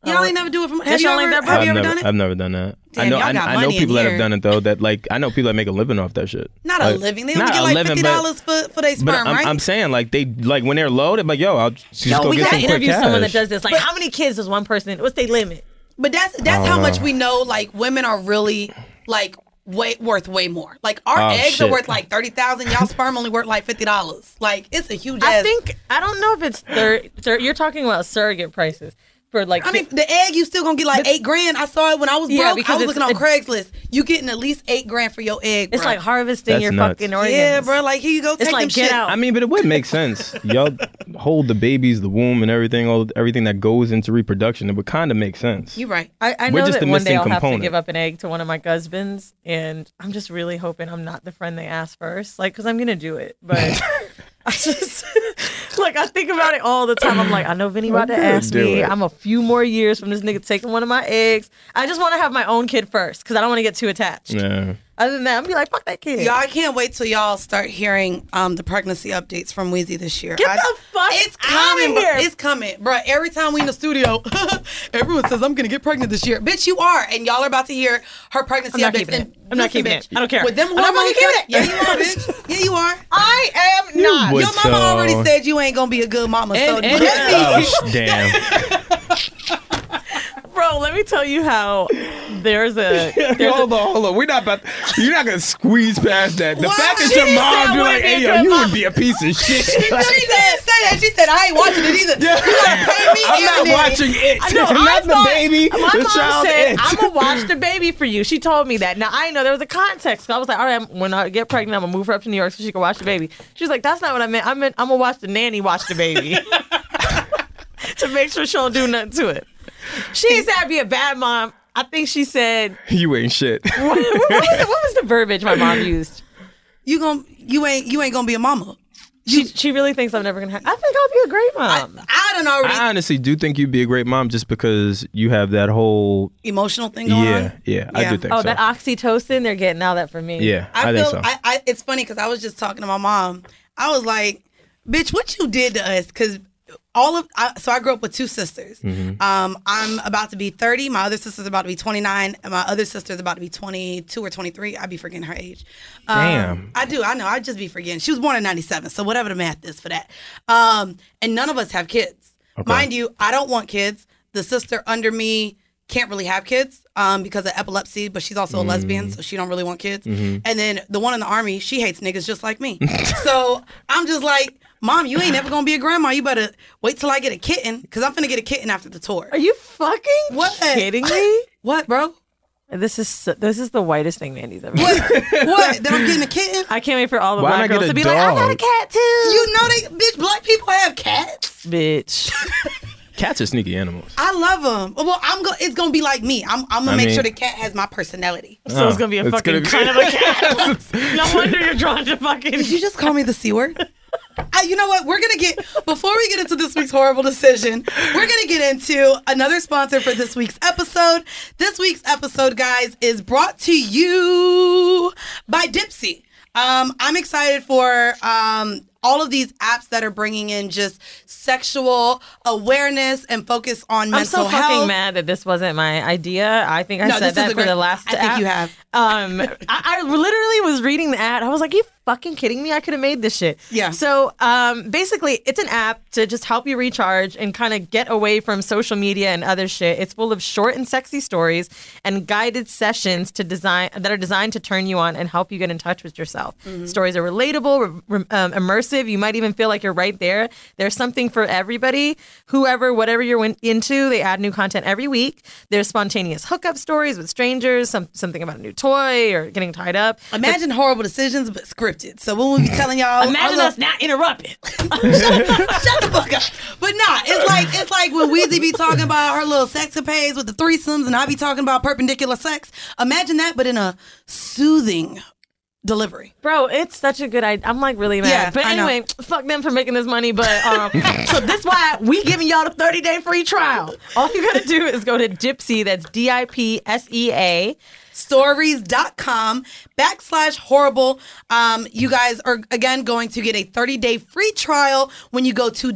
Speaker 8: Oh. Y'all ain't never do it from. Have
Speaker 7: That's
Speaker 8: you
Speaker 7: y'all
Speaker 8: ever,
Speaker 7: ain't that
Speaker 8: have
Speaker 7: broke?
Speaker 8: you
Speaker 9: I've
Speaker 8: ever
Speaker 9: never,
Speaker 8: done it?
Speaker 9: I've never done that.
Speaker 8: Damn,
Speaker 9: I know,
Speaker 8: y'all
Speaker 9: I,
Speaker 8: got
Speaker 9: I know
Speaker 8: money in
Speaker 9: people that have
Speaker 8: here.
Speaker 9: done it though. That like, I know people that make a living off that shit.
Speaker 8: Not
Speaker 9: Like,
Speaker 8: a living. They only
Speaker 9: not
Speaker 8: get
Speaker 9: a
Speaker 8: like
Speaker 9: living,
Speaker 8: fifty
Speaker 9: but-
Speaker 8: dollars for for their
Speaker 9: But
Speaker 8: sperm,
Speaker 9: I'm,
Speaker 8: right?
Speaker 9: I'm saying like they like when they're low, they're like, yo, I'll just
Speaker 7: Yo,
Speaker 9: go
Speaker 7: we
Speaker 9: get
Speaker 7: gotta
Speaker 9: some quick
Speaker 7: interview
Speaker 9: cash.
Speaker 7: someone that does this. Like, how many kids does one person? What's their limit?
Speaker 8: but that's that's how much we know. Like women are really like way worth way more. Like our
Speaker 9: Oh,
Speaker 8: eggs are
Speaker 9: shit.
Speaker 8: worth like thirty thousand. Y'all sperm only worth like fifty dollars. Like it's a huge.
Speaker 7: I
Speaker 8: ass-
Speaker 7: think I don't know if it's third. Thir- you're talking about surrogate prices for like.
Speaker 8: I mean, the egg you still gonna get like eight grand. I saw it when I was broke.
Speaker 7: Yeah,
Speaker 8: I
Speaker 7: because
Speaker 8: was
Speaker 7: it's-
Speaker 8: looking on
Speaker 7: it-
Speaker 8: Craigslist. You getting at least eight grand for your egg.
Speaker 7: It's
Speaker 8: bro.
Speaker 7: like harvesting
Speaker 9: That's
Speaker 7: your
Speaker 9: nuts.
Speaker 7: fucking organs.
Speaker 8: yeah, bro. Like here you go. Take
Speaker 7: like,
Speaker 8: them
Speaker 7: get
Speaker 8: shit.
Speaker 7: out.
Speaker 9: I mean, but it would make sense. Y'all hold the babies, the womb, and everything, all everything that goes into reproduction. It would kind of make sense.
Speaker 8: You right.
Speaker 7: I, I
Speaker 9: We're
Speaker 7: know
Speaker 9: just
Speaker 7: that
Speaker 9: the
Speaker 7: one day
Speaker 9: missing
Speaker 7: I'll have to
Speaker 9: component.
Speaker 7: give up an egg to one of my husbands, and I'm just really hoping I'm not the friend they ask first, like, because I'm gonna do it. But
Speaker 9: [LAUGHS]
Speaker 7: I just [LAUGHS] like I think about it all the time. I'm like, I know Vinny about to
Speaker 9: gonna
Speaker 7: ask
Speaker 9: do
Speaker 7: me.
Speaker 9: it.
Speaker 7: I'm a few more years from this nigga taking one of my eggs. I just want to have my own kid first, because I don't want to get too attached.
Speaker 9: Yeah.
Speaker 7: Other than that, I'm gonna be like, fuck that kid.
Speaker 8: Y'all, I can't wait till y'all start hearing um, the pregnancy updates from Wheezy this year.
Speaker 7: Get
Speaker 8: I-
Speaker 7: the fuck
Speaker 8: It's coming,
Speaker 7: outta
Speaker 8: bro.
Speaker 7: here.
Speaker 8: It's coming, bro. Every time we in the studio, [LAUGHS] everyone says I'm gonna get pregnant this year. Bitch, you are, and y'all are about to hear her pregnancy
Speaker 7: I'm not
Speaker 8: updates.
Speaker 7: keeping
Speaker 8: And
Speaker 7: it. I'm not
Speaker 8: listen,
Speaker 7: keeping
Speaker 8: bitch,
Speaker 7: it. I don't care.
Speaker 8: With them
Speaker 7: I'm not
Speaker 8: hormones,
Speaker 7: fucking keeping it.
Speaker 8: Yeah, you are,
Speaker 7: [LAUGHS]
Speaker 8: bitch. Yeah, you are.
Speaker 7: I am not.
Speaker 9: would-
Speaker 8: Your mama
Speaker 9: So-
Speaker 8: already said you ain't gonna be a good mama. so
Speaker 7: And- and- [LAUGHS]
Speaker 8: let me-
Speaker 9: Oh sh- [LAUGHS] damn!
Speaker 7: Bro, let me tell you how there's
Speaker 9: [LAUGHS]
Speaker 7: a there's a
Speaker 9: hold on, hold on. We're not about. You're not gonna squeeze past that. The
Speaker 8: Why?
Speaker 9: fact that
Speaker 8: She
Speaker 9: your
Speaker 8: didn't say I
Speaker 9: mom be
Speaker 8: wanna
Speaker 9: like,
Speaker 8: be a
Speaker 9: "Hey yo,
Speaker 8: good
Speaker 9: you
Speaker 8: [LAUGHS] mama."
Speaker 9: would be a piece of shit." [LAUGHS]
Speaker 8: she didn't say that, she said, I ain't watching it either. You gotta pay me
Speaker 9: I'm
Speaker 8: and
Speaker 9: not
Speaker 8: Diddy.
Speaker 9: watching [LAUGHS] it.
Speaker 7: I know, I
Speaker 9: not the
Speaker 7: thought-
Speaker 9: baby.
Speaker 7: My
Speaker 9: the
Speaker 7: mom
Speaker 9: child.
Speaker 7: said,
Speaker 9: it. [LAUGHS]
Speaker 7: "I'm gonna watch the baby for you." She told me that. Now I know there was a context. 'cause I was like, "All right, I'm- when I get pregnant, I'm gonna move her up to New York so she can watch the baby." She was like, "That's not what I meant. I meant I'm gonna watch the nanny watch
Speaker 9: [LAUGHS]
Speaker 7: the baby [LAUGHS] to make sure she don't do nothing to it." She ain't said I'd be a bad mom. I think she said, [LAUGHS]
Speaker 9: [LAUGHS] you ain't shit.
Speaker 8: [LAUGHS]
Speaker 7: what, what was the, what was the verbiage my mom used?
Speaker 8: You gon' you ain't you ain't gonna be a mama.
Speaker 7: She she really thinks I'm never gonna have. I think I'll be a great mom.
Speaker 8: I don't already
Speaker 9: I honestly do think you'd be a great mom just because you have that whole
Speaker 8: emotional thing going
Speaker 9: yeah,
Speaker 8: on.
Speaker 9: yeah, I do think
Speaker 7: oh,
Speaker 9: so.
Speaker 7: that oxytocin, they're getting all that from me.
Speaker 9: yeah, I,
Speaker 8: I,
Speaker 9: think
Speaker 8: feel
Speaker 9: so.
Speaker 8: I, I it's funny because I was just talking to my mom. I was like, "Bitch, what you did to us?" Because all of I, so I grew up with two sisters.
Speaker 9: Mm-hmm.
Speaker 8: Um, I'm about to be 30. My other sister's about to be 29, and my other sister's about to be 22 or 23. I be forgetting her age. Um,
Speaker 9: Damn.
Speaker 8: I do. I know. I just be forgetting. She was born in 97, so whatever the math is for that. Um, and none of us have kids. Mind you, I don't want kids. The sister under me can't really have kids um, because of epilepsy, but she's
Speaker 7: Mm-hmm.
Speaker 8: also a lesbian, so she don't really want kids. And then the one in the army, she hates niggas just like me. [LAUGHS] so I'm just like, Mom, you ain't ever gonna be a grandma. You better wait till I get a kitten, cause I'm finna get a kitten after the tour.
Speaker 7: Are you fucking
Speaker 8: What? [LAUGHS]
Speaker 7: kidding me?
Speaker 8: What,
Speaker 7: [LAUGHS]
Speaker 8: bro?
Speaker 7: This is so- this is the whitest thing Mandy's ever.
Speaker 8: What? what? That I'm getting a kitten?
Speaker 7: I can't wait for all the
Speaker 9: Why not
Speaker 7: black
Speaker 9: get
Speaker 7: girls
Speaker 9: a
Speaker 7: to be like, I got a
Speaker 9: dog?"
Speaker 7: cat too,
Speaker 8: You know they bitch black people have cats.
Speaker 7: bitch.
Speaker 9: Cats are sneaky animals.
Speaker 8: I love them. Well, I'm go- it's gonna be like me. I'm, I'm gonna
Speaker 9: I
Speaker 8: make
Speaker 9: mean-
Speaker 8: sure the cat has my personality.
Speaker 7: [LAUGHS] So it's gonna be a
Speaker 9: Oh. it's
Speaker 7: fucking
Speaker 9: gonna be-
Speaker 7: kind of
Speaker 9: [LAUGHS]
Speaker 7: a cat. no wonder you're drawn to fucking.
Speaker 8: Did you just call me the c word? I, you know what? We're gonna get before we get into this week's horrible decision. We're gonna get into another sponsor for this week's episode. This week's episode, guys, is brought to you by Dipsy. Um, I'm excited for um, all of these apps that are bringing in just sexual awareness and focus on
Speaker 7: I'm so
Speaker 8: mental
Speaker 7: fucking
Speaker 8: health.
Speaker 7: mad that this wasn't my idea. I think I
Speaker 8: No, this
Speaker 7: said
Speaker 8: is
Speaker 7: that
Speaker 8: a
Speaker 7: for
Speaker 8: great-
Speaker 7: the last.
Speaker 8: I think
Speaker 7: app.
Speaker 8: you have.
Speaker 7: Um, I, I literally was reading the ad. I was like, "You fucking kidding me? I could have made this shit."
Speaker 8: Yeah.
Speaker 7: So, um, basically, it's an app to just help you recharge and kind of get away from social media and other shit. It's full of short and sexy stories and guided sessions to design that are designed to turn you on and help you get in touch with yourself. Stories are relatable, re- um, immersive. You might even feel like you're right there. There's something for everybody, whoever, whatever you're in- into. They add new content every week. There's spontaneous hookup stories with strangers, some, something about a new toy or getting tied up.
Speaker 8: Imagine horrible decisions, but scripted. So when we be telling y'all,
Speaker 7: Imagine
Speaker 8: our
Speaker 7: us not interrupting.
Speaker 8: little- [LAUGHS] shut the fuck up. But nah, it's like it's like when Weezy be talking about her little sexapades with the threesomes, and I be talking about perpendicular sex. Imagine that, but in a soothing delivery.
Speaker 7: Bro, it's such a good idea. I'm like really mad.
Speaker 8: Yeah,
Speaker 7: but
Speaker 8: I know.
Speaker 7: anyway, fuck them for making this money. But
Speaker 8: [LAUGHS]
Speaker 7: um, so this why we giving y'all the 30 day free trial. All you gotta do is go to Dipsy. That's D I P S E A.
Speaker 8: stories.com backslash horrible. Um, you guys are again going to get a 30 day free trial when you go to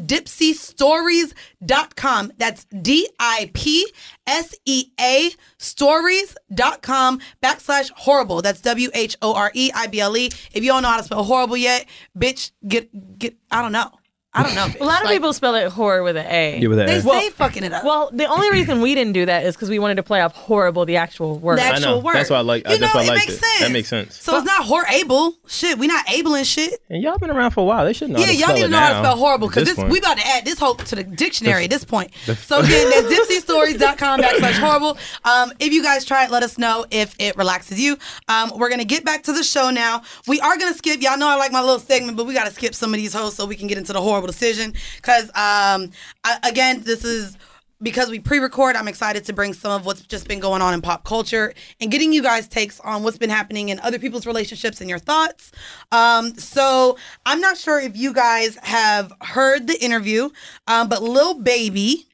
Speaker 8: dipsystories.com. That's D I P S E A stories.com backslash horrible. That's W H O R E I B L E. If you don't know how to spell horrible yet, bitch, get, get, I don't know. I don't know.
Speaker 7: [LAUGHS] A lot of people spell it horror with an A.
Speaker 9: Yeah, with that
Speaker 8: They
Speaker 9: ass.
Speaker 8: say fucking it up.
Speaker 7: well, the only reason we didn't do that is because we wanted to play off horrible, the actual word.
Speaker 8: the
Speaker 9: I
Speaker 8: actual
Speaker 9: know.
Speaker 8: word.
Speaker 9: That's why I like-
Speaker 8: You
Speaker 9: that's
Speaker 8: know,
Speaker 9: why I liked
Speaker 8: makes
Speaker 9: it. That
Speaker 8: sense.
Speaker 9: makes sense.
Speaker 8: So it's not horrible. Shit, we not abling shit.
Speaker 9: and y'all been around for a while. They should know.
Speaker 8: Yeah,
Speaker 9: how to
Speaker 8: y'all
Speaker 9: spell
Speaker 8: need
Speaker 9: it
Speaker 8: to know how to
Speaker 9: now,
Speaker 8: spell horrible
Speaker 9: at
Speaker 8: because
Speaker 9: this
Speaker 8: this
Speaker 9: point.
Speaker 8: we about to add this whole to the dictionary at this point.
Speaker 9: [LAUGHS]
Speaker 8: so again, that's dipsystories.com backslash horrible. Um, if you guys try it, let us know if it relaxes you. Um, we're gonna get back to the show now. We are gonna skip. Y'all know I like my little segment, but we gotta skip some of these hosts so we can get into the horrible decision. Because um, I, again, this is because we pre-record i'm excited to bring some of what's just been going on in pop culture and getting you guys takes on what's been happening in other people's relationships and your thoughts um, so i'm not sure if you guys have heard the interview um, but lil baby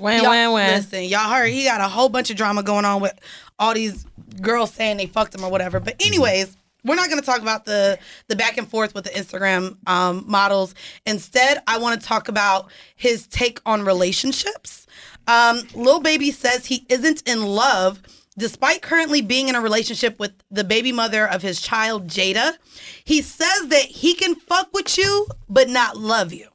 Speaker 7: Wah,
Speaker 8: y'all-
Speaker 7: wah, wah.
Speaker 8: listen y'all heard he got a whole bunch of drama going on with all these girls saying they fucked him or whatever but
Speaker 7: Mm-hmm.
Speaker 8: anyways we're not going to talk about the the back and forth with the instagram um, models instead i want to talk about his take on relationships um, Lil Baby says he isn't in love despite currently being in a relationship with the baby mother of his child, Jada. He says that he can fuck with you, but not love you.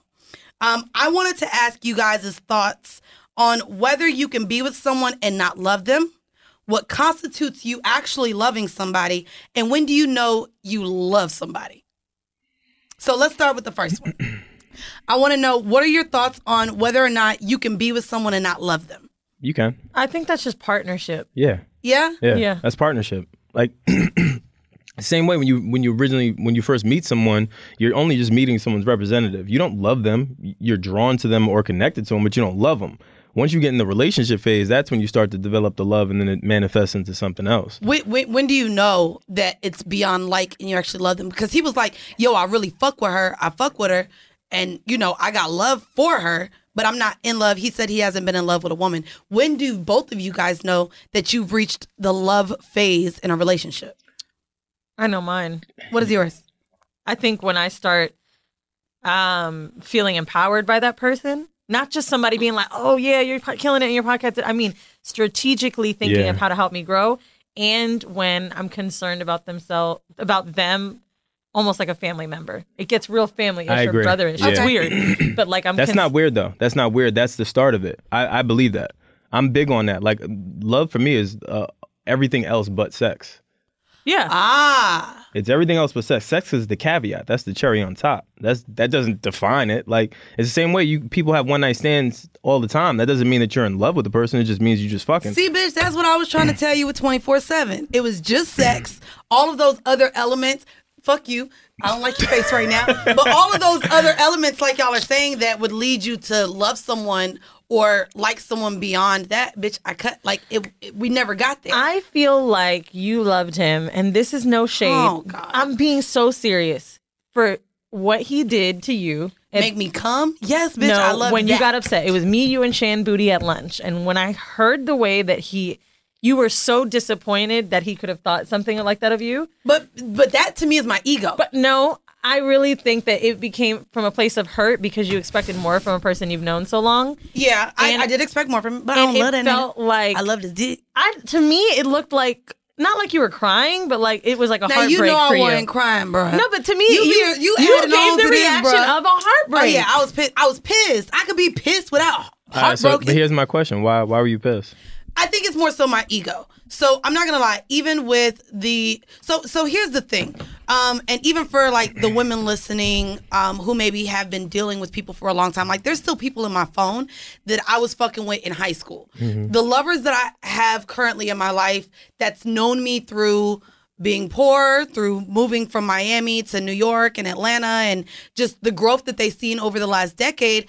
Speaker 8: Um, I wanted to ask you guys' thoughts on whether you can be with someone and not love them, what constitutes you actually loving somebody, and when do you know you love somebody? So let's start with the first one. I want to know what are your thoughts on whether or not you can be with someone and not love them?
Speaker 9: You can.
Speaker 7: I think that's just partnership.
Speaker 9: Yeah.
Speaker 8: Yeah?
Speaker 9: Yeah.
Speaker 7: Yeah.
Speaker 9: That's partnership. Like [CLEARS THROAT] same way when you when you originally when you first meet someone, you're only just meeting someone's representative. You don't love them. You're drawn to them or connected to them, but you don't love them. Once you get in the relationship phase, that's when you start to develop the love and then it manifests into something else.
Speaker 8: When, when, when do you know that it's beyond like and you actually love them? Because he was like, yo, I really fuck with her. I fuck with her. And, you know, I got love for her, but I'm not in love. He said he hasn't been in love with a woman. When do both of you guys know that you've reached the love phase in a relationship?
Speaker 7: I know mine.
Speaker 8: What is yours?
Speaker 7: I think when I start um, feeling empowered by that person, not just somebody being like, "Oh yeah, you're po- killing it in your podcast." I mean, strategically thinking
Speaker 9: Yeah.
Speaker 7: of how to help me grow, and when I'm concerned about themselves, about them, almost like a family member. It gets real family.
Speaker 9: I
Speaker 7: It's your
Speaker 9: agree.
Speaker 7: brother. It's
Speaker 9: Okay. [CLEARS THROAT]
Speaker 7: weird, but like I'm.
Speaker 9: That's
Speaker 7: cons-
Speaker 9: not weird though. That's not weird. That's the start of it. I, I believe that. I'm big on that. Like love for me is uh, everything else but sex.
Speaker 7: Yeah.
Speaker 8: Ah,
Speaker 9: It's everything else but sex. Sex is the caveat. That's the cherry on top. That's that doesn't define it. Like it's the same way you people have one night stands all the time. That doesn't mean that you're in love with the person. It just means you just fucking.
Speaker 8: see, bitch, that's what I was trying to tell you with 24 7. It was just sex, all of those other elements. Fuck you. I don't like your face right now. But all of those other elements, like y'all are saying, that would lead you to love someone or like someone beyond that, bitch, I cut. Like, it, it- we never got there.
Speaker 7: I feel like you loved him, and this is no shade.
Speaker 8: Oh, God.
Speaker 7: I'm being so serious for what he did to you. It-
Speaker 8: Make me come? Yes, bitch,
Speaker 7: no,
Speaker 8: I love
Speaker 7: when
Speaker 8: that.
Speaker 7: you got upset, it was me, you, and Shan Booty at lunch. And when I heard the way that he, you were so disappointed that he could have thought something like that of you.
Speaker 8: But, but that to me is my ego.
Speaker 7: But no, I really think that it became from a place of hurt because you expected more from a person you've known so long.
Speaker 8: yeah, I,
Speaker 7: and-
Speaker 8: I did expect more from him, but I
Speaker 7: and
Speaker 8: don't love
Speaker 7: it
Speaker 8: that.
Speaker 7: felt
Speaker 8: nigga.
Speaker 7: like
Speaker 8: I love his dick.
Speaker 7: I to me it looked like not like you were crying, but like it was like a
Speaker 8: Now,
Speaker 7: heartbreak
Speaker 8: you know
Speaker 7: for
Speaker 8: I
Speaker 7: you.
Speaker 8: wasn't crying, bro.
Speaker 7: No, but to me,
Speaker 8: You
Speaker 7: you you,
Speaker 8: be- you adding
Speaker 7: gave
Speaker 8: on
Speaker 7: the
Speaker 8: to this,
Speaker 7: reaction
Speaker 8: bruh.
Speaker 7: of a heartbreak.
Speaker 8: Oh yeah, I was pissed. I was pissed. I could be pissed without
Speaker 9: All right, so,
Speaker 8: heartbroken.
Speaker 9: but here's my question: Why why were you pissed?
Speaker 8: I think it's more so my ego. So I'm not gonna lie. Even with the so so here's the thing, um, and even for like the women listening, um, who maybe have been dealing with people for a long time, like there's still people in my phone that I was fucking with in high school. The lovers that I have currently in my life that's known me through being poor through moving from Miami to New York and Atlanta and just the growth that they've seen over the last decade.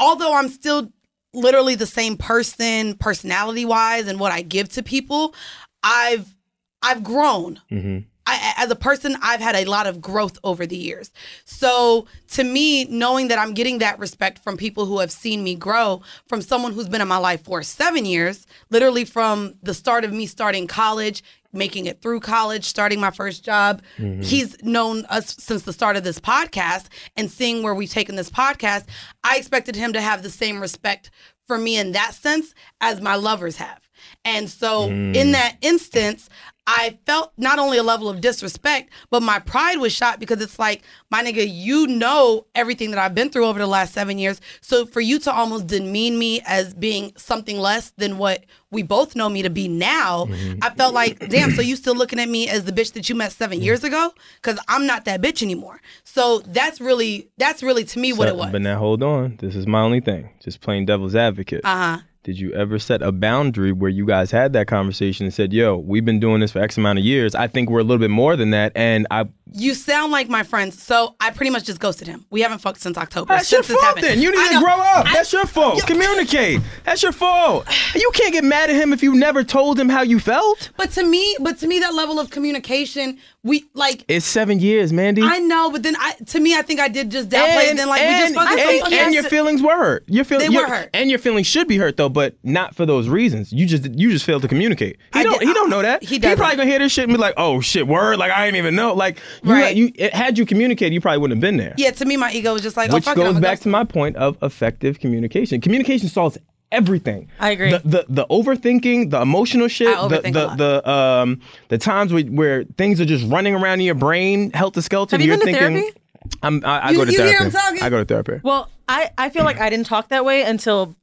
Speaker 8: Although I'm still literally the same person personality wise and what I give to people, I've I've grown. I, as a person, I've had a lot of growth over the years. So to me, knowing that I'm getting that respect from people who have seen me grow, from someone who's been in my life for seven years, literally from the start of me starting college, making it through college, starting my first job, he's known us since the start of this podcast and seeing where we've taken this podcast, I expected him to have the same respect for me in that sense as my lovers have. And so
Speaker 9: Mm.
Speaker 8: in that instance, I felt not only a level of disrespect, but my pride was shot because it's like, my nigga, you know everything that I've been through over the last seven years. So for you to almost demean me as being something less than what we both know me to be now,
Speaker 9: Mm-hmm.
Speaker 8: I felt like, damn, so you still looking at me as the bitch that you met seven years ago? Cause I'm not that bitch anymore. So that's really, that's really to me what it
Speaker 9: So-
Speaker 8: was.
Speaker 9: But now hold on. This is my only thing. Just plain devil's advocate.
Speaker 8: Uh-huh.
Speaker 9: Uh huh. Did you ever set a boundary where you guys had that conversation and said, "Yo, we've been doing this for X amount of years. I think we're a little bit more than that." And I
Speaker 8: You sound like my friends, so I pretty much just ghosted him. We haven't fucked since October.
Speaker 9: That's your
Speaker 8: since this
Speaker 9: fault
Speaker 8: happened.
Speaker 9: then. You need
Speaker 8: I
Speaker 9: to
Speaker 8: know.
Speaker 9: grow up.
Speaker 8: I-
Speaker 9: That's your fault. Communicate. That's your
Speaker 8: [SIGHS]
Speaker 9: fault. You can't get mad at him if you never told him how you felt.
Speaker 8: But to me, but to me, that level of communication, we like.
Speaker 9: It's seven years, Mandy.
Speaker 8: I know, but then I to me, I think I did just downplay. it.
Speaker 9: and,
Speaker 8: Then like we just
Speaker 9: and,
Speaker 8: fucking.
Speaker 9: and, and your feelings were hurt. Your feel,
Speaker 8: They
Speaker 9: your-
Speaker 8: were hurt.
Speaker 9: and your feelings should be hurt though, but not for those reasons. You just you just failed to communicate. He don't
Speaker 8: did-
Speaker 9: he don't know that.
Speaker 8: He doesn't.
Speaker 9: probably gonna hear this shit and be like, oh shit, word, like I didn't even know. Like you,
Speaker 8: Right.
Speaker 9: you it, had you communicated, you probably wouldn't have been there.
Speaker 8: yeah, to me, my ego was just like.
Speaker 9: which
Speaker 8: oh, fuck it,
Speaker 9: goes
Speaker 8: I'ma
Speaker 9: back
Speaker 8: ghost
Speaker 9: to my point of effective communication. Communication solves everything.
Speaker 7: I agree.
Speaker 9: The the, the overthinking, the emotional shit,
Speaker 8: I
Speaker 9: the
Speaker 8: overthink a lot.
Speaker 9: the, the um the times where, where things are just running around in your brain, health to skeleton.
Speaker 7: Have you
Speaker 9: you're
Speaker 7: been to
Speaker 9: thinking,
Speaker 7: therapy?
Speaker 9: I'm, I, I
Speaker 8: You-
Speaker 9: go to
Speaker 8: you hear
Speaker 9: therapy.
Speaker 8: him talking?
Speaker 9: I go to therapy.
Speaker 7: Well, I, I feel like I didn't talk that way until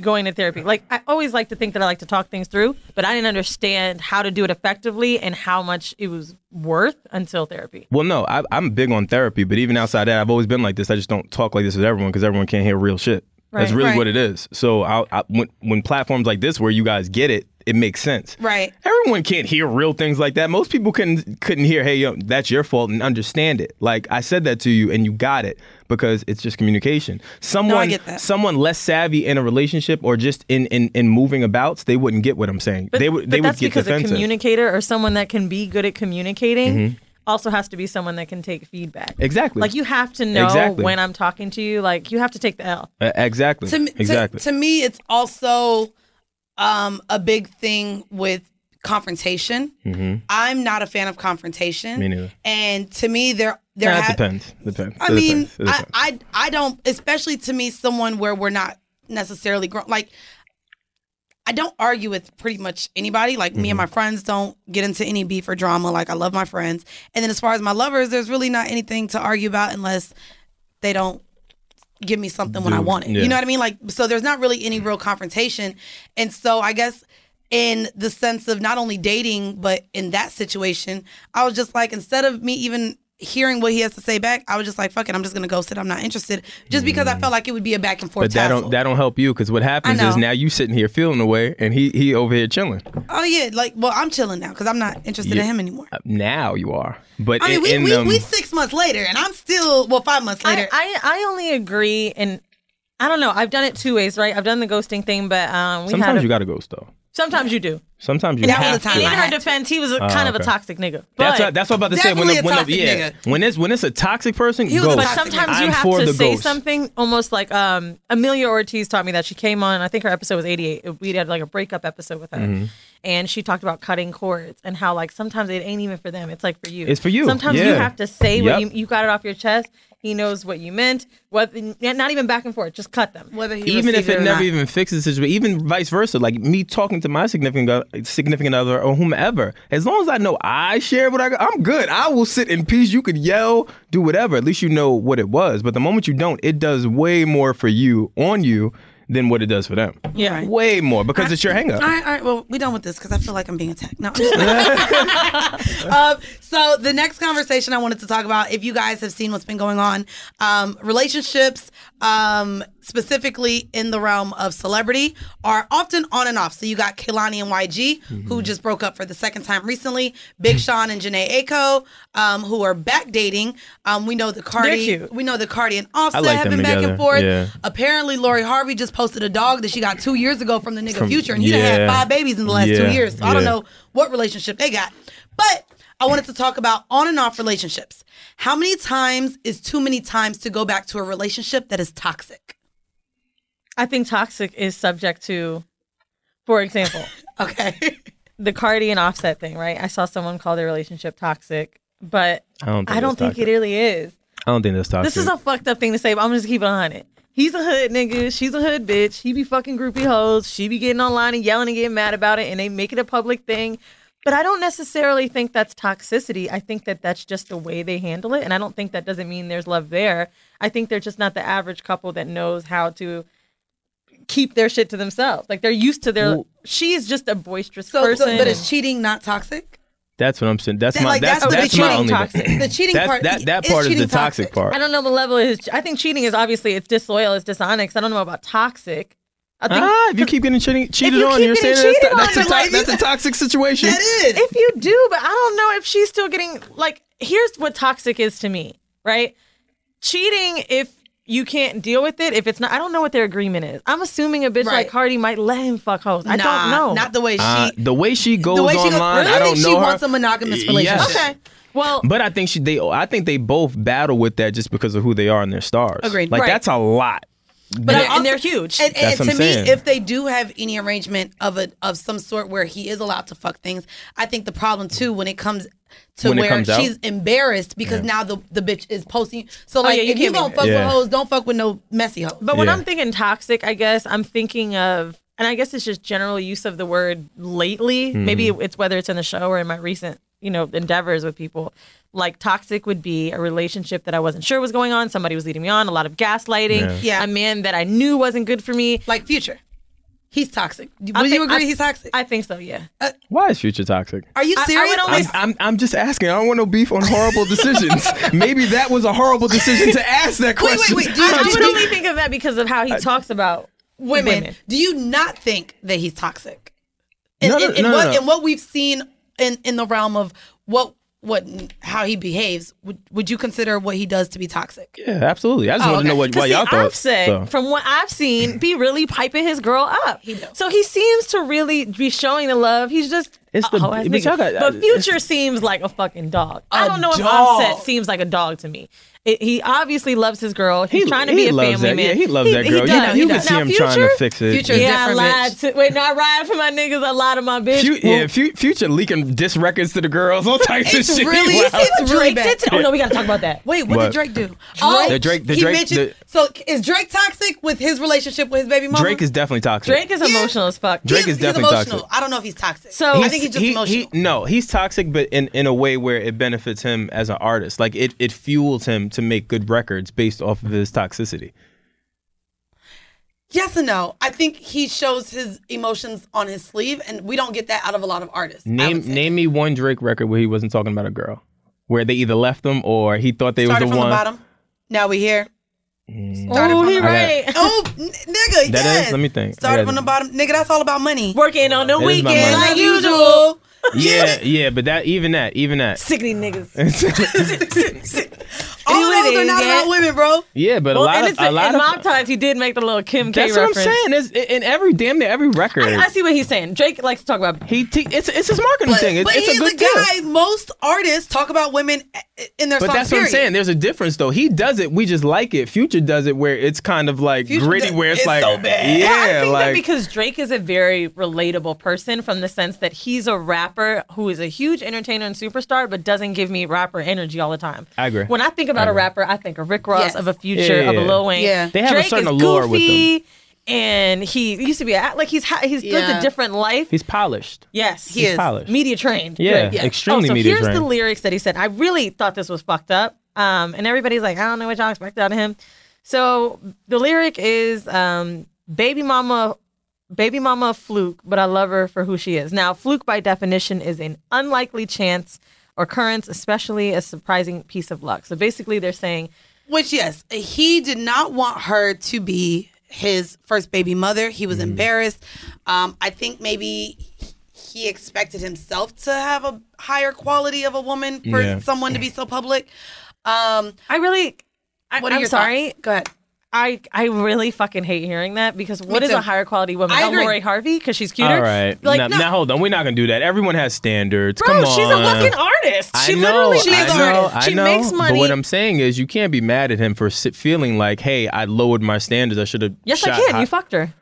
Speaker 7: going to therapy. Like I always like to think that I like to talk things through, but I didn't understand how to do it effectively and how much it was worth until therapy.
Speaker 9: Well, no, I, I'm big on therapy, but even outside that, I've always been like this. I just don't talk like this with everyone because everyone can't hear real shit. That's
Speaker 7: Right.
Speaker 9: really
Speaker 8: Right.
Speaker 9: what it is. So I, I, when, when platforms like this, where you guys get it, it makes sense.
Speaker 8: Right.
Speaker 9: Everyone can't hear real things like that. Most people couldn't couldn't hear, hey, yo, that's your fault, and understand it. Like I said that to you, and you got it because it's just communication. Someone,
Speaker 8: get that.
Speaker 9: someone less savvy in a relationship or just in in, in moving abouts, they wouldn't get what I'm saying.
Speaker 7: But,
Speaker 9: they would
Speaker 7: but
Speaker 9: they would
Speaker 7: that's
Speaker 9: get
Speaker 7: because
Speaker 9: defensive. Mm-hmm.
Speaker 7: a communicator or someone that can be good at communicating also has to be someone that can take feedback.
Speaker 9: Exactly.
Speaker 7: Like you have to know
Speaker 9: Exactly.
Speaker 7: when I'm talking to you. Like you have to take the L.
Speaker 9: Uh, exactly.
Speaker 8: to, me- to-
Speaker 9: exactly.
Speaker 8: to me it's also um a big thing with confrontation i'm not a fan of confrontation
Speaker 9: Mm-hmm. Me neither.
Speaker 8: and to me there there
Speaker 9: Nah, it
Speaker 8: ha-
Speaker 9: Uh, depends. Depends.
Speaker 8: i
Speaker 9: It
Speaker 8: mean
Speaker 9: depends. It
Speaker 8: I,
Speaker 9: depends.
Speaker 8: I i don't especially to me someone where we're not necessarily grown like I don't argue with pretty much anybody. Like
Speaker 9: Mm-hmm.
Speaker 8: me and my friends don't get into any beef or drama. Like I love my friends. And then as far as my lovers, there's really not anything to argue about unless they don't give me something when I want it.
Speaker 9: yeah.
Speaker 8: You know what I mean? Like so there's not really any real confrontation. And so I guess in the sense of not only dating, but in that situation, I was just like instead of me even hearing what he has to say back, I was just like, fuck it, I'm just gonna go sit. I'm not interested. Just because I felt like it would be a back and forth.
Speaker 9: Mm. But that
Speaker 8: tassel.
Speaker 9: don't that don't help you because what happens is
Speaker 8: know.
Speaker 9: now you sitting here feeling away and he he over here chilling. Uh,
Speaker 8: Oh yeah, like well, I'm chilling now because I'm not interested in
Speaker 9: Yeah.
Speaker 8: him anymore.
Speaker 9: Uh, Now you are, but
Speaker 8: I mean,
Speaker 9: in,
Speaker 8: we,
Speaker 9: in
Speaker 8: we,
Speaker 9: them,
Speaker 8: we six months later, and I'm still well five months later.
Speaker 7: I, I, I only agree and I don't know. I've done it two ways, right? I've done the ghosting thing, but um, we had
Speaker 9: sometimes
Speaker 7: a,
Speaker 9: you gotta ghost though.
Speaker 7: sometimes you do.
Speaker 9: Sometimes you
Speaker 8: That was
Speaker 9: have
Speaker 8: the time
Speaker 9: to.
Speaker 7: In
Speaker 8: I
Speaker 7: her
Speaker 8: had to.
Speaker 7: defense, he was a, kind of a
Speaker 9: Oh, okay.
Speaker 7: toxic nigga.
Speaker 9: That's
Speaker 7: But-
Speaker 9: what, that's what I'm about to say. When
Speaker 8: Definitely
Speaker 9: the,
Speaker 8: a
Speaker 9: when, the,
Speaker 8: toxic
Speaker 9: yeah,
Speaker 8: nigga.
Speaker 9: when it's when it's a toxic person,
Speaker 8: He was a
Speaker 9: ghost.
Speaker 7: But
Speaker 8: toxic
Speaker 7: sometimes
Speaker 9: I'm
Speaker 7: you have
Speaker 9: for
Speaker 7: to
Speaker 9: the
Speaker 7: say
Speaker 9: ghost.
Speaker 7: something almost like um, Amelia Ortiz taught me that she came on, I think her episode was 88. We had like a breakup episode with her.
Speaker 9: Mm-hmm.
Speaker 7: And she talked about cutting cords and how like sometimes it ain't even for them. It's like for you.
Speaker 9: It's for you.
Speaker 7: Sometimes you
Speaker 9: Yeah.
Speaker 7: have to say
Speaker 9: Yep.
Speaker 7: what you, you got it off your chest. He knows what you meant. What not even back and forth. Just cut them.
Speaker 8: whether he
Speaker 9: Even if
Speaker 8: received
Speaker 9: it
Speaker 8: or
Speaker 9: never
Speaker 8: not.
Speaker 9: even fixes the situation, even vice versa, like me talking to my significant o- significant other or whomever, as long as I know I shared what I got, I'm good. I will sit in peace. You could yell, do whatever. At least you know what it was. But the moment you don't, it does way more for you on you than what it does for them.
Speaker 7: Yeah.
Speaker 9: way more because it's your hang up.
Speaker 8: All right, all right. Well, we done with this because I feel like I'm being attacked. No. I'm
Speaker 9: [LAUGHS]
Speaker 8: just- um, so the next conversation I wanted to talk about, if you guys have seen what's been going on, um, relationships, um, specifically in the realm of celebrity, are often on and off. So you got Kehlani and YG,
Speaker 9: Mm-hmm.
Speaker 8: who just broke up for the second time recently. Big Sean and Janae Aiko, um, who are back dating. Um, we know the Cardi,
Speaker 7: cute.
Speaker 8: we know the Cardi and Offset
Speaker 9: like
Speaker 8: have
Speaker 9: them
Speaker 8: been back
Speaker 9: together.
Speaker 8: and forth.
Speaker 9: Yeah.
Speaker 8: Apparently, Lori Harvey just posted a dog that she got two years ago from the nigga
Speaker 9: From-
Speaker 8: Future, and he done had
Speaker 9: yeah.
Speaker 8: five babies in the last
Speaker 9: Yeah,
Speaker 8: two years. So I don't
Speaker 9: yeah.
Speaker 8: know what relationship they got. But I wanted to talk about on and off relationships. How many times is too many times to go back to a relationship that is toxic? [LAUGHS]
Speaker 7: I think toxic is subject to, for example,
Speaker 8: Okay.
Speaker 7: the Cardi and Offset thing, right? I saw someone call their relationship toxic, but
Speaker 9: I don't think
Speaker 7: I don't
Speaker 9: it's
Speaker 7: think it
Speaker 9: toxic.
Speaker 7: really is.
Speaker 9: I don't think that's toxic.
Speaker 7: This is a fucked up thing to say, but I'm just keeping on it. He's a hood nigga. She's a hood bitch. He be fucking groupie hoes. She be getting online and yelling and getting mad about it, and they make it a public thing. But I don't necessarily think that's toxicity. I think that that's just the way they handle it, and I don't think that doesn't mean there's love there. I think they're just not the average couple that knows how to keep their shit to themselves. Like they're used to their. she is just a boisterous
Speaker 8: So,
Speaker 7: person.
Speaker 8: so- but is cheating not toxic?
Speaker 9: that's what I'm saying. That's
Speaker 8: That-
Speaker 9: my
Speaker 8: like,
Speaker 9: that's,
Speaker 8: that's the
Speaker 9: that's, my
Speaker 8: cheating
Speaker 9: only
Speaker 7: toxic.
Speaker 9: thing.
Speaker 8: The cheating
Speaker 9: That's-
Speaker 8: part
Speaker 9: that that
Speaker 8: is
Speaker 9: part is the
Speaker 8: cheating
Speaker 9: toxic,
Speaker 8: toxic.
Speaker 9: part.
Speaker 7: I don't know the level of his. I think cheating is obviously it's disloyal, it's dishonest. I don't know about toxic. I think
Speaker 9: Ah, if you keep getting cheating, cheated
Speaker 7: you
Speaker 9: on,
Speaker 7: keep
Speaker 9: you're saying
Speaker 7: getting
Speaker 9: that's,
Speaker 7: cheated
Speaker 9: that's, a
Speaker 7: on, you're
Speaker 9: to-
Speaker 7: like-
Speaker 9: that's a toxic situation.
Speaker 8: That is.
Speaker 7: if you do, but I don't know if she's still getting like here's what toxic is to me, right? Cheating if you can't deal with it, if it's not I don't know what their agreement is. I'm assuming a bitch
Speaker 8: Right.
Speaker 7: like Cardi might let him fuck hoes. I
Speaker 8: Nah,
Speaker 7: don't know.
Speaker 8: Not the way she.
Speaker 9: Uh, the way she goes
Speaker 8: the way she goes,
Speaker 9: online, I
Speaker 8: really?
Speaker 9: don't know
Speaker 8: She
Speaker 9: her.
Speaker 8: wants a monogamous
Speaker 9: Y-
Speaker 8: relationship.
Speaker 9: yes.
Speaker 7: okay. Well,
Speaker 9: But I think she they I think they both battle with that just because of who they are and their stars.
Speaker 8: Agreed.
Speaker 9: Like
Speaker 8: Right.
Speaker 9: that's a lot.
Speaker 8: But
Speaker 7: and,
Speaker 8: I also-
Speaker 7: they're huge.
Speaker 8: And, and
Speaker 9: That's
Speaker 8: to
Speaker 9: what
Speaker 8: me,
Speaker 9: I'm saying.
Speaker 8: if they do have any arrangement of a of some sort where he is allowed to fuck things, I think the problem too when it comes to
Speaker 9: When it
Speaker 8: where
Speaker 9: comes out?
Speaker 8: she's embarrassed because now the the bitch is posting. So like,
Speaker 7: Oh, yeah, you
Speaker 8: if you
Speaker 7: can't be
Speaker 8: don't
Speaker 7: mad.
Speaker 8: fuck
Speaker 9: Yeah.
Speaker 8: with hoes, don't fuck with no messy hoes.
Speaker 7: But when
Speaker 9: Yeah.
Speaker 7: I'm thinking toxic, I guess I'm thinking of, and I guess it's just general use of the word lately. Maybe it's whether it's in the show or in my recent you know endeavors with people. Like toxic would be a relationship that I wasn't sure was going on. Somebody was leading me on. A lot of gaslighting.
Speaker 8: Yeah.
Speaker 7: A man that I knew wasn't good for me.
Speaker 8: Like Future, he's toxic. Would
Speaker 7: I
Speaker 8: you
Speaker 7: think-
Speaker 8: agree
Speaker 7: I-
Speaker 8: he's toxic?
Speaker 7: I think so.
Speaker 8: [LAUGHS]
Speaker 7: Yeah.
Speaker 9: Why is Future toxic?
Speaker 8: Are you
Speaker 7: I- I
Speaker 8: serious?
Speaker 7: would only-
Speaker 9: I'm, I'm, I'm just asking. I don't want no beef on
Speaker 8: [LAUGHS]
Speaker 9: horrible decisions. Maybe that was a horrible decision to ask that
Speaker 8: Wait, wait,
Speaker 9: question.
Speaker 8: wait. Do you-
Speaker 7: I, I would only think of that because of how he talks about
Speaker 8: women,
Speaker 7: women.
Speaker 8: do you not think that he's toxic? In,
Speaker 9: No, no,
Speaker 8: in, in
Speaker 9: no, no,
Speaker 8: what,
Speaker 9: no.
Speaker 8: in what we've seen in, in the realm of what what how he behaves, would, would you consider what he does to be toxic?
Speaker 9: yeah, absolutely. I just
Speaker 8: Oh,
Speaker 9: want to know
Speaker 8: okay.
Speaker 9: what,
Speaker 7: 'Cause
Speaker 9: what y'all
Speaker 7: see,
Speaker 9: thought.
Speaker 7: I've said
Speaker 9: so.
Speaker 7: from what
Speaker 9: [LAUGHS]
Speaker 7: I've seen, be really piping his girl up.
Speaker 8: He knows.
Speaker 7: so he seems to really be showing the love. He's just uh, oh,
Speaker 9: It's the-
Speaker 7: a whole ass
Speaker 9: but
Speaker 7: nigga.
Speaker 9: y'all got- uh,
Speaker 7: But
Speaker 9: it's-
Speaker 7: Future seems like a fucking dog. I
Speaker 8: A
Speaker 7: don't know if
Speaker 8: dog.
Speaker 7: Offset seems like a dog to me. It, he obviously loves his girl. He's
Speaker 9: He-
Speaker 7: trying to
Speaker 9: he
Speaker 7: be a
Speaker 9: loves
Speaker 7: family
Speaker 9: that.
Speaker 7: man.
Speaker 9: Yeah, he loves that girl. You
Speaker 7: does,
Speaker 9: know,
Speaker 7: he
Speaker 9: you
Speaker 7: does.
Speaker 9: can see
Speaker 7: Now,
Speaker 9: him trying to
Speaker 7: Future-
Speaker 9: fix it.
Speaker 8: Future is
Speaker 7: Yeah, I
Speaker 8: different,
Speaker 7: lied
Speaker 8: bitch.
Speaker 7: to. Wait, no, I lied for my niggas. I lied to my bitch.
Speaker 9: Fu- yeah,
Speaker 7: Well,
Speaker 9: fu- future leaking diss records to the girls, all types
Speaker 8: It's
Speaker 9: of shit.
Speaker 8: really-
Speaker 9: Wow.
Speaker 8: it's- it's
Speaker 7: Drake
Speaker 8: really
Speaker 7: did
Speaker 8: bad.
Speaker 7: to- Oh no, we gotta talk about that.
Speaker 8: Wait, what,
Speaker 9: What?
Speaker 8: did Drake do? Drake,
Speaker 9: The Drake- the
Speaker 8: he
Speaker 9: Drake-
Speaker 8: mentioned,
Speaker 9: the-
Speaker 8: so is Drake toxic with his relationship with his baby mama?
Speaker 9: Drake is definitely toxic.
Speaker 7: Drake is
Speaker 8: Yeah.
Speaker 7: emotional as fuck.
Speaker 9: Drake
Speaker 8: He
Speaker 9: is definitely
Speaker 8: he's emotional.
Speaker 9: toxic.
Speaker 8: I don't know if he's toxic.
Speaker 7: So-
Speaker 8: oh, I think he's just
Speaker 9: he-
Speaker 8: emotional.
Speaker 9: he- no, he's toxic, but in, in a way where it benefits him as an artist. Like it, it fuels him to make good records based off of his toxicity.
Speaker 8: yes and no. I think he shows his emotions on his sleeve, and we don't get that out of a lot of artists. I
Speaker 9: Name
Speaker 8: would say.
Speaker 9: name me one Drake record where he wasn't talking about a girl, where they either left him or he thought they
Speaker 8: Started
Speaker 9: was the
Speaker 8: from
Speaker 9: one.
Speaker 8: the bottom. Now we here. Started
Speaker 7: Oh,
Speaker 8: from
Speaker 7: he
Speaker 8: the bottom.
Speaker 7: right.
Speaker 8: Oh, n- nigga,
Speaker 9: That
Speaker 8: yes.
Speaker 9: is- let me think. I
Speaker 8: Started
Speaker 9: gotta-
Speaker 8: from the bottom, nigga. That's all about money.
Speaker 7: Working on the
Speaker 9: That is my
Speaker 7: weekend
Speaker 9: money.
Speaker 7: like
Speaker 8: Like
Speaker 7: usual.
Speaker 8: usual. [LAUGHS]
Speaker 9: Yeah, yeah, but that even that even that. [LAUGHS]
Speaker 7: Sickening niggas.
Speaker 8: All
Speaker 7: Anyway,
Speaker 8: of those are
Speaker 7: they
Speaker 8: not
Speaker 7: get-
Speaker 8: about women, bro.
Speaker 9: Yeah, but
Speaker 7: Well,
Speaker 9: a lot
Speaker 7: and
Speaker 9: of
Speaker 7: it's
Speaker 9: a lot
Speaker 7: in
Speaker 9: of.
Speaker 7: mob ties. He did make the little Kim K
Speaker 9: that's what
Speaker 7: reference.
Speaker 9: I'm saying. It's, in every damn near every record.
Speaker 7: I see what he's saying. Drake likes to talk about.
Speaker 9: he t- it's it's his marketing thing. It's,
Speaker 8: but
Speaker 9: it's
Speaker 8: he's
Speaker 9: a good deal.
Speaker 8: guy. Most artists talk about women a- in their
Speaker 9: But
Speaker 8: songs.
Speaker 9: that's what I'm
Speaker 8: period.
Speaker 9: saying. There's a difference though. He does it. We just like it. Future does it where it's kind of like
Speaker 8: Future
Speaker 9: gritty,
Speaker 8: does-
Speaker 9: where it's,
Speaker 8: it's
Speaker 9: like
Speaker 8: so bad.
Speaker 9: yeah,
Speaker 7: I think that
Speaker 9: like
Speaker 7: because Drake is a very relatable person from the sense that he's a rapper who is a huge entertainer and superstar, but doesn't give me rapper energy all the time.
Speaker 9: I agree.
Speaker 7: When I think about a rapper, I think of Rick Ross,
Speaker 8: Yes.
Speaker 7: of a Future,
Speaker 9: Yeah,
Speaker 7: of a
Speaker 9: yeah,
Speaker 7: Lil Wayne.
Speaker 8: yeah.
Speaker 9: They have a
Speaker 7: Drake
Speaker 9: certain
Speaker 7: is
Speaker 9: allure with them.
Speaker 7: goofy, And he used to be a, like he's ha- he's lived
Speaker 8: Yeah.
Speaker 7: a different life.
Speaker 9: he's polished.
Speaker 7: yes,
Speaker 8: He is.
Speaker 9: Polished.
Speaker 7: media trained.
Speaker 9: Yeah,
Speaker 7: Drake.
Speaker 9: extremely
Speaker 7: oh, so
Speaker 9: media
Speaker 7: here's
Speaker 9: trained.
Speaker 7: the lyrics that he said. I really thought this was fucked up. Um, and everybody's like, I don't know what y'all expect out of him. So the lyric is, um, "Baby mama, baby mama, a fluke, but I love her for who she is." Now, fluke by definition is an unlikely chance, occurrence, especially a surprising piece of luck. So basically, they're saying,
Speaker 8: Which, yes, he did not want her to be his first baby mother. He
Speaker 9: Mm.
Speaker 8: was embarrassed. Um, I think maybe he expected himself to have a higher quality of a woman for
Speaker 9: Yeah.
Speaker 8: someone to be so public. Um,
Speaker 7: "I really, I,
Speaker 8: what are
Speaker 7: am
Speaker 8: your
Speaker 7: sorry,
Speaker 8: thoughts? Go ahead.
Speaker 7: I I really fucking hate hearing that because what is
Speaker 8: too.
Speaker 7: a higher quality woman?
Speaker 8: I
Speaker 7: Oh,
Speaker 8: agree.
Speaker 7: Lori Harvey because she's cuter.
Speaker 9: All right,
Speaker 7: like
Speaker 9: now,
Speaker 7: no,
Speaker 9: now hold on. We're not gonna do that. Everyone has standards.
Speaker 7: Bro,
Speaker 9: Come on.
Speaker 7: she's a fucking artist. She
Speaker 9: I know,
Speaker 7: literally
Speaker 9: I
Speaker 7: makes
Speaker 9: know,
Speaker 7: artists.
Speaker 9: I
Speaker 7: she
Speaker 9: know,
Speaker 7: makes money.
Speaker 9: But what I'm saying is, you can't be mad at him for si- feeling like, "Hey, I lowered my standards. I should have."
Speaker 7: yes,
Speaker 9: shot
Speaker 7: I can.
Speaker 9: high-
Speaker 7: You fucked her.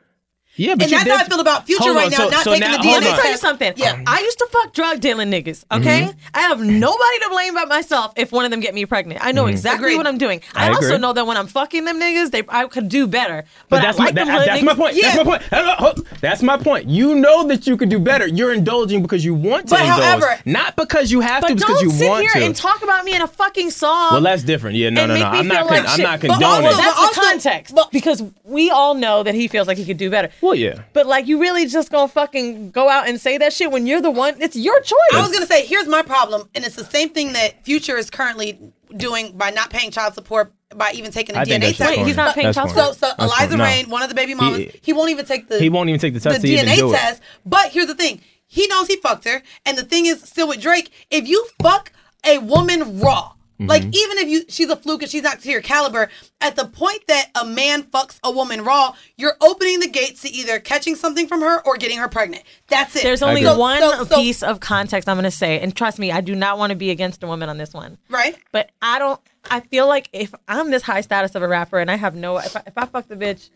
Speaker 9: Yeah, but
Speaker 8: And
Speaker 9: you
Speaker 8: that's
Speaker 9: did-
Speaker 8: how I feel about Future
Speaker 9: Hold
Speaker 8: right
Speaker 9: on,
Speaker 8: now,
Speaker 9: so-
Speaker 8: not
Speaker 9: so
Speaker 8: taking
Speaker 9: now-
Speaker 8: the
Speaker 9: hold
Speaker 8: DNA
Speaker 7: Let me
Speaker 9: on. Um, mm-hmm.
Speaker 7: tell you something.
Speaker 8: Yeah.
Speaker 7: I used to fuck drug dealing niggas. Okay, I have nobody to blame but myself if one of them get me pregnant. I know exactly
Speaker 8: Agreed.
Speaker 7: what I'm doing. I,
Speaker 9: Mm-hmm. I
Speaker 7: also
Speaker 9: agree.
Speaker 7: know that when I'm fucking them niggas, they I could do better. But,
Speaker 9: But that's
Speaker 7: I
Speaker 9: my
Speaker 7: like
Speaker 9: that, uh,
Speaker 7: them hood
Speaker 9: that's
Speaker 7: niggas.
Speaker 9: my point. That's my
Speaker 8: Yeah.
Speaker 9: point. Hold on, hold- That's my point. You know that you could do better. You're indulging because you want to
Speaker 8: But
Speaker 9: indulge,
Speaker 8: however-
Speaker 9: not because you have to.
Speaker 7: But
Speaker 9: Because
Speaker 7: don't
Speaker 9: you
Speaker 7: sit
Speaker 9: want
Speaker 7: here
Speaker 9: to.
Speaker 7: and talk about me in a fucking song.
Speaker 9: well, that's different. Yeah, no,
Speaker 7: and
Speaker 9: no, no.
Speaker 7: make me
Speaker 9: I'm not.
Speaker 7: feel like
Speaker 9: con- I'm
Speaker 7: shit.
Speaker 9: not
Speaker 7: But
Speaker 9: condoning.
Speaker 8: also-
Speaker 9: it.
Speaker 7: that's
Speaker 8: also-
Speaker 7: the context
Speaker 8: but-
Speaker 7: because we all know that he feels like he could do better.
Speaker 9: Well, yeah.
Speaker 7: But like, you really just gonna fucking go out and say that shit when you're the one? It's your choice.
Speaker 8: I was gonna say, here's my problem, and it's the same thing that Future is currently doing by not paying child support, by even taking the
Speaker 9: I think
Speaker 8: DNA
Speaker 9: that's
Speaker 8: test.
Speaker 9: corny.
Speaker 7: he's not
Speaker 9: That's
Speaker 7: paying child
Speaker 9: corny.
Speaker 8: Oh, So, so
Speaker 9: That's
Speaker 8: Eliza
Speaker 9: corny. No.
Speaker 8: Rain, one of the baby mamas, he,
Speaker 9: He-
Speaker 8: won't even take the
Speaker 9: He won't even take the test to even
Speaker 8: DNA
Speaker 9: do it.
Speaker 8: test. But here's the thing: he knows he fucked her, and the thing is, still with Drake, if you fuck a woman raw. Like
Speaker 9: Mm-hmm.
Speaker 8: even if you she's a fluke and she's not to your caliber, at the point that a man fucks a woman raw, you're opening the gates to either catching something from her or getting her pregnant. That's it.
Speaker 7: There's only
Speaker 9: agree.
Speaker 7: one
Speaker 8: so- so-
Speaker 7: piece of context I'm going to say, and trust me, I do not want to be against a woman on this one.
Speaker 8: Right.
Speaker 7: But I don't. I feel like if I'm this high status of a rapper and I have no, if I, if I fuck the bitch,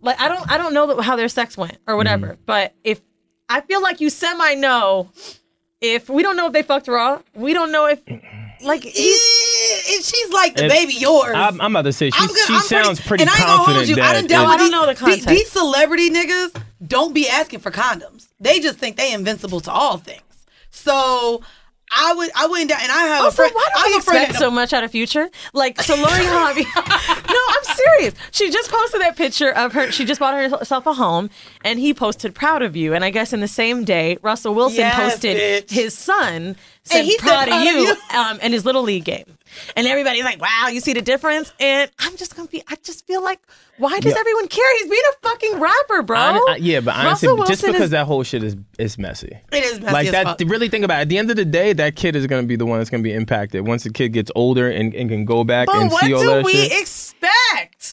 Speaker 7: like I don't, I don't know how their sex went or whatever. But if I feel like you semi know, if we don't know if they fucked raw, we don't know if, like, he's,
Speaker 8: Eh, and she's like the
Speaker 9: If-
Speaker 8: baby yours.
Speaker 9: I'm, I'm about to say she,
Speaker 8: I'm gonna-
Speaker 9: she
Speaker 8: I'm
Speaker 9: sounds pretty,
Speaker 8: and I ain't gonna hold
Speaker 9: confident
Speaker 8: you.
Speaker 9: that
Speaker 8: I done dealt
Speaker 9: it-
Speaker 7: No, I
Speaker 8: with
Speaker 7: don't know the
Speaker 8: these- these-
Speaker 7: context.
Speaker 8: These celebrity niggas don't be asking for condoms. They just think they invincible to all things. So I would. I wouldn't. doubt- And I have a
Speaker 7: Also,
Speaker 8: friend.
Speaker 7: why do
Speaker 8: I'm
Speaker 7: we
Speaker 8: a friend
Speaker 7: expect
Speaker 8: that-
Speaker 7: so much out of Future? Like, so
Speaker 8: [LAUGHS]
Speaker 7: Lori Harvey. [LAUGHS] no, I'm serious. She just posted that picture of her. She just bought herself a home, and he posted "Proud of You." And I guess in the same day, Russell Wilson
Speaker 8: Yes,
Speaker 7: posted
Speaker 8: bitch.
Speaker 7: his son said,
Speaker 8: he said,
Speaker 7: proud,
Speaker 8: "Proud
Speaker 7: of
Speaker 8: of
Speaker 7: you,"
Speaker 8: you.
Speaker 7: Um, and his little league game. And everybody's like, "Wow, you see the difference?" And I'm just gonna be. I just feel like, why does
Speaker 9: Yeah.
Speaker 7: everyone care? He's being a fucking rapper, bro.
Speaker 9: Hon- I- yeah, but honestly,
Speaker 7: Oh, Russell
Speaker 9: just
Speaker 7: Wilson
Speaker 9: because
Speaker 7: is-
Speaker 9: that whole shit is is messy.
Speaker 8: It is messy
Speaker 9: Like
Speaker 8: as
Speaker 9: that.
Speaker 8: fuck.
Speaker 9: Really think about it. At the end of the day, that kid is gonna be the one that's gonna be impacted once the kid gets older and, and can go back
Speaker 7: But
Speaker 9: and
Speaker 7: what
Speaker 9: see all
Speaker 7: do
Speaker 9: that
Speaker 7: we
Speaker 9: shit.
Speaker 7: expect?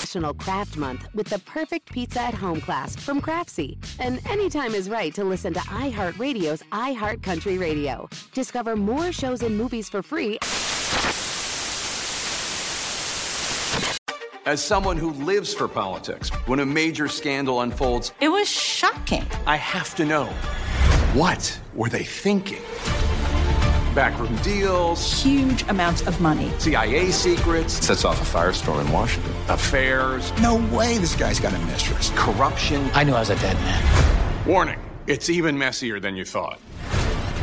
Speaker 6: National Craft Month with the perfect pizza at home class from Craftsy. And anytime is right to listen to iHeartRadio's iHeartCountry Radio. Discover more shows and movies for free
Speaker 10: As someone who lives for politics, when a major scandal unfolds,
Speaker 7: It was shocking.
Speaker 10: I have to know what were they thinking? Backroom deals,
Speaker 11: Huge amounts of money.
Speaker 10: CIA secrets,
Speaker 2: Sets off a firestorm in Washington.
Speaker 10: affairs,
Speaker 11: No way this guy's got a mistress.
Speaker 10: corruption.
Speaker 11: I knew I was a dead man.
Speaker 10: Warning, it's even messier than you thought.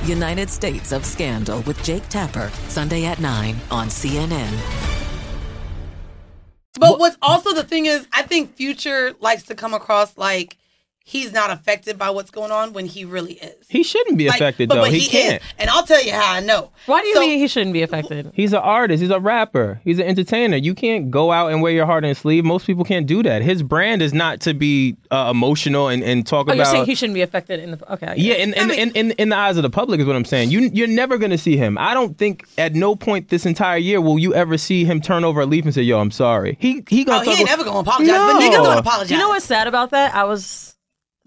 Speaker 11: United States of Scandal with Jake Tapper, Sunday at 9 on CNN.
Speaker 8: But what's also the thing is, I think Future likes to come across like he's not affected by what's going on when he really is.
Speaker 9: He shouldn't be
Speaker 8: Like,
Speaker 9: affected
Speaker 8: but,
Speaker 9: though.
Speaker 8: But
Speaker 9: he,
Speaker 8: he,
Speaker 9: can't.
Speaker 8: Is. And I'll tell you how I know.
Speaker 7: Why do you
Speaker 8: So-
Speaker 7: mean he shouldn't be affected?
Speaker 9: He's an artist. He's a rapper. He's an entertainer. You can't go out and wear your heart on your sleeve. Most people can't do that. His brand is not to be uh, emotional and, and talk
Speaker 7: Oh,
Speaker 9: about.
Speaker 7: you're saying he shouldn't be affected in the okay. I get
Speaker 9: Yeah,
Speaker 7: it.
Speaker 9: in in, in, in in the eyes of the public is what I'm saying. You you're never gonna see him. I don't think at no point this entire year will you ever see him turn over a leaf and say, "Yo, I'm sorry." He he
Speaker 8: Oh,
Speaker 9: gonna.
Speaker 8: he
Speaker 9: talk
Speaker 8: ain't
Speaker 9: ab-
Speaker 8: never gonna apologize,
Speaker 9: No.
Speaker 8: but niggas don't apologize.
Speaker 7: You know what's sad about that? I was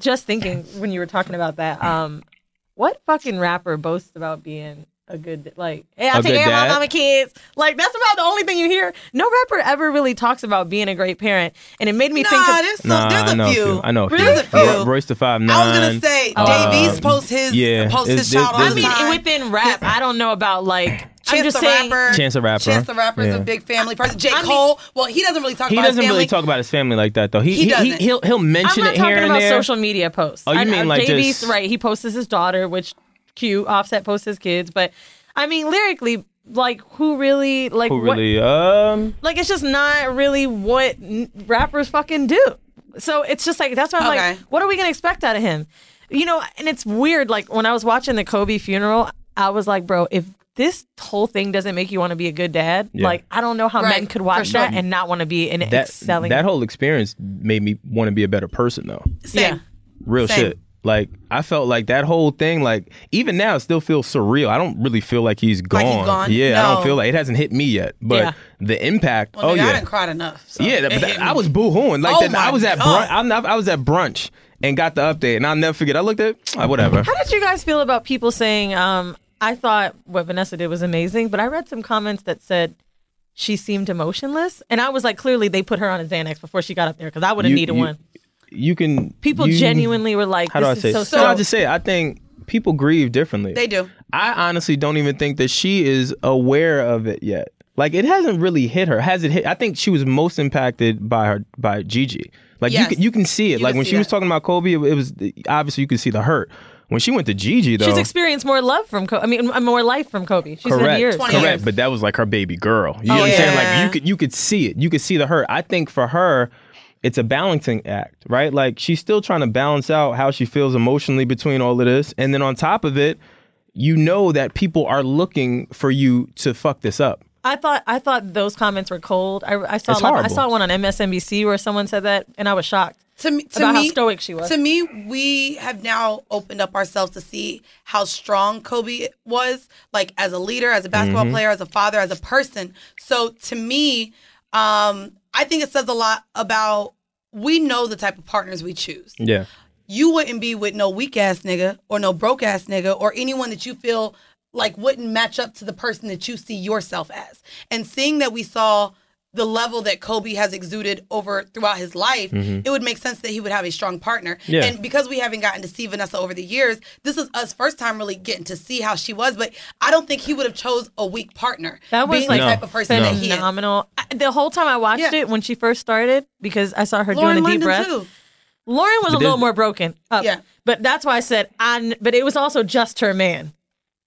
Speaker 7: just thinking when you were talking about that. Um, what fucking rapper boasts about being a good like? Hey, I
Speaker 9: A
Speaker 7: take
Speaker 9: good
Speaker 7: care of my
Speaker 9: dad?
Speaker 7: mama kids. Like that's about the only thing you hear. No rapper ever really talks about being a great parent, and it made me
Speaker 8: Nah,
Speaker 7: think. Of,
Speaker 8: there's,
Speaker 9: Nah,
Speaker 8: there's
Speaker 9: I
Speaker 8: a
Speaker 9: know a
Speaker 8: few.
Speaker 9: few. I know a few.
Speaker 8: There's a few.
Speaker 9: Ro- Royce the Five
Speaker 8: I was gonna
Speaker 9: Nine.
Speaker 8: say
Speaker 9: Uh,
Speaker 8: Davies posts his
Speaker 9: yeah,
Speaker 8: posts
Speaker 9: it's-
Speaker 8: his
Speaker 9: it's-
Speaker 8: child. all
Speaker 7: I
Speaker 8: the
Speaker 7: mean,
Speaker 8: time.
Speaker 7: within rap, I don't know about like. I'm
Speaker 8: Chance
Speaker 7: just
Speaker 8: the
Speaker 7: saying.
Speaker 8: rapper.
Speaker 9: Chance the Rapper.
Speaker 8: Chance the rapper is
Speaker 9: Yeah.
Speaker 8: a big family person. J
Speaker 7: I mean-
Speaker 8: Cole. well, he doesn't really talk
Speaker 9: He
Speaker 8: about his
Speaker 9: doesn't
Speaker 8: family.
Speaker 9: really talk about his family like that though. He
Speaker 8: He
Speaker 9: he, he,
Speaker 8: doesn't.
Speaker 9: he'll he'll mention
Speaker 7: I'm not
Speaker 9: it here
Speaker 7: talking
Speaker 9: and
Speaker 7: about
Speaker 9: there.
Speaker 7: social media posts.
Speaker 9: Oh, you
Speaker 7: I-
Speaker 9: mean
Speaker 7: uh,
Speaker 9: like
Speaker 7: JB's
Speaker 9: just-
Speaker 7: right? He posts his daughter, which cute. Offset posts his kids, but I mean lyrically, like who really like
Speaker 9: Who
Speaker 7: what?
Speaker 9: really? Um,
Speaker 7: Like it's just not really what n- rappers fucking do. So it's just like that's why I'm like,
Speaker 8: Okay.
Speaker 7: what are we gonna expect out of him? You know, and it's weird. Like when I was watching the Kobe funeral, I was like, bro, if this whole thing doesn't make you want to be a good dad,
Speaker 9: Yeah.
Speaker 7: like I don't know how
Speaker 8: Right,
Speaker 7: men could
Speaker 8: for
Speaker 7: watch
Speaker 8: sure.
Speaker 7: that and not want to be an
Speaker 9: that
Speaker 7: excelling.
Speaker 9: that whole experience made me want to be a better person though.
Speaker 8: Same.
Speaker 9: Real
Speaker 8: Same.
Speaker 9: shit. Like I felt like that whole thing, like even now, it still feels surreal. I don't really feel like he's gone.
Speaker 8: he's gone?
Speaker 9: Yeah, I don't
Speaker 8: No.
Speaker 9: feel like it hasn't hit me yet. But
Speaker 7: Yeah.
Speaker 9: the impact.
Speaker 8: Well,
Speaker 9: oh
Speaker 8: nigga, I
Speaker 9: yeah,
Speaker 8: didn't cry enough. so
Speaker 9: yeah. That,
Speaker 8: it
Speaker 9: but
Speaker 8: hit
Speaker 9: that,
Speaker 8: me.
Speaker 9: I was boohooing. Like
Speaker 8: Oh
Speaker 9: that, I
Speaker 8: my
Speaker 9: was at brunch.
Speaker 8: God.
Speaker 9: I'm not, I was at brunch and got the update, and I'll never forget. I looked at ah, whatever.
Speaker 7: How did you guys feel about people saying, um, I thought what Vanessa did was amazing, but I read some comments that said she seemed emotionless. And I was like, clearly they put her on a Xanax before she got up there because I would have
Speaker 9: You-
Speaker 7: needed
Speaker 9: you-
Speaker 7: one.
Speaker 9: You can.
Speaker 7: People
Speaker 9: you-
Speaker 7: genuinely were like,
Speaker 9: How
Speaker 7: this
Speaker 9: do I
Speaker 7: is
Speaker 9: say?
Speaker 7: so
Speaker 9: So,
Speaker 7: sad.
Speaker 9: I'll just say. I think people grieve differently.
Speaker 8: They do.
Speaker 9: I honestly don't even think that she is aware of it yet. Like it hasn't really hit her. Has it hit? I think she was most impacted by her by Gigi. Like
Speaker 8: Yes.
Speaker 9: you can, you can see it.
Speaker 8: You
Speaker 9: like
Speaker 8: can
Speaker 9: when
Speaker 8: see
Speaker 9: she was
Speaker 8: that.
Speaker 9: talking about Kobe, it, it was obviously you could see the hurt. When she went to Gigi, though,
Speaker 7: She's experienced more love from Kobe. I mean, m- more life from Kobe. She's
Speaker 9: correct,
Speaker 7: had years.
Speaker 9: correct. But that was like her baby girl. You know
Speaker 7: Oh,
Speaker 9: what I'm saying?
Speaker 7: yeah.
Speaker 9: Like you could you could see it. You could see the hurt. I think for her, it's a balancing act, right? Like she's still trying to balance out how she feels emotionally between all of this, and then on top of it, you know that people are looking for you to fuck this up.
Speaker 7: I thought I thought those comments were cold. I, I saw
Speaker 9: It's
Speaker 7: a lot- I
Speaker 9: horrible.
Speaker 7: saw one on MSNBC where someone said that, and I was shocked
Speaker 8: [LAUGHS] to me, to
Speaker 7: about
Speaker 8: me,
Speaker 7: how stoic she was.
Speaker 8: To me, we have now opened up ourselves to see how strong Kobe was, like as a leader, as a basketball
Speaker 12: Mhm.
Speaker 9: Mm-hmm.
Speaker 8: player, as a father, as a person. So to me, um, I think it says a lot about we know the type of partners we choose.
Speaker 9: Yeah.
Speaker 8: You wouldn't be with no weak ass nigga or no broke ass nigga or anyone that you feel like wouldn't match up to the person that you see yourself as. And seeing that we saw the level that Kobe has exuded over throughout his life,
Speaker 12: Mhm.
Speaker 8: it would make sense that he would have a strong partner.
Speaker 12: Yeah.
Speaker 8: And because we haven't gotten to see Vanessa over the years, this is us first time really getting to see how she was. But I don't think he would have chose a weak partner.
Speaker 7: That was
Speaker 8: being
Speaker 7: like
Speaker 8: the type of person that he is.
Speaker 7: phenomenal. I- The whole time I watched it when she first started, because I saw her
Speaker 8: Lauren
Speaker 7: doing a
Speaker 8: London,
Speaker 7: deep breath.
Speaker 8: too.
Speaker 7: Lauren was
Speaker 8: But
Speaker 7: a little
Speaker 8: then-
Speaker 7: more broken up. Yeah. But that's why I said I. kn- But it was also just her man,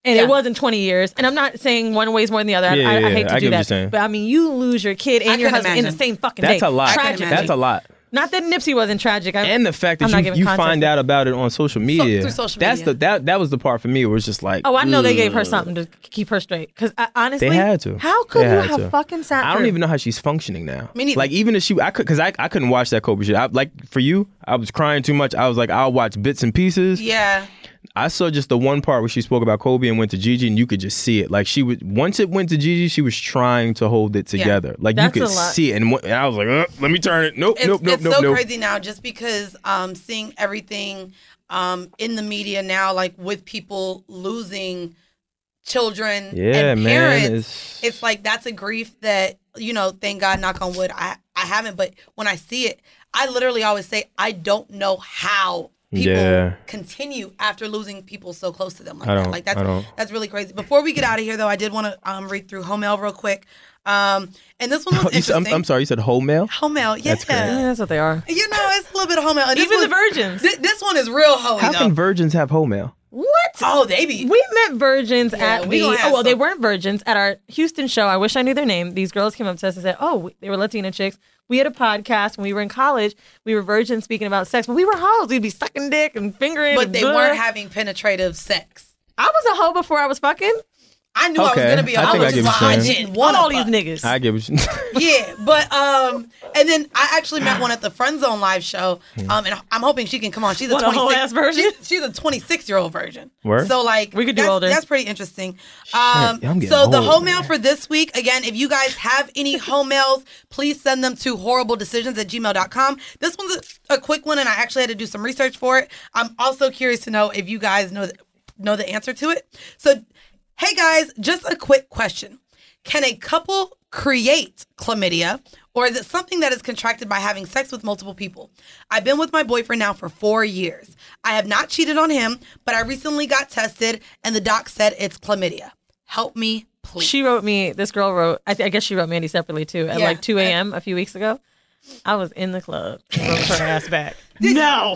Speaker 7: and
Speaker 8: Yeah.
Speaker 7: it wasn't twenty years. And I'm not saying one weighs more than the other. I-
Speaker 9: Yeah,
Speaker 7: I, I
Speaker 9: yeah,
Speaker 7: hate
Speaker 9: yeah. I
Speaker 7: to
Speaker 9: get
Speaker 7: do
Speaker 9: what you're
Speaker 7: that.
Speaker 9: saying.
Speaker 7: But I mean, you lose your kid and your
Speaker 8: couldn't
Speaker 7: husband in
Speaker 8: imagine.
Speaker 7: the same fucking day.
Speaker 9: That's a lot.
Speaker 7: Tragically.
Speaker 9: That's a lot.
Speaker 7: Not that Nipsey wasn't tragic. I,
Speaker 9: and the fact
Speaker 7: I'm
Speaker 9: that
Speaker 7: not
Speaker 9: you,
Speaker 7: giving
Speaker 9: you
Speaker 7: context.
Speaker 9: find out about it on social media.
Speaker 7: through social
Speaker 9: That's
Speaker 7: media.
Speaker 9: the that that was the part for me. Where it was just like,
Speaker 7: Oh, I know they gave her
Speaker 9: ugh.
Speaker 7: something to keep her straight. Because honestly,
Speaker 9: Mm. They had to.
Speaker 7: How
Speaker 9: They
Speaker 7: could you
Speaker 9: had
Speaker 7: have
Speaker 9: to.
Speaker 7: fucking sat?
Speaker 9: I don't
Speaker 7: through-
Speaker 9: even know how she's functioning now.
Speaker 7: Me neither.
Speaker 9: Like even if she, I could, cause I, I couldn't watch that Kobe shit. I, like for you, I was crying too much. I was like, I'll watch bits and pieces.
Speaker 8: Yeah.
Speaker 9: I saw just the one part where she spoke about Kobe and went to Gigi, and you could just see it. Like she was once it went to Gigi, she was trying to hold it
Speaker 8: Yeah.
Speaker 9: together. Like
Speaker 8: That's
Speaker 9: you
Speaker 8: a
Speaker 9: could
Speaker 8: lot.
Speaker 9: see it, and, wh- and I was like, uh, let me turn it. Nope,
Speaker 8: it's,
Speaker 9: nope, nope,
Speaker 8: it's
Speaker 9: nope,
Speaker 8: so
Speaker 9: nope.
Speaker 8: crazy now just because um seeing everything um in the media now like with people losing children
Speaker 9: Yeah,
Speaker 8: and
Speaker 9: man,
Speaker 8: parents
Speaker 9: it's-
Speaker 8: it's, like that's a grief that you know thank god knock on wood i i haven't but when i see it i literally always say i don't know how people
Speaker 9: Yeah.
Speaker 8: continue after losing people so close to them like
Speaker 12: I
Speaker 8: that
Speaker 12: don't-
Speaker 8: like that's
Speaker 12: I don't.
Speaker 8: that's really crazy before we get out of here though i did want to um read through homel real quick um and this
Speaker 9: [LAUGHS] [LAUGHS]
Speaker 8: one was
Speaker 9: You said-
Speaker 8: interesting
Speaker 9: I'm, I'm sorry, you said whole male.
Speaker 8: homel yeah
Speaker 9: That's crazy. Yeah,
Speaker 7: that's what they are
Speaker 8: you know, it's a little bit of homo. This
Speaker 7: Even the
Speaker 8: one-
Speaker 7: virgins.
Speaker 8: thi- this one is real holy
Speaker 9: How
Speaker 8: though.
Speaker 9: can virgins have whole male?
Speaker 7: What?
Speaker 8: Oh, they be.
Speaker 7: We met virgins at
Speaker 8: we
Speaker 7: the. Oh,
Speaker 8: gonna
Speaker 7: well,
Speaker 8: have
Speaker 7: they weren't virgins at our Houston show. I wish I knew their name. These girls came up to us and said, "Oh, we- they were Latina chicks. We had a podcast when we were in college. We were virgins speaking about sex, but we were hoes. We'd be sucking dick and fingering.
Speaker 8: but
Speaker 7: and
Speaker 8: they
Speaker 7: blah."
Speaker 8: weren't having penetrative sex.
Speaker 7: I was a hoe before I was fucking.
Speaker 8: I knew I
Speaker 9: Okay,
Speaker 8: was gonna be a
Speaker 9: I
Speaker 8: hoe.
Speaker 9: think I get what you're
Speaker 8: I
Speaker 9: saying.
Speaker 8: didn't want all these
Speaker 7: niggas.
Speaker 9: I get [LAUGHS]
Speaker 8: [LAUGHS]
Speaker 9: what you.
Speaker 8: yeah, but um, and then I actually met one at the Friend Zone live show.
Speaker 9: Hmm.
Speaker 8: Um, and I'm hoping she can come on. She's a
Speaker 7: What a
Speaker 8: 26
Speaker 7: whole-ass version?
Speaker 8: She's, she's a 26 year old version.
Speaker 9: Word?
Speaker 8: So like we could
Speaker 7: do
Speaker 8: that's,
Speaker 7: older.
Speaker 8: That's pretty interesting. Um,
Speaker 9: I'm getting
Speaker 8: so the
Speaker 9: old,
Speaker 8: home mail for this week again. If you guys have any home mails, please send them to horrible decisions at gmail.com. This one's a, a quick one, and I actually had to do some research for it. I'm also curious to know if you guys know the, know the answer to it. So, hey guys, just a quick question: Can a couple create chlamydia? Or is it something that is contracted by having sex with multiple people? I've been with my boyfriend now for four years. I have not cheated on him, but I recently got tested and the doc said it's chlamydia. Help me, please.
Speaker 7: She wrote me. This girl wrote. I, th- I guess she wrote Mandy separately too. At
Speaker 8: Yeah.
Speaker 7: like 2 a.m. a few weeks ago, I was in the club. Broke her ass back. No,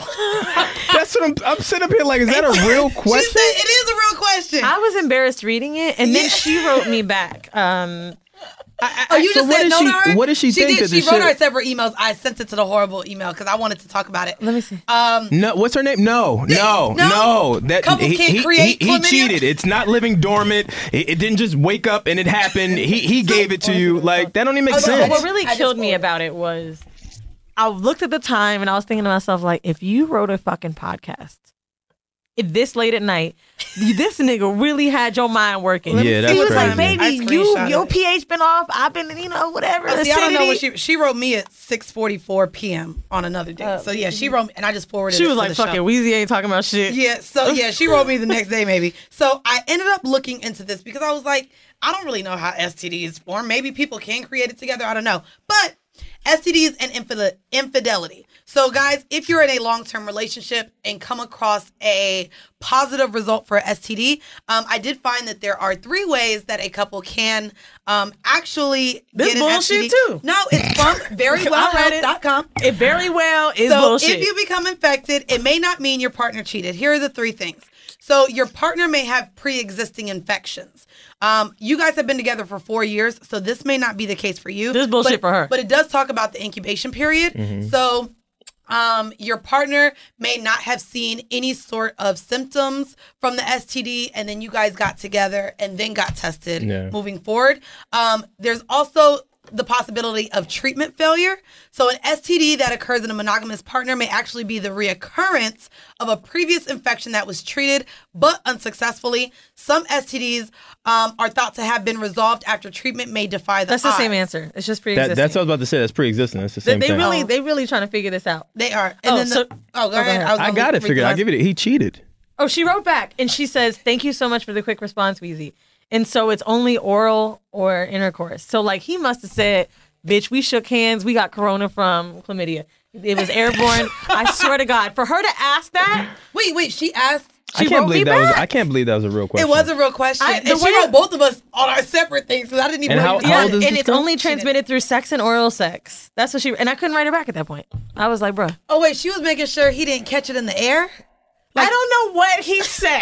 Speaker 9: that's what I'm. I'm sitting up here like, is that a
Speaker 8: [LAUGHS]
Speaker 9: real question?
Speaker 8: it is a real question.
Speaker 7: I was embarrassed reading it, and then she wrote me back. Um,
Speaker 8: Oh, you
Speaker 7: So
Speaker 8: just
Speaker 7: what
Speaker 8: said
Speaker 7: did
Speaker 8: no
Speaker 7: she-
Speaker 8: to her?
Speaker 9: what did she think
Speaker 8: did,
Speaker 9: that
Speaker 8: She
Speaker 9: this
Speaker 8: wrote
Speaker 9: shit-
Speaker 8: her separate emails. I sent it to the horrible email because I wanted to talk about it. Let
Speaker 7: me see.
Speaker 8: Um,
Speaker 9: No, what's her name? No, no,
Speaker 8: No.
Speaker 9: no. That
Speaker 8: Couples
Speaker 9: he,
Speaker 8: can't
Speaker 9: he,
Speaker 8: create
Speaker 9: he, he
Speaker 8: chlamydia.
Speaker 9: cheated. It's not living dormant. It, it didn't just wake up and it happened. He he gave it to you. Like that don't even make
Speaker 7: Although,
Speaker 9: sense.
Speaker 7: What really killed me about it was I looked at the time and I was thinking to myself, like, if you wrote a fucking podcast if this late at night, you- this nigga really had your mind working.
Speaker 9: Let me Yeah, see. that's
Speaker 7: He was like,
Speaker 9: crazy.
Speaker 7: baby,
Speaker 8: I
Speaker 7: you
Speaker 8: screenshot
Speaker 7: your
Speaker 8: it.
Speaker 7: pH been off. I've been, you know, whatever.
Speaker 8: Oh, see, I don't know what
Speaker 7: acidity."
Speaker 8: she she wrote me at six forty four p.m. on another day. so yeah, she wrote me, and I just forwarded.
Speaker 7: She
Speaker 8: it
Speaker 7: was
Speaker 8: to
Speaker 7: like,
Speaker 8: the
Speaker 7: fuck it,
Speaker 8: show.
Speaker 7: Weezy ain't talking about shit.
Speaker 8: Yeah, so yeah, she wrote me
Speaker 7: [LAUGHS]
Speaker 8: the next day maybe. So I ended up looking into this because I was like, I don't really know how STDs form. Maybe people can create it together. I don't know, but STDs and infidel- infidelity. So guys, if you're in a long term relationship and come across a positive result for STD, um, I did find that there are three ways that a couple can um, actually
Speaker 7: This
Speaker 8: get an
Speaker 7: bullshit
Speaker 8: STD.
Speaker 7: too.
Speaker 8: No,
Speaker 7: [LAUGHS]
Speaker 8: it's from verywellhealth.com.
Speaker 7: It very well is
Speaker 8: so
Speaker 7: bullshit.
Speaker 8: if you become infected, it may not mean your partner cheated. Here are the three things. So your partner may have pre-existing infections. Um, you guys have been together for four years, so this may not be the case for you.
Speaker 7: This is bullshit
Speaker 8: but-
Speaker 7: for her.
Speaker 8: But it does talk about the incubation period.
Speaker 7: Mhm.
Speaker 8: So um, your partner may not have seen any sort of symptoms from the STD, and then you guys got together and then got tested
Speaker 12: Yeah.
Speaker 8: moving forward. Um, there's also the possibility of treatment failure. So, an STD that occurs in a monogamous partner may actually be the reoccurrence of a previous infection that was treated but unsuccessfully. Some STDs um, are thought to have been resolved after treatment may defy the
Speaker 7: That's the same
Speaker 8: odds.
Speaker 7: answer. It's just
Speaker 9: That,
Speaker 7: pre-existing.
Speaker 9: that's what I was about to say. That's pre-existing. That's the
Speaker 7: they,
Speaker 9: same
Speaker 7: they
Speaker 9: thing.
Speaker 7: really, they really trying to figure this out.
Speaker 8: They are.
Speaker 7: oh,
Speaker 8: then the-
Speaker 7: so,
Speaker 8: oh, go ahead. I was
Speaker 9: I
Speaker 8: gonna
Speaker 9: got
Speaker 8: read
Speaker 9: it
Speaker 8: the
Speaker 9: figured. I
Speaker 8: last-
Speaker 9: give it. He cheated.
Speaker 7: oh, she wrote back and she says, "Thank you so much for the quick response, Wheezy." And so it's only oral or intercourse. So like he must have said, "Bitch, we shook hands. We got corona from chlamydia. It was airborne." I swear to God, for her to ask that.
Speaker 8: Wait, wait. She asked.
Speaker 9: I can't believe that was. I can't believe that was a real question.
Speaker 8: It was a real question.
Speaker 7: I-
Speaker 8: and
Speaker 7: the
Speaker 8: she
Speaker 7: way-
Speaker 8: wrote both of us on our separate things because I didn't even
Speaker 9: And
Speaker 8: know
Speaker 9: how-
Speaker 8: you-
Speaker 9: how
Speaker 7: Yeah,
Speaker 9: old is
Speaker 7: and
Speaker 9: this
Speaker 7: it's
Speaker 9: girl?
Speaker 7: only transmitted through sex and oral sex. That's what she and I couldn't write her back at that point. I was like, bruh.
Speaker 8: Oh wait, she was making sure he didn't catch it in the air.
Speaker 7: I don't know what he [LAUGHS] said.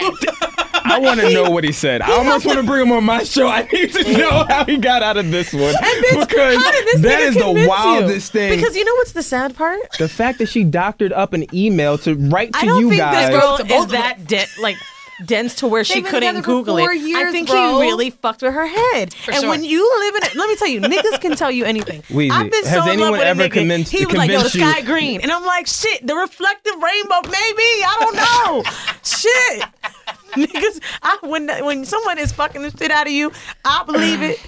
Speaker 9: I want to know what he said. I almost want to bring him on my show. I need
Speaker 7: [LAUGHS]
Speaker 9: to know how he got out of this one because
Speaker 7: How did this
Speaker 9: that
Speaker 7: nigga
Speaker 9: is the
Speaker 7: convince
Speaker 9: wildest
Speaker 7: you?
Speaker 9: thing.
Speaker 7: Because you know what's the sad part?
Speaker 9: the fact that she doctored up an email to write to
Speaker 7: I don't
Speaker 9: you
Speaker 7: think
Speaker 9: guys.
Speaker 7: this girl is that de- like dense to where she
Speaker 8: They've been
Speaker 7: couldn't
Speaker 8: together for
Speaker 7: Google
Speaker 8: four
Speaker 7: it. I
Speaker 8: years,
Speaker 7: think
Speaker 8: bro.
Speaker 7: he really fucked with her head.
Speaker 8: For
Speaker 7: and
Speaker 8: sure.
Speaker 7: when you live in it, let me tell you, niggas can tell
Speaker 9: [LAUGHS]
Speaker 7: you anything.
Speaker 9: Wheezy,
Speaker 7: I've been
Speaker 9: has
Speaker 7: so in love
Speaker 9: anyone
Speaker 7: with
Speaker 9: ever
Speaker 7: a nigga.
Speaker 9: convinced-
Speaker 7: he was like, yo, the
Speaker 9: convinced you-
Speaker 7: sky green, and I'm like, shit, the reflective rainbow, maybe I don't know,
Speaker 8: [LAUGHS]
Speaker 7: shit. Niggas, I, when when someone is fucking the shit out of you, I believe it.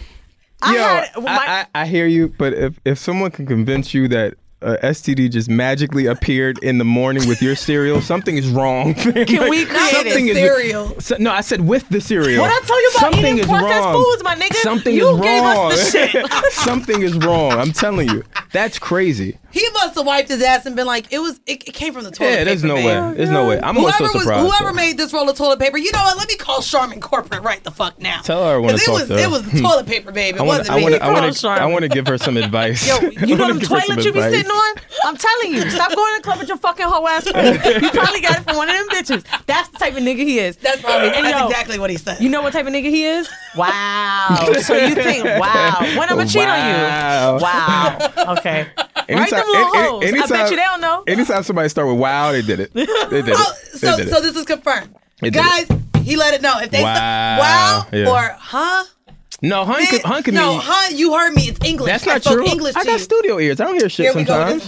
Speaker 7: I
Speaker 9: Yo,
Speaker 7: had my,
Speaker 9: I, I, I hear you, but if, if someone can convince you that uh, a STD just magically appeared in the morning with your cereal, something is wrong. [LAUGHS]
Speaker 7: Can we create a
Speaker 9: is-
Speaker 7: cereal?
Speaker 9: so- no, I said with the cereal.
Speaker 7: What I tell you about
Speaker 9: something
Speaker 7: eating
Speaker 9: is
Speaker 7: processed
Speaker 9: wrong.
Speaker 7: foods, my nigga?
Speaker 9: Something
Speaker 7: You
Speaker 9: is
Speaker 7: gave us
Speaker 9: wrong.
Speaker 7: the
Speaker 9: [LAUGHS]
Speaker 7: shit.
Speaker 9: something is wrong. I'm telling you, that's crazy.
Speaker 8: He must have wiped his ass and been like, "It was. It, it came from the toilet."
Speaker 9: Yeah, there's
Speaker 8: paper,
Speaker 9: no
Speaker 8: babe.
Speaker 9: way. There's no way. I'm
Speaker 8: whoever
Speaker 9: almost so
Speaker 8: was-
Speaker 9: surprised.
Speaker 8: whoever
Speaker 9: though.
Speaker 8: made this roll of toilet paper, you know what? Let me call Charmin Corporate right the fuck now.
Speaker 9: Tell her I want
Speaker 8: 'Cause
Speaker 9: to
Speaker 8: it
Speaker 9: talk
Speaker 8: was
Speaker 9: to her. Hmm.
Speaker 8: it was the toilet paper, babe. It
Speaker 9: I
Speaker 8: wasn't
Speaker 9: want
Speaker 8: me.
Speaker 9: to. I want to. I want to give her some advice.
Speaker 7: Yo, you
Speaker 8: [LAUGHS]
Speaker 9: [LAUGHS] I
Speaker 7: know
Speaker 9: wanna
Speaker 7: them
Speaker 9: give her some
Speaker 7: toilets you be
Speaker 9: advice.
Speaker 7: sitting on? I'm telling you, stop going to the club with your fucking hoe ass friends. You probably got it from one of them bitches. That's the type of nigga he is. That's
Speaker 8: probably- [LAUGHS] that's exactly what he said.
Speaker 7: You know what type of nigga he is? Wow. [LAUGHS] so you think, wow, when I'm gonna cheat on you? Wow. Okay. Right them little hoes. I bet you they don't know.
Speaker 9: Anytime somebody start with wow, they
Speaker 7: [LAUGHS]
Speaker 9: did it. They did it.
Speaker 8: Oh, So,
Speaker 9: they did
Speaker 8: so
Speaker 9: it.
Speaker 8: this is confirmed,
Speaker 9: They did
Speaker 8: guys. He let it know if they said
Speaker 9: Wow.
Speaker 8: wow
Speaker 9: Yeah.
Speaker 8: or huh.
Speaker 9: no, hun, could, hun could
Speaker 8: no,
Speaker 9: mean-
Speaker 8: huh? You heard me. It's English.
Speaker 9: That's
Speaker 8: I
Speaker 9: not
Speaker 8: spoke
Speaker 9: true.
Speaker 8: English
Speaker 9: I
Speaker 8: to
Speaker 9: got
Speaker 8: you.
Speaker 9: studio ears. I don't hear shit
Speaker 8: Here we go.
Speaker 9: sometimes.
Speaker 8: This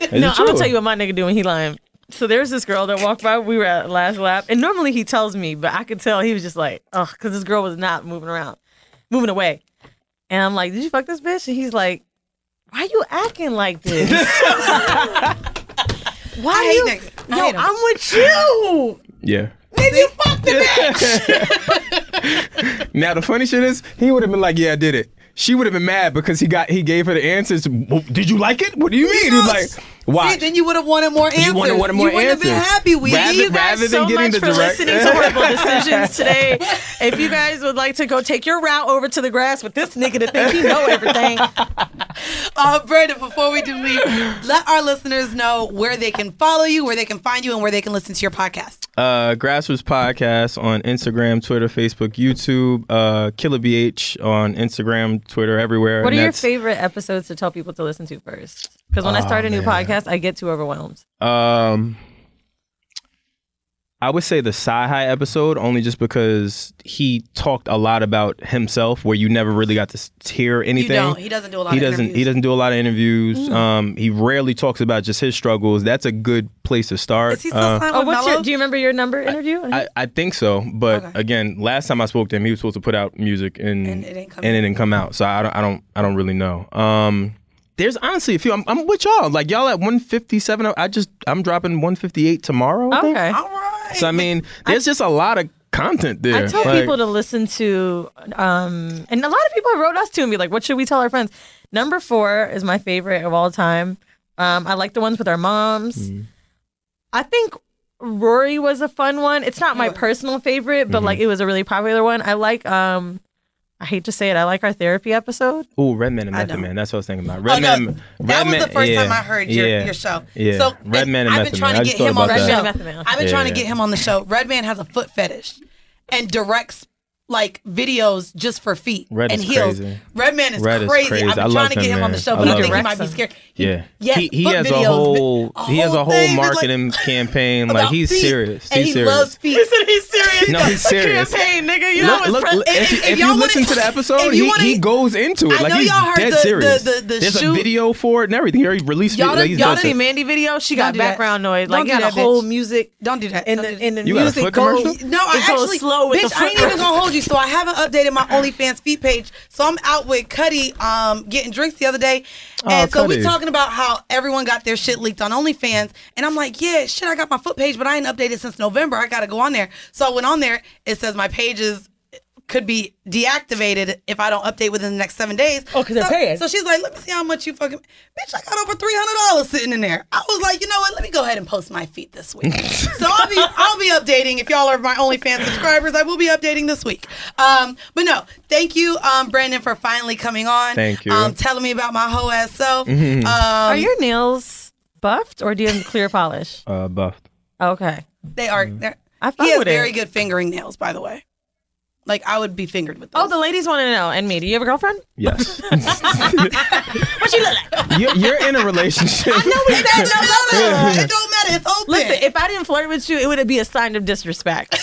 Speaker 9: [LAUGHS] Is it
Speaker 7: No, I'm
Speaker 9: true?
Speaker 7: gonna tell you what my nigga do when he lying. So there's this girl that walked by. We were at last lap, and normally he tells me, but I could tell he was just like, oh, because this girl was not moving around, moving away. And I'm like, did you fuck this bitch? And he's like, why you acting like this? [LAUGHS] why
Speaker 8: I hate
Speaker 7: you?
Speaker 8: niggas. I
Speaker 7: Yo,
Speaker 8: hate 'em.
Speaker 7: I'm with you.
Speaker 9: Yeah.
Speaker 8: Did you fuck the
Speaker 9: Now the funny shit is, he would have been like, "Yeah, I did it." She would have been mad because he got he gave her the answers. "Well, Did you like it? What do you mean? He was like,
Speaker 8: See,
Speaker 9: why?
Speaker 8: then you would have wanted more answers.
Speaker 9: You wanted wanted more
Speaker 8: You wouldn't have been
Speaker 9: answers.
Speaker 8: happy with
Speaker 9: Rather-
Speaker 8: you guys.
Speaker 9: rather than
Speaker 7: so
Speaker 9: getting
Speaker 7: much
Speaker 9: the
Speaker 7: for
Speaker 9: direct-
Speaker 7: listening to horrible [LAUGHS] decisions today. If you guys would like to go take your route over to the grass with this nigga to think he know everything,
Speaker 8: Uh, Brenda, before we do leave, let our listeners know where they can follow you, where they can find you, and where they can listen to your podcast.
Speaker 9: Uh, Grassroots Podcast on Instagram, Twitter, Facebook, YouTube. Uh, Killer BH on Instagram, Twitter, everywhere.
Speaker 7: [LAUGHS] What
Speaker 9: and
Speaker 7: are your
Speaker 9: that's-
Speaker 7: favorite episodes to tell people to listen to first? Because when I
Speaker 9: Oh,
Speaker 7: start a new
Speaker 9: man.
Speaker 7: podcast, I get too overwhelmed.
Speaker 9: Um, I would say the Sci High episode only just because he talked a lot about himself, where you never really got to s- hear anything.
Speaker 8: don't. He doesn't do a lot
Speaker 9: He
Speaker 8: of
Speaker 9: doesn't. He
Speaker 8: interviews. Mm.
Speaker 9: doesn't do a lot of interviews. Um, he rarely talks about just his struggles. That's a good place to start. Uh,
Speaker 7: oh, what's your, do you remember your number interview?
Speaker 9: I, I think so, but again, last time I spoke to him, he was supposed to put out music and and it didn't come, out. So I don't, I don't, I don't really know. Um, there's honestly a few. I'm, I'm with y'all. Like y'all at 157. I just I'm dropping 158 tomorrow. I think.
Speaker 7: Okay.
Speaker 9: So I mean, there's just a lot of content there.
Speaker 7: I tell
Speaker 9: Like,
Speaker 7: people to listen to, um, and a lot of people wrote us to me like, "What should we tell our friends?" Number four is my favorite of all time. Um, I like the ones with our moms.
Speaker 9: Mm.
Speaker 7: I think Rory
Speaker 9: Mm-hmm.
Speaker 7: was a fun one. It's not my personal favorite, but like it was a really popular one. I like um I hate to say it. I like our therapy [LAUGHS] episode.
Speaker 9: Ooh, Redman and
Speaker 7: I
Speaker 9: Method
Speaker 7: know.
Speaker 9: Man. That's what I was thinking about.
Speaker 7: Oh, no,
Speaker 9: Redman.
Speaker 8: That
Speaker 9: Redman,
Speaker 8: was the first
Speaker 9: yeah,
Speaker 8: time I heard your,
Speaker 9: yeah,
Speaker 8: your show.
Speaker 9: Yeah.
Speaker 8: So
Speaker 9: Redman and
Speaker 8: I've
Speaker 9: Method
Speaker 8: been trying
Speaker 9: Man. I
Speaker 8: to
Speaker 9: just
Speaker 8: get him
Speaker 9: thought
Speaker 8: on
Speaker 9: about
Speaker 8: the
Speaker 9: that.
Speaker 8: show.
Speaker 7: Method Man.
Speaker 8: I've been trying to
Speaker 9: Yeah.
Speaker 8: get him on the show. Redman has a foot fetish and directs like videos just for feet
Speaker 9: Red
Speaker 8: and
Speaker 9: is
Speaker 8: heels.
Speaker 9: crazy.
Speaker 8: Redman is,
Speaker 9: Red is
Speaker 8: crazy.
Speaker 9: crazy.
Speaker 8: I've
Speaker 9: I
Speaker 8: been trying
Speaker 9: love
Speaker 8: to get him,
Speaker 9: him,
Speaker 8: on the
Speaker 9: man.
Speaker 8: show,
Speaker 9: I
Speaker 8: but I,
Speaker 9: love
Speaker 8: think he
Speaker 9: him.
Speaker 8: might be scared.
Speaker 9: Yeah.
Speaker 8: yes,
Speaker 9: he he
Speaker 8: foot
Speaker 9: has
Speaker 8: videos,
Speaker 9: a whole he has a
Speaker 8: whole
Speaker 9: whole
Speaker 8: thing with, like,
Speaker 9: marketing campaign. Like he's
Speaker 8: feet,
Speaker 9: serious.
Speaker 8: and
Speaker 9: he's
Speaker 8: he
Speaker 9: serious.
Speaker 8: loves feet. He said he's serious.
Speaker 9: No, he's serious. look, look, look, if, you- if you listen
Speaker 8: [LAUGHS]
Speaker 9: to the episode, he, he goes into it.
Speaker 8: I
Speaker 9: like
Speaker 8: know
Speaker 9: he's
Speaker 8: y'all heard
Speaker 9: dead
Speaker 8: the- the-
Speaker 9: serious.
Speaker 8: the- the
Speaker 9: There's
Speaker 8: shoot-
Speaker 9: a video for it and everything. He already released
Speaker 7: Y'all
Speaker 9: it.
Speaker 7: done,
Speaker 9: He's
Speaker 7: y'all
Speaker 9: done
Speaker 7: done see
Speaker 9: it.
Speaker 7: Mandy video? She
Speaker 8: Don't
Speaker 7: got
Speaker 8: do that.
Speaker 7: background noise. Like
Speaker 8: Don't
Speaker 7: you
Speaker 8: do
Speaker 7: got a
Speaker 8: that,
Speaker 7: whole
Speaker 8: bitch.
Speaker 7: music.
Speaker 8: Don't do that.
Speaker 7: And
Speaker 8: Don't
Speaker 7: the,
Speaker 8: do that.
Speaker 7: and the
Speaker 9: You got a
Speaker 7: music
Speaker 9: foot
Speaker 7: goes.
Speaker 9: commercial?
Speaker 8: No, I
Speaker 7: it goes
Speaker 8: actually,
Speaker 7: slow with
Speaker 8: bitch,
Speaker 7: the
Speaker 8: I ain't even
Speaker 7: foot
Speaker 8: gonna hold you. So I haven't updated my OnlyFans feed page. So I'm out with Cuddy, um, getting drinks the other day,
Speaker 9: Oh,
Speaker 8: and so we
Speaker 9: Cudi.
Speaker 8: talking about how everyone got their shit leaked on OnlyFans, and I'm like, yeah, shit, I got my foot page, but I ain't updated since November. I gotta go on there. So I went on there. It says my pages could be deactivated if I don't update within the next seven days.
Speaker 7: Oh, 'cause
Speaker 8: so,
Speaker 7: they're paying.
Speaker 8: So she's like, let me see how much you fucking bitch. I got over three hundred dollars sitting in there. I was like, you know what? Let me go ahead and post my feet
Speaker 9: [LAUGHS]
Speaker 8: this week. so I'll be I'll be updating. If y'all are my OnlyFans subscribers, I will be updating this week. Um, but no, thank you, um, Brandon, for finally coming on.
Speaker 9: Thank you.
Speaker 8: Um, telling me about my hoe
Speaker 9: [LAUGHS]
Speaker 8: ass self.
Speaker 9: Mhm.
Speaker 8: Um,
Speaker 7: Are your nails buffed or do you have clear polish?
Speaker 9: Uh, buffed.
Speaker 7: [LAUGHS] Okay.
Speaker 8: They are. They're,
Speaker 7: I fuck
Speaker 8: he has
Speaker 7: with
Speaker 8: very
Speaker 7: it.
Speaker 8: good fingering nails, by the way. Like I would be fingered with.
Speaker 7: Oh, the ladies want to know, and me. Do you have a girlfriend?
Speaker 9: Yes.
Speaker 8: [LAUGHS]
Speaker 9: You're, you're in a relationship. I know [LAUGHS]
Speaker 8: No, no, no, it don't matter. It's open.
Speaker 7: Listen, if I didn't flirt with you, it would be a sign of [LAUGHS] disrespect.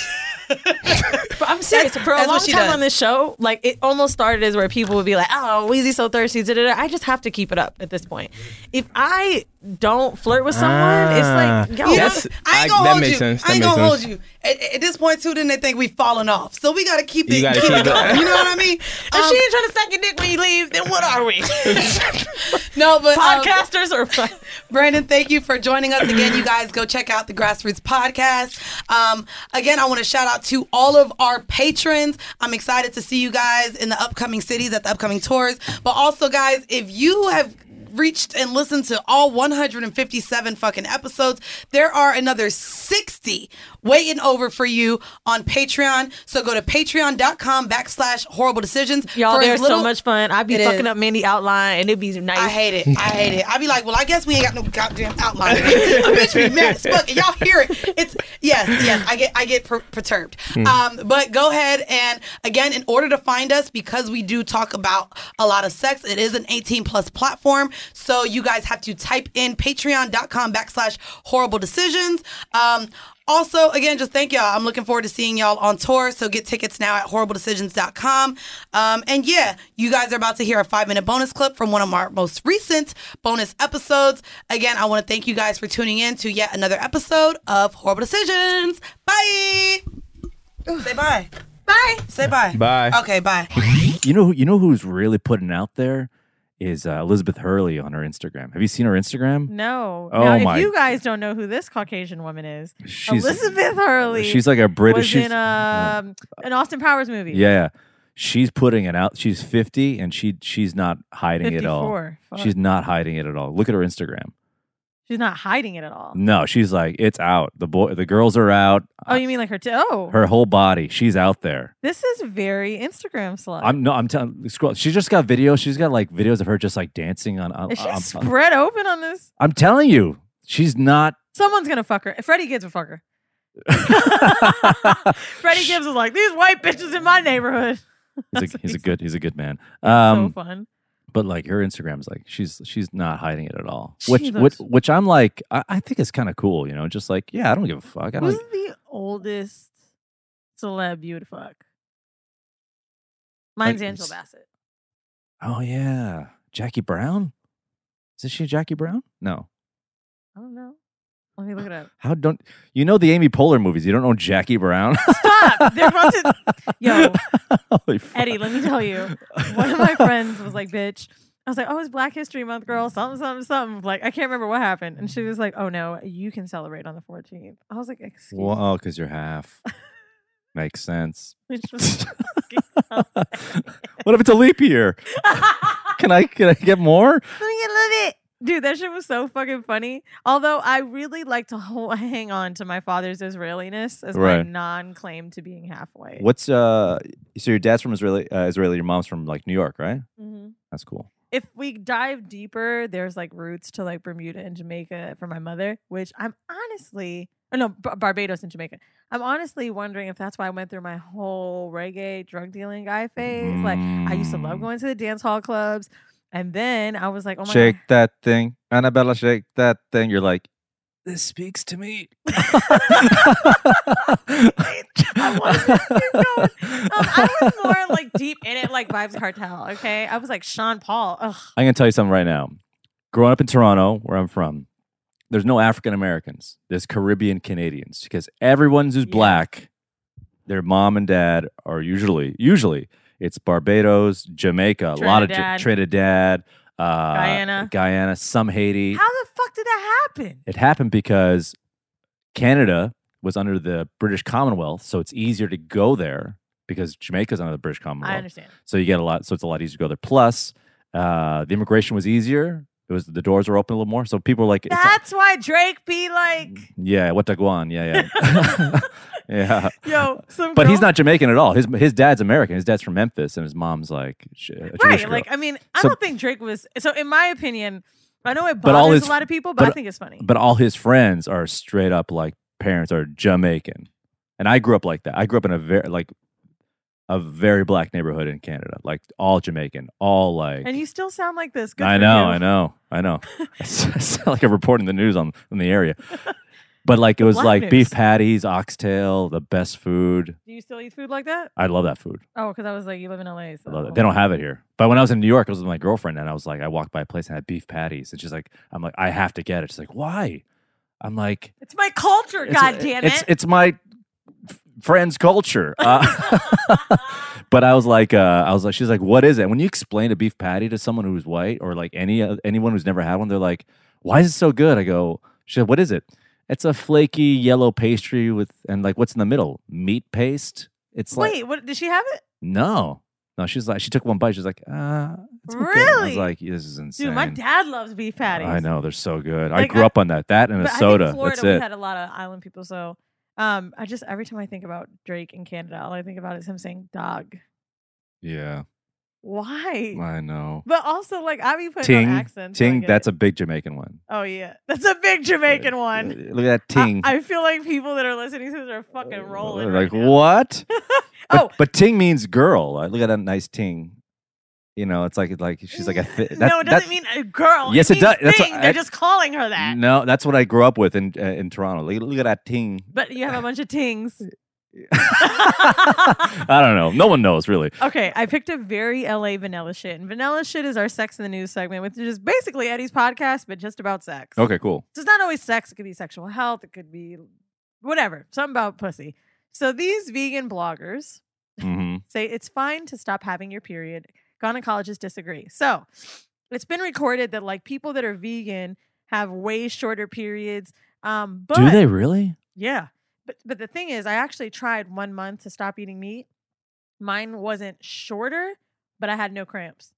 Speaker 7: But I'm serious. For a
Speaker 8: that's what
Speaker 7: long
Speaker 8: she
Speaker 7: time
Speaker 8: does.
Speaker 7: on this show, like it almost started as where people would be like, "Oh, Wheezy's so thirsty." Da, da, da. I just have to keep it up at this point. If I don't flirt with someone, it's like, yo,
Speaker 9: Ah,
Speaker 8: You know,
Speaker 9: That's-
Speaker 8: I
Speaker 9: I-
Speaker 8: ain't gonna
Speaker 9: that
Speaker 8: hold
Speaker 9: makes
Speaker 8: you.
Speaker 9: sense.
Speaker 8: I ain't
Speaker 9: That makes
Speaker 8: gonna hold
Speaker 9: sense.
Speaker 8: you. At, at this point, too, then they think we falling off. So we gotta keep it.
Speaker 9: You gotta
Speaker 8: keep
Speaker 9: keep
Speaker 8: it
Speaker 9: it.
Speaker 8: going. You know what I mean?
Speaker 7: if
Speaker 8: Um,
Speaker 7: she ain't trying to suck your dick when you leave, then what are we?
Speaker 8: [LAUGHS] no,
Speaker 7: Uh,
Speaker 8: but um,
Speaker 7: Podcasters or what?
Speaker 8: Brandon, thank you for joining us again. You guys go check out the Grassroots Podcast. Um, again, I want to shout out to all of our patrons. I'm excited to see you guys in the upcoming cities at the upcoming tours. But also, guys, if you have reached and listened to all 157 fucking episodes, there are another 60 waiting over for you on Patreon. So go to patreon.com backslash horrible decisions.
Speaker 7: [LAUGHS] Y'all,
Speaker 8: For as
Speaker 7: there's so
Speaker 8: little-
Speaker 7: much fun. I'd be
Speaker 8: It
Speaker 7: fucking
Speaker 8: is.
Speaker 7: up Mandy outline, and it'd be nice.
Speaker 8: I hate it. I hate it. I'd be like, well, I guess we ain't got no goddamn outline. Bitch, be mad as fuck. And Y'all hear it? It's yes, yes. I get, I get per- perturbed. Um, but go ahead and again, in order to find us, because we do talk about a lot of sex, it is an 18 plus platform. So you guys have to type in Patreon.com backslash Horrible Decisions. Um, also, again, just thank y'all. I'm looking forward to seeing y'all on tour. So get tickets now at horribledecisions.com. Um, and yeah, you guys are about to hear a five minute bonus clip from one of our most recent bonus episodes. Again, I want to thank you guys for tuning in to yet another episode of Horrible Decisions. Bye. Say bye. Bye. Say bye.
Speaker 9: Bye.
Speaker 8: Okay, bye.
Speaker 12: You know, who- you know who's really putting out there is uh, Elizabeth Hurley on her Instagram. Have you seen her Instagram?
Speaker 7: No.
Speaker 12: Oh
Speaker 7: now,
Speaker 12: my-
Speaker 7: if you guys don't know who this Caucasian woman is,
Speaker 12: She's-
Speaker 7: Elizabeth Hurley.
Speaker 12: she's like a British-
Speaker 7: Was
Speaker 12: she's-
Speaker 7: in um, an Austin Powers movie.
Speaker 12: Yeah, she's putting it out. She's fifty, and she she's not hiding it at all.
Speaker 7: 54, fuck.
Speaker 12: She's not hiding it at all. Look at her Instagram.
Speaker 7: She's not hiding it at all.
Speaker 12: No, she's like it's out. The boy, the girls are out.
Speaker 7: Oh, you mean like her? T- oh,
Speaker 12: Her whole body, she's out there.
Speaker 7: this is very Instagram slut.
Speaker 12: I'm no, I'm telling. Scroll. She's just got videos. She's got like videos of her just like dancing on. on
Speaker 7: Is she
Speaker 12: on- on-
Speaker 7: spread open on this?
Speaker 12: I'm telling you, she's not.
Speaker 7: Someone's gonna fuck her. Freddie Gibbs will fuck
Speaker 12: [LAUGHS]
Speaker 7: her. [LAUGHS] Freddie Gibbs is like these white bitches in my neighborhood.
Speaker 12: He's a, he's a good. He's a good man.
Speaker 7: so
Speaker 12: Um,
Speaker 7: fun.
Speaker 12: but like her Instagram's like she's she's not hiding it at all.
Speaker 7: She
Speaker 12: Which which,
Speaker 7: looks-
Speaker 12: which I'm like I, I think is kind of cool. You know, just like yeah, I don't give a fuck. I
Speaker 7: Who's
Speaker 12: don't.
Speaker 7: the oldest celeb you would fuck? Mine's
Speaker 12: Like,
Speaker 7: Angela
Speaker 12: it's-
Speaker 7: Bassett.
Speaker 12: Oh yeah, Jackie Brown. Is she Jackie Brown? No.
Speaker 7: I don't know. Let me look it up.
Speaker 12: [SIGHS] How don't you know the Amy Poehler movies? You don't know Jackie Brown?
Speaker 7: Stop! They're about to.
Speaker 12: [LAUGHS]
Speaker 7: Yo,
Speaker 12: Holy fuck.
Speaker 7: Eddie, let me tell you. One of my friends was like, bitch. I was like, oh, it's Black History Month, girl. Something, something, something. Like, I can't remember what happened. And she was like, oh, no, you can celebrate on the 14th. I was like, excuse me.
Speaker 12: Well, oh, because you're
Speaker 7: [LAUGHS]
Speaker 12: half. Makes sense.
Speaker 7: Which
Speaker 12: [LAUGHS]
Speaker 7: was
Speaker 12: what
Speaker 7: [LAUGHS]
Speaker 12: if it's a leap year? Can I can I get more?
Speaker 7: Let me get a little bit. Dude, that shit was so fucking funny. Although I really like to ho- hang on to my father's Israeliness as my
Speaker 12: Right.
Speaker 7: non-claim to being halfway.
Speaker 12: What's uh? So your dad's from Israeli, uh, Israeli. Your mom's from like New York, right?
Speaker 7: Mhm.
Speaker 12: That's cool.
Speaker 7: If we dive deeper, there's like roots to like Bermuda and Jamaica for my mother, which I'm honestly, or no, B- Barbados and Jamaica. I'm honestly wondering if that's why I went through my whole reggae drug dealing guy phase. Like I used to
Speaker 12: Mm.
Speaker 7: love going to the dance hall clubs, and then I was like, oh my
Speaker 12: shake
Speaker 7: god,
Speaker 12: that thing, Annabella. Shake that thing. You're like, This speaks to me.
Speaker 7: Um, I was more
Speaker 12: [LAUGHS]
Speaker 7: like deep in it, like Vibes Cartel. Okay, I was like Sean Paul. Ugh.
Speaker 12: I'm gonna tell you something right now. Growing up in Toronto, where I'm from, there's no African Americans. There's Caribbean Canadians because everyone who's black, their mom and dad are usually usually it's Barbados, Jamaica, a lot of Ja-
Speaker 7: Trinidad.
Speaker 12: Trinidad, uh,
Speaker 7: Guyana.
Speaker 12: Guyana, some Haiti.
Speaker 7: How the fuck did that happen?
Speaker 12: It happened because Canada was under the British Commonwealth, so it's easier to go there because Jamaica's under the British Commonwealth.
Speaker 7: I understand.
Speaker 12: So you get a lot. So it's a lot easier to go there. Plus, uh, the immigration was easier. It was the doors were open a little more. So people were like, it's-
Speaker 7: That's why Drake be like,
Speaker 12: yeah, what the guan? Yeah,
Speaker 7: [LAUGHS]
Speaker 12: yeah, [LAUGHS] yeah.
Speaker 7: yo, some.
Speaker 12: But he's
Speaker 7: girl-
Speaker 12: not Jamaican at all. His his dad's American. His dad's from Memphis, and his mom's like sh- a Jewish
Speaker 7: right.
Speaker 12: girl.
Speaker 7: Like I mean, I
Speaker 12: So-
Speaker 7: don't think Drake was. So in my opinion, I know it
Speaker 12: But all
Speaker 7: bothers
Speaker 12: his-
Speaker 7: a lot of people, but, I
Speaker 12: but-
Speaker 7: think it's funny.
Speaker 12: But all his friends are straight up like parents are Jamaican, and I grew up like that. I grew up in a very like a very black neighborhood in Canada, like all Jamaican, all like
Speaker 7: and you still sound like this. Good
Speaker 12: I
Speaker 7: for
Speaker 12: know,
Speaker 7: you.
Speaker 12: I know, I
Speaker 7: [LAUGHS]
Speaker 12: know. [LAUGHS] I sound like I'm reporting the news on in the area, but like it was
Speaker 7: black
Speaker 12: like
Speaker 7: news.
Speaker 12: beef patties, oxtail, the best food.
Speaker 7: Do you still eat food like that?
Speaker 12: I love that food.
Speaker 7: Oh, because I was like, you live in LA.
Speaker 12: I
Speaker 7: So.
Speaker 12: love it. They don't have it here. But when I was in New York, I was with my girlfriend, and I was like, I walked by a place and had beef patties, and she's like, I'm like, I have to get it. She's like, why? I'm like,
Speaker 7: It's my culture.
Speaker 12: it's-
Speaker 7: God damn
Speaker 12: It's
Speaker 7: it.
Speaker 12: it's my f- friend's culture. Uh, [LAUGHS] but I was like, uh, I was like, she's like, what is it? When you explain a beef patty to someone who's white or like any uh, anyone who's never had one, they're like, why is it so good? I go, she said, what is it? It's a flaky yellow pastry with and like what's in the middle? Meat paste. It's like
Speaker 7: Wait, what did she have it?
Speaker 12: no, no. She's like, she took one bite. She's like, uh, it's okay. I
Speaker 7: Really?
Speaker 12: was like, this is insane.
Speaker 7: Dude, my dad loves beef patties.
Speaker 12: I know they're so good.
Speaker 7: Like,
Speaker 12: I grew
Speaker 7: I-
Speaker 12: up on that. That and
Speaker 7: But
Speaker 12: a
Speaker 7: I think
Speaker 12: soda.
Speaker 7: Florida,
Speaker 12: That's
Speaker 7: we
Speaker 12: it.
Speaker 7: had a lot of island people, so um, I just every time I think about Drake in Canada, all I think about is him saying "dog."
Speaker 12: yeah,
Speaker 7: Why?
Speaker 12: I know.
Speaker 7: But also, like I be putting
Speaker 12: Ting,
Speaker 7: on accents. so I
Speaker 12: ting.
Speaker 7: get
Speaker 12: That's
Speaker 7: it.
Speaker 12: a big Jamaican one.
Speaker 7: Oh yeah, [LAUGHS] that's a big Jamaican one.
Speaker 12: Look at that ting. Uh,
Speaker 7: I feel like people that are listening to this are fucking rolling.
Speaker 12: like
Speaker 7: Right
Speaker 12: [LAUGHS]
Speaker 7: now.
Speaker 12: what? but,
Speaker 7: Oh.
Speaker 12: but ting means girl. Like, Look at that nice ting. You know, it's like like she's like a thi- that- [LAUGHS]
Speaker 7: no, it
Speaker 12: that-
Speaker 7: doesn't mean a girl.
Speaker 12: Yes, it
Speaker 7: means
Speaker 12: does. That's what
Speaker 7: thing.
Speaker 12: I-
Speaker 7: They're just calling her that.
Speaker 12: No, that's what I grew up with in uh, in Toronto. Look, look at that ting.
Speaker 7: But you have a bunch
Speaker 12: [LAUGHS]
Speaker 7: of tings.
Speaker 12: I don't know. Oh, No one knows really.
Speaker 7: Okay, I picked a very LA vanilla shit, and vanilla shit is our sex in the news segment, which is basically Eddie's podcast, but just about sex.
Speaker 12: Okay, cool.
Speaker 7: So it's not always sex. It could be sexual health. It could be whatever. Something about pussy. So these vegan bloggers
Speaker 12: hmm
Speaker 7: say it's fine to stop having your period. Gynecologists disagree. So it's been recorded that like people that are vegan have way shorter periods. Um, but
Speaker 12: Do they really?
Speaker 7: yeah. But but the thing is, I actually tried one month to stop eating meat. Mine wasn't shorter, but I had no cramps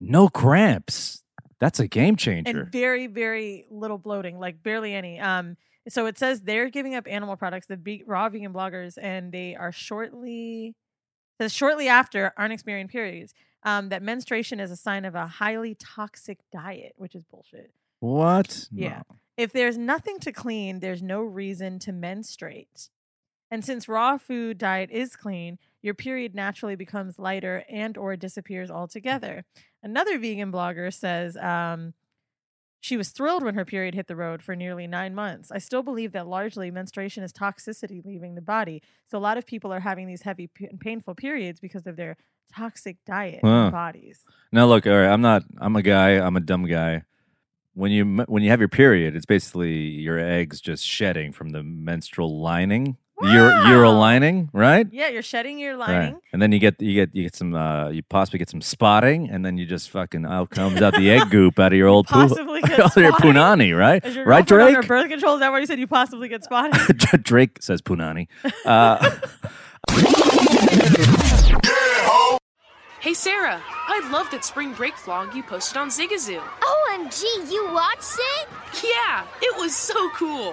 Speaker 12: No cramps. That's a game changer.
Speaker 7: and very very little bloating, like barely any. Um, so it says they're giving up animal products, the be- raw vegan bloggers, and they are shortly says shortly after aren't experiencing periods. Um, that menstruation is a sign of a highly toxic diet, which is bullshit.
Speaker 12: what?
Speaker 7: Yeah. If there's nothing to clean, there's no reason to menstruate. And since raw food diet is clean, your period naturally becomes lighter and or disappears altogether. Another vegan blogger says um, she was thrilled when her period hit the road for nearly nine months. I still believe that largely menstruation is toxicity leaving the body. So a lot of people are having these heavy p- and painful periods because of their toxic diet
Speaker 12: Huh.
Speaker 7: and bodies.
Speaker 12: Now look, all right, I'm not I'm a guy, I'm a dumb guy. When you m- when you have your period, it's basically your eggs just shedding from the menstrual lining, your ural lining, right?
Speaker 7: Yeah, you're shedding your
Speaker 12: Right.
Speaker 7: lining.
Speaker 12: And then you get you get you get some uh you possibly get some spotting and then you just fucking out comes out the egg goop out of your old poo- [LAUGHS]
Speaker 7: possibly get
Speaker 12: out of your
Speaker 7: spotting?
Speaker 12: punani, right?
Speaker 7: Is your
Speaker 12: Right,
Speaker 7: girlfriend on her
Speaker 12: Drake?
Speaker 7: birth control? Is that why you said you possibly get spotted?
Speaker 12: Drake says punani. Uh,
Speaker 3: Hey Sarah, I love that spring break vlog you posted on Zigazoo.
Speaker 4: Oh, OMG, you watched it?
Speaker 3: Yeah, it was so cool.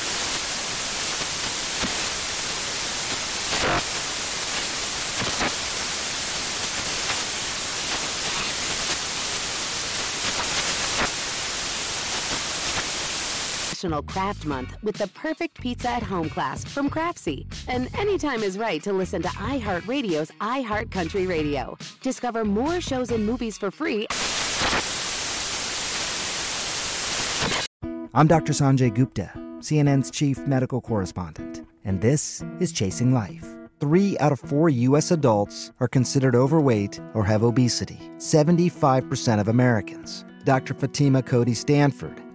Speaker 6: National Craft Month with the perfect pizza at home class from Craftsy. And anytime is right to listen to iHeartRadio's iHeartCountry Radio. Discover more shows and movies for free.
Speaker 13: I'm Dr. Sanjay Gupta, CNN's chief medical correspondent, and this is Chasing Life. Three out of four U.S. adults are considered overweight or have obesity, 75% of Americans. Dr. Fatima Cody Stanford.